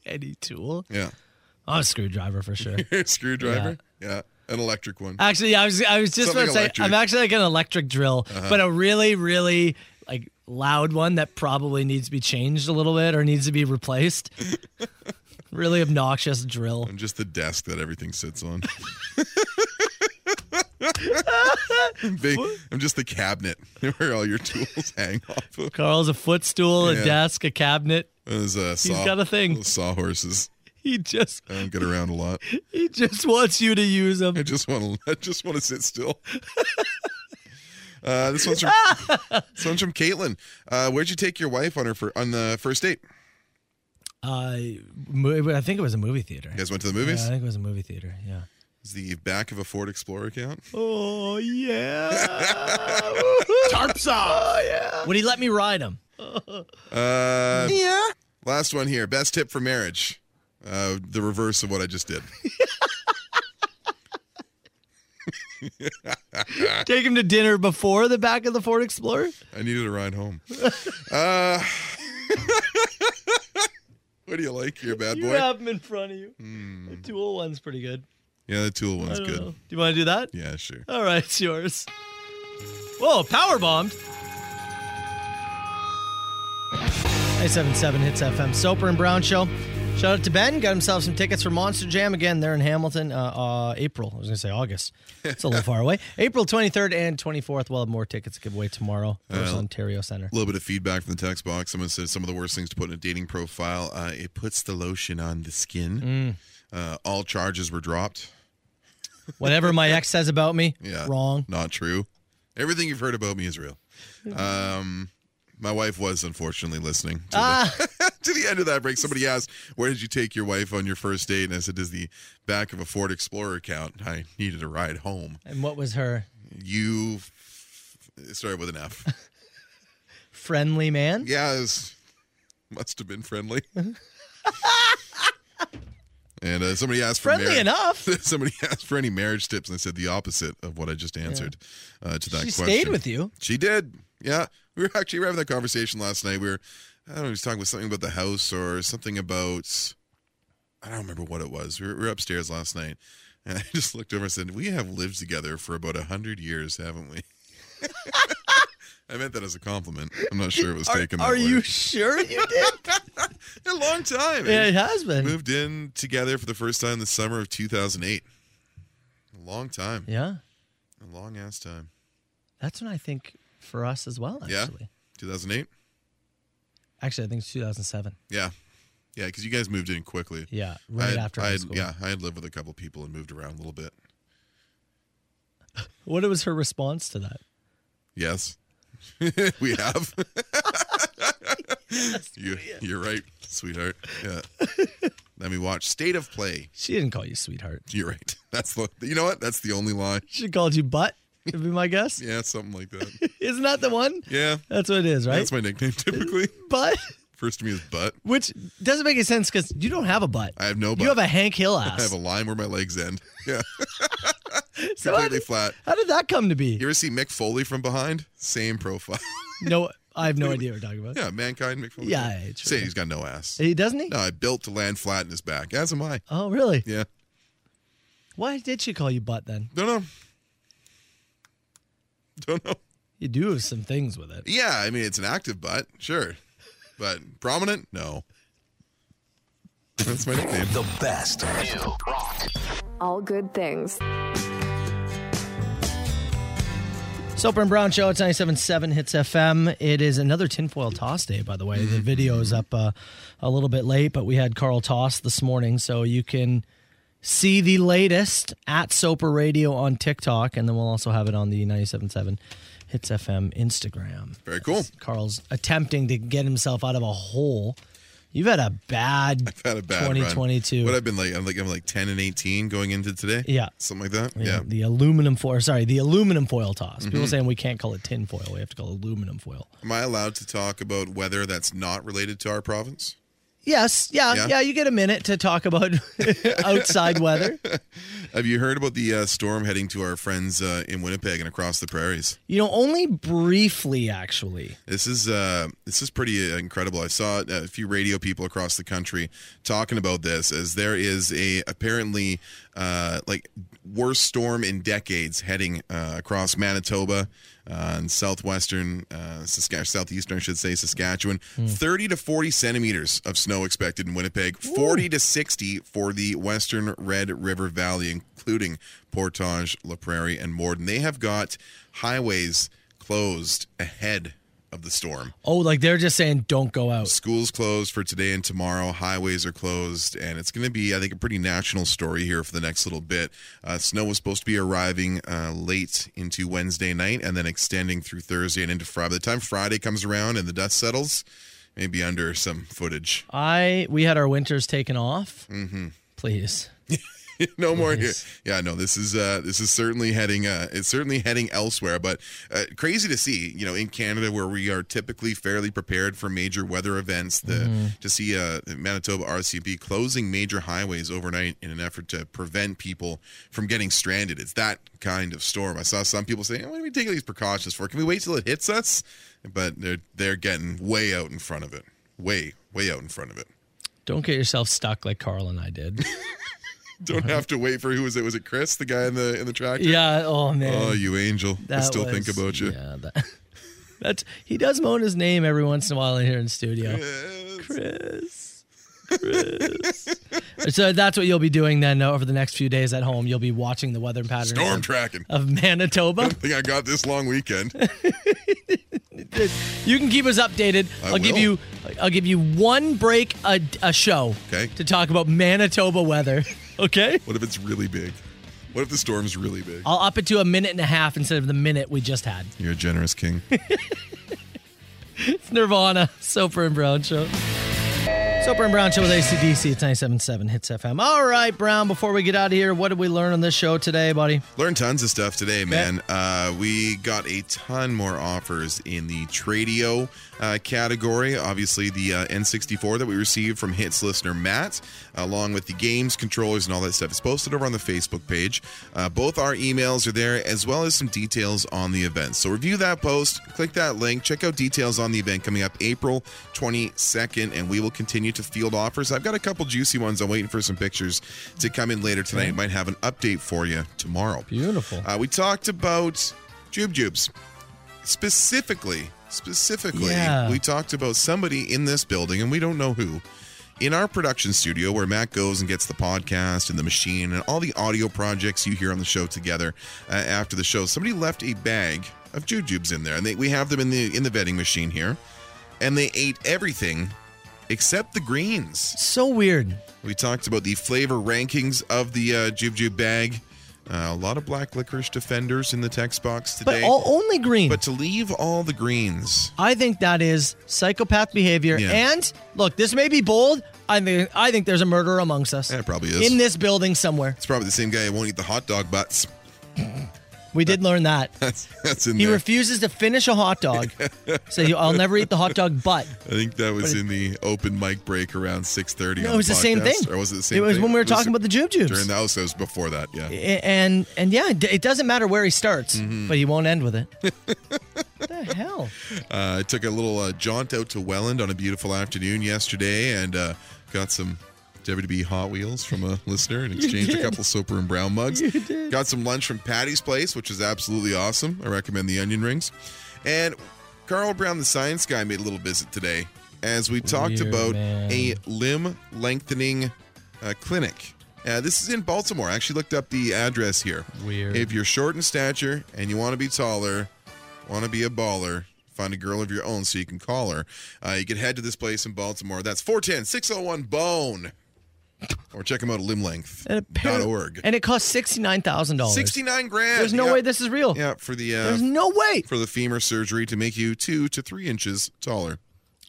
[SPEAKER 6] Any tool.
[SPEAKER 7] Yeah,
[SPEAKER 6] I'm a screwdriver for sure.
[SPEAKER 7] screwdriver. Yeah, an electric one.
[SPEAKER 6] Actually, yeah, I was I was just
[SPEAKER 7] Something
[SPEAKER 6] about to say
[SPEAKER 7] electric.
[SPEAKER 6] I'm actually like an electric drill,
[SPEAKER 7] Uh-huh.
[SPEAKER 6] but a really really like loud one that probably needs to be changed a little bit or needs to be replaced. really obnoxious drill.
[SPEAKER 7] And just the desk that everything sits on. Big, I'm just the cabinet where all your tools hang off of.
[SPEAKER 6] Carl's a footstool,
[SPEAKER 7] Yeah.
[SPEAKER 6] a desk, a cabinet.
[SPEAKER 7] Those, uh,
[SPEAKER 6] He's
[SPEAKER 7] saw-
[SPEAKER 6] got a thing.
[SPEAKER 7] those sawhorses.
[SPEAKER 6] He just
[SPEAKER 7] I don't get around a lot.
[SPEAKER 6] he just wants you to use them.
[SPEAKER 7] I just want to. I just want to sit still. Uh, this one's from this one's from Caitlin. Uh, where'd you take your wife on her for, on the first date?
[SPEAKER 6] Uh, mo- I think it was a movie theater.
[SPEAKER 7] You guys went to the movies.
[SPEAKER 6] Yeah, I think it was a movie theater. Yeah.
[SPEAKER 7] Is the back of a Ford Explorer count?
[SPEAKER 6] Oh yeah. Tarps off. Oh, yeah. Would he let me ride him?
[SPEAKER 7] Uh,
[SPEAKER 6] Yeah.
[SPEAKER 7] Last one here. Best tip for marriage. Uh, the reverse of what I just did.
[SPEAKER 6] Take him to dinner before the back of the Ford Explorer.
[SPEAKER 7] I needed a ride home. Uh, what do you like here, bad
[SPEAKER 6] You
[SPEAKER 7] boy?
[SPEAKER 6] have him in front of you. The tool one's pretty good.
[SPEAKER 7] Yeah, the tool
[SPEAKER 6] I
[SPEAKER 7] one's
[SPEAKER 6] don't
[SPEAKER 7] good.
[SPEAKER 6] know. Do you want to do that?
[SPEAKER 7] Yeah, sure.
[SPEAKER 6] All right, it's yours. Whoa, power bombed. 977 Hits FM. Soper and Brown Show. Shout out to Ben. Got himself some tickets for Monster Jam again there in Hamilton, uh, uh, April. I was going to say August. It's a little far away. April 23rd and 24th. We'll have more tickets to give away tomorrow. First
[SPEAKER 7] Uh,
[SPEAKER 6] Ontario Center.
[SPEAKER 7] A little bit of feedback from the text box. Someone said some of the worst things to put in a dating profile. Uh, it puts the lotion on the skin. Uh, all charges were dropped.
[SPEAKER 6] Whatever my ex says about me,
[SPEAKER 7] Yeah.
[SPEAKER 6] wrong.
[SPEAKER 7] Not true. Everything you've heard about me is real. Um, my wife was unfortunately listening to, the, to the end of that break. Somebody asked, "Where did you take your wife on your first date?" And I said, "Does the back of a Ford Explorer count?" I needed a ride home.
[SPEAKER 6] And what was her
[SPEAKER 7] You it started with an F.
[SPEAKER 6] friendly man?
[SPEAKER 7] Yeah, it was, must have been friendly. and uh, somebody asked for
[SPEAKER 6] Friendly
[SPEAKER 7] marriage-
[SPEAKER 6] enough.
[SPEAKER 7] somebody asked for any marriage tips, and I said the opposite of what I just answered uh, to that
[SPEAKER 6] She
[SPEAKER 7] question.
[SPEAKER 6] stayed with you.
[SPEAKER 7] She did. Yeah, we were actually we were having that conversation last night. We were, I don't know, he was talking about something about the house or something about, I don't remember what it was. We were, we were upstairs last night, and I just looked over and said, "We have lived together for about a hundred years, haven't we?" I meant that as a compliment. I'm not sure it was
[SPEAKER 6] Are-
[SPEAKER 7] taken. that
[SPEAKER 6] Are
[SPEAKER 7] way.
[SPEAKER 6] you sure you did?
[SPEAKER 7] a long time.
[SPEAKER 6] Yeah, it has been.
[SPEAKER 7] Moved in together for the first time the summer of 2008. A long time.
[SPEAKER 6] Yeah.
[SPEAKER 7] A long ass time.
[SPEAKER 6] That's when I think for us as well, actually.
[SPEAKER 7] Yeah. 2008.
[SPEAKER 6] Actually, I think it's 2007.
[SPEAKER 7] Yeah. Yeah, because you guys moved in quickly.
[SPEAKER 6] Yeah,
[SPEAKER 7] I
[SPEAKER 6] right
[SPEAKER 7] had-
[SPEAKER 6] after
[SPEAKER 7] I
[SPEAKER 6] high
[SPEAKER 7] had-
[SPEAKER 6] school.
[SPEAKER 7] Yeah, I had lived with a couple people and moved around a little bit.
[SPEAKER 6] What was her response to that?
[SPEAKER 7] Yes, we have. you, you're right, sweetheart. Yeah. then we watched State of Play.
[SPEAKER 6] She didn't call you sweetheart.
[SPEAKER 7] You're right. That's the. You know what? That's the only lie.
[SPEAKER 6] She called you butt, would be my guess.
[SPEAKER 7] Yeah, something like that.
[SPEAKER 6] Isn't that the one?
[SPEAKER 7] Yeah.
[SPEAKER 6] That's what it is, right?
[SPEAKER 7] That's my nickname typically.
[SPEAKER 6] butt,
[SPEAKER 7] First to me is butt.
[SPEAKER 6] which doesn't make any sense because you don't have a butt.
[SPEAKER 7] I have no butt.
[SPEAKER 6] You have a Hank Hill
[SPEAKER 7] I have
[SPEAKER 6] ass.
[SPEAKER 7] a line where my legs end. Yeah.
[SPEAKER 6] So how
[SPEAKER 7] Completely
[SPEAKER 6] did,
[SPEAKER 7] flat.
[SPEAKER 6] how did that come to be?
[SPEAKER 7] You ever see Mick Foley from behind? Same profile.
[SPEAKER 6] No, I have no idea what we're talking about.
[SPEAKER 7] yeah, mankind Mick Foley.
[SPEAKER 6] Yeah, yeah, true.
[SPEAKER 7] Say he's got no ass.
[SPEAKER 6] He doesn't he?
[SPEAKER 7] No, I built to land flat in his back. As am I.
[SPEAKER 6] Oh, really?
[SPEAKER 7] Yeah.
[SPEAKER 6] Why did she call you butt then?
[SPEAKER 7] Don't know. Don't know.
[SPEAKER 6] You do have some things with it.
[SPEAKER 7] Yeah, I mean it's an active butt, sure. But prominent? No. That's my nickname.
[SPEAKER 5] The best.
[SPEAKER 16] All good things.
[SPEAKER 6] Soper and Brown Show. It's 97.7 Hits FM. It is another tinfoil toss day, by the way. The video is up uh, a little bit late, but we had Carl Toss this morning, so you can see the latest at Soper Radio on TikTok, and then we'll also have it on the 97.7 Hits FM Instagram.
[SPEAKER 7] Very cool.
[SPEAKER 6] Carl's attempting to get himself out of a hole. You've had a bad,
[SPEAKER 7] I've had a bad run.
[SPEAKER 6] 2022.
[SPEAKER 7] What I've been like, I'm like I'm like ten and eighteen going into today.
[SPEAKER 6] Yeah.
[SPEAKER 7] something like that.
[SPEAKER 6] Yeah,
[SPEAKER 7] Yeah,
[SPEAKER 6] The aluminum foil, sorry, the aluminum foil toss. People
[SPEAKER 7] Mhm.
[SPEAKER 6] saying we can't call it tin foil. We have to call it aluminum foil.
[SPEAKER 7] Am I allowed to talk about weather that's not related to our province?
[SPEAKER 6] Yes, yeah,
[SPEAKER 7] Yeah?
[SPEAKER 6] yeah, You get a minute to talk about outside weather.
[SPEAKER 7] Have you heard about the uh, storm heading to our friends uh, in Winnipeg and across the prairies?
[SPEAKER 6] You know, only briefly, actually.
[SPEAKER 7] This is uh, this is pretty incredible. I saw uh, a few radio people across the country talking about this, as there is a apparently uh, like worst storm in decades heading uh, across Manitoba uh, and southwestern uh, Saskatchewan, southeastern, I should say, Saskatchewan. Thirty to forty centimeters of snow expected in Winnipeg. Forty to sixty for the western Red River Valley, including Portage, La Prairie, and Morden. They have got highways closed ahead of the storm.
[SPEAKER 6] Oh, like they're just saying don't go out.
[SPEAKER 7] Schools closed for today and tomorrow. Highways are closed, and it's going to be, I think, a pretty national story here for the next little bit. Uh, snow was supposed to be arriving uh, late into Wednesday night, and then extending through Thursday and into Friday. By the time Friday comes around and the dust settles, maybe under some footage.
[SPEAKER 6] I we had our winters taken off.
[SPEAKER 7] Mm-hmm.
[SPEAKER 6] Please.
[SPEAKER 7] no more here. Yeah, no, this is uh this is certainly heading uh it's certainly heading elsewhere, but uh, crazy to see, you know, in Canada where we are typically fairly prepared for major weather events, the
[SPEAKER 17] Mhm.
[SPEAKER 7] to see uh Manitoba RCMP closing major highways overnight in an effort to prevent people from getting stranded. It's that kind of storm. I saw some people saying, "What are we taking these precautions for? Can we wait till it hits us?" But they're they're getting way out in front of it. Way way out in front of it.
[SPEAKER 6] Don't get yourself stuck like Carl and I did.
[SPEAKER 7] Don't have to wait for who was it? Was it Chris, the guy in the in the tractor?
[SPEAKER 6] yeah. Oh man.
[SPEAKER 7] Oh, you angel. I
[SPEAKER 6] That
[SPEAKER 7] still think
[SPEAKER 6] was-
[SPEAKER 7] about you.
[SPEAKER 6] Yeah. That, That's he does moan his name every once in a while in here in studio. Chris. Chris. so that's what you'll be doing then uh, over the next few days at home. You'll be watching the weather patterns.
[SPEAKER 7] Storm
[SPEAKER 6] of-
[SPEAKER 7] tracking.
[SPEAKER 6] Of Manitoba.
[SPEAKER 7] I think I got this long weekend.
[SPEAKER 6] You can keep us updated.
[SPEAKER 7] I
[SPEAKER 6] will give
[SPEAKER 7] will.
[SPEAKER 6] you I'll give you one break a, a show
[SPEAKER 7] Okay.
[SPEAKER 6] to talk about Manitoba weather. Okay?
[SPEAKER 7] What if it's really big? What if the storm's really big?
[SPEAKER 6] I'll up it to a minute and a half instead of the minute we just had.
[SPEAKER 7] You're a generous king.
[SPEAKER 6] It's Nirvana, Soper and Brown Show. Soper and Brown Show with ACDC. It's 97.7 Hits FM. All right, Brown, before we get out of here, what did we learn on this show today, buddy?
[SPEAKER 7] Learned tons of stuff today, man. Uh, we got a ton more offers in the Tradio uh, category. Obviously, the uh, N64 that we received from Hits listener Matt, along with the games, controllers, and all that stuff. It's posted over on the Facebook page. Uh, both our emails are there, as well as some details on the event. So review that post, click that link, check out details on the event coming up April 22nd, and we will continue to field offers. I've got a couple juicy ones. I'm waiting for some pictures to come in later tonight. Might have an update for you tomorrow.
[SPEAKER 6] Beautiful.
[SPEAKER 7] Uh, we talked about Jube Jubes. Specifically, specifically,
[SPEAKER 6] Yeah.
[SPEAKER 7] we talked about somebody in this building, and we don't know who. In our production studio, where Matt goes and gets the podcast and the machine and all the audio projects you hear on the show together uh, after the show, somebody left a bag of jujubes in there, and they, we have them in the in the vending machine here, and they ate everything except the greens.
[SPEAKER 6] So weird.
[SPEAKER 7] We talked about the flavor rankings of the uh, jujube bag. Uh, a lot of black licorice defenders in the text box today.
[SPEAKER 6] But all, only green.
[SPEAKER 7] But to leave all the greens,
[SPEAKER 6] I think that is psychopath behavior.
[SPEAKER 7] Yeah.
[SPEAKER 6] And look, this may be bold. I think I think there's a murderer amongst us.
[SPEAKER 7] that probably is.
[SPEAKER 6] In this building somewhere.
[SPEAKER 7] it's probably the same guy who won't eat the hot dog butts.
[SPEAKER 6] We did learn that.
[SPEAKER 7] That's that's in
[SPEAKER 6] He
[SPEAKER 7] there.
[SPEAKER 6] refuses to finish a hot dog. so you- I'll never eat the hot dog butt.
[SPEAKER 7] I think that was in the open mic break around six thirty.
[SPEAKER 6] No, it was the same thing.
[SPEAKER 7] Or was it the same?
[SPEAKER 6] It was
[SPEAKER 7] thing?
[SPEAKER 6] when we were talking about the Jube Jubes.
[SPEAKER 7] during the house. It was before that. Yeah.
[SPEAKER 6] A- And and yeah, it it doesn't matter where he starts,
[SPEAKER 7] Mm-hmm.
[SPEAKER 6] but he won't end with it. what the hell?
[SPEAKER 7] Uh, I took a little uh, jaunt out to Welland on a beautiful afternoon yesterday, and uh, got some WWE Hot Wheels from a listener and exchanged a
[SPEAKER 6] did.
[SPEAKER 7] couple Soper and Brown mugs. Got some lunch from Patty's Place, which is absolutely awesome. I recommend the onion rings. And Carl Brown, the science guy, made a little visit today as we talked
[SPEAKER 6] Weird
[SPEAKER 7] about
[SPEAKER 6] man.
[SPEAKER 7] a limb lengthening uh, clinic. Uh, this is in Baltimore. I actually looked up the address here.
[SPEAKER 6] Weird.
[SPEAKER 7] If you're short in stature and you want to be taller, want to be a baller, find a girl of your own so you can call her, uh, you can head to this place in Baltimore. That's 410 601 Bone. Or check them out at
[SPEAKER 6] And, appar-
[SPEAKER 7] limblength.org.
[SPEAKER 6] and it cost sixty nine thousand dollars.
[SPEAKER 7] 69 grand.
[SPEAKER 6] There's no
[SPEAKER 7] Yeah.
[SPEAKER 6] way this is real.
[SPEAKER 7] Yeah, for the uh,
[SPEAKER 6] There's no way.
[SPEAKER 7] for the femur surgery to make you two to three inches taller.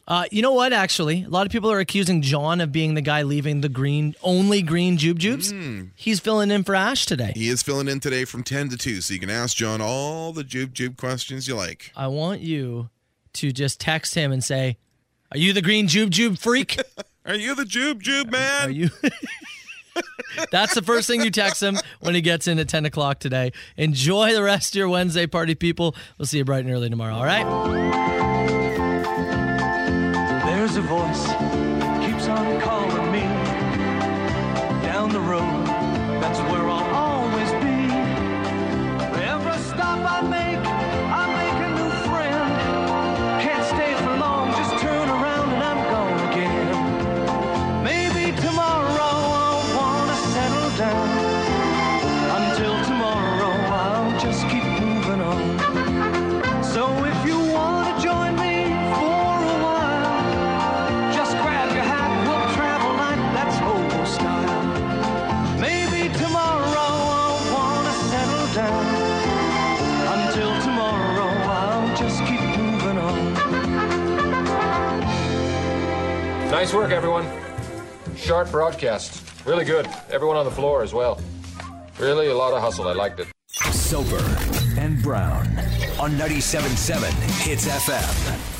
[SPEAKER 6] Uh, you know what? Actually, a lot of people are accusing John of being the guy leaving the green only green jube jubes. He's filling in for Ash today.
[SPEAKER 7] He is filling in today from 10 to 2, so you can ask John all the jube jube questions you like.
[SPEAKER 6] I want you to just text him and say, "Are you the green jube jube freak?
[SPEAKER 7] Are you the jube jube
[SPEAKER 6] Are
[SPEAKER 7] man?
[SPEAKER 6] you?" That's the first thing you text him when he gets in at ten o'clock today. Enjoy the rest of your Wednesday party, people. We'll see you bright and early tomorrow. All right.
[SPEAKER 17] There's a voice keeps on calling me down the road. That's where I'll always be. Every stop I make, I make a new friend. Can't stay for long, just turn around and I'm gone again. Maybe tomorrow I'll wanna settle down. Until tomorrow, I'll just keep moving on. So if you wanna join me for a while. Just grab your hat, we'll travel like that's old style. Maybe tomorrow I'll wanna settle down. Until tomorrow, I'll just keep moving on.
[SPEAKER 18] Nice work, everyone. Sharp broadcast. Really good. Everyone on the floor as well. Really a lot of hustle. I liked it.
[SPEAKER 5] Soper and Brown on 97.7 Hits FM.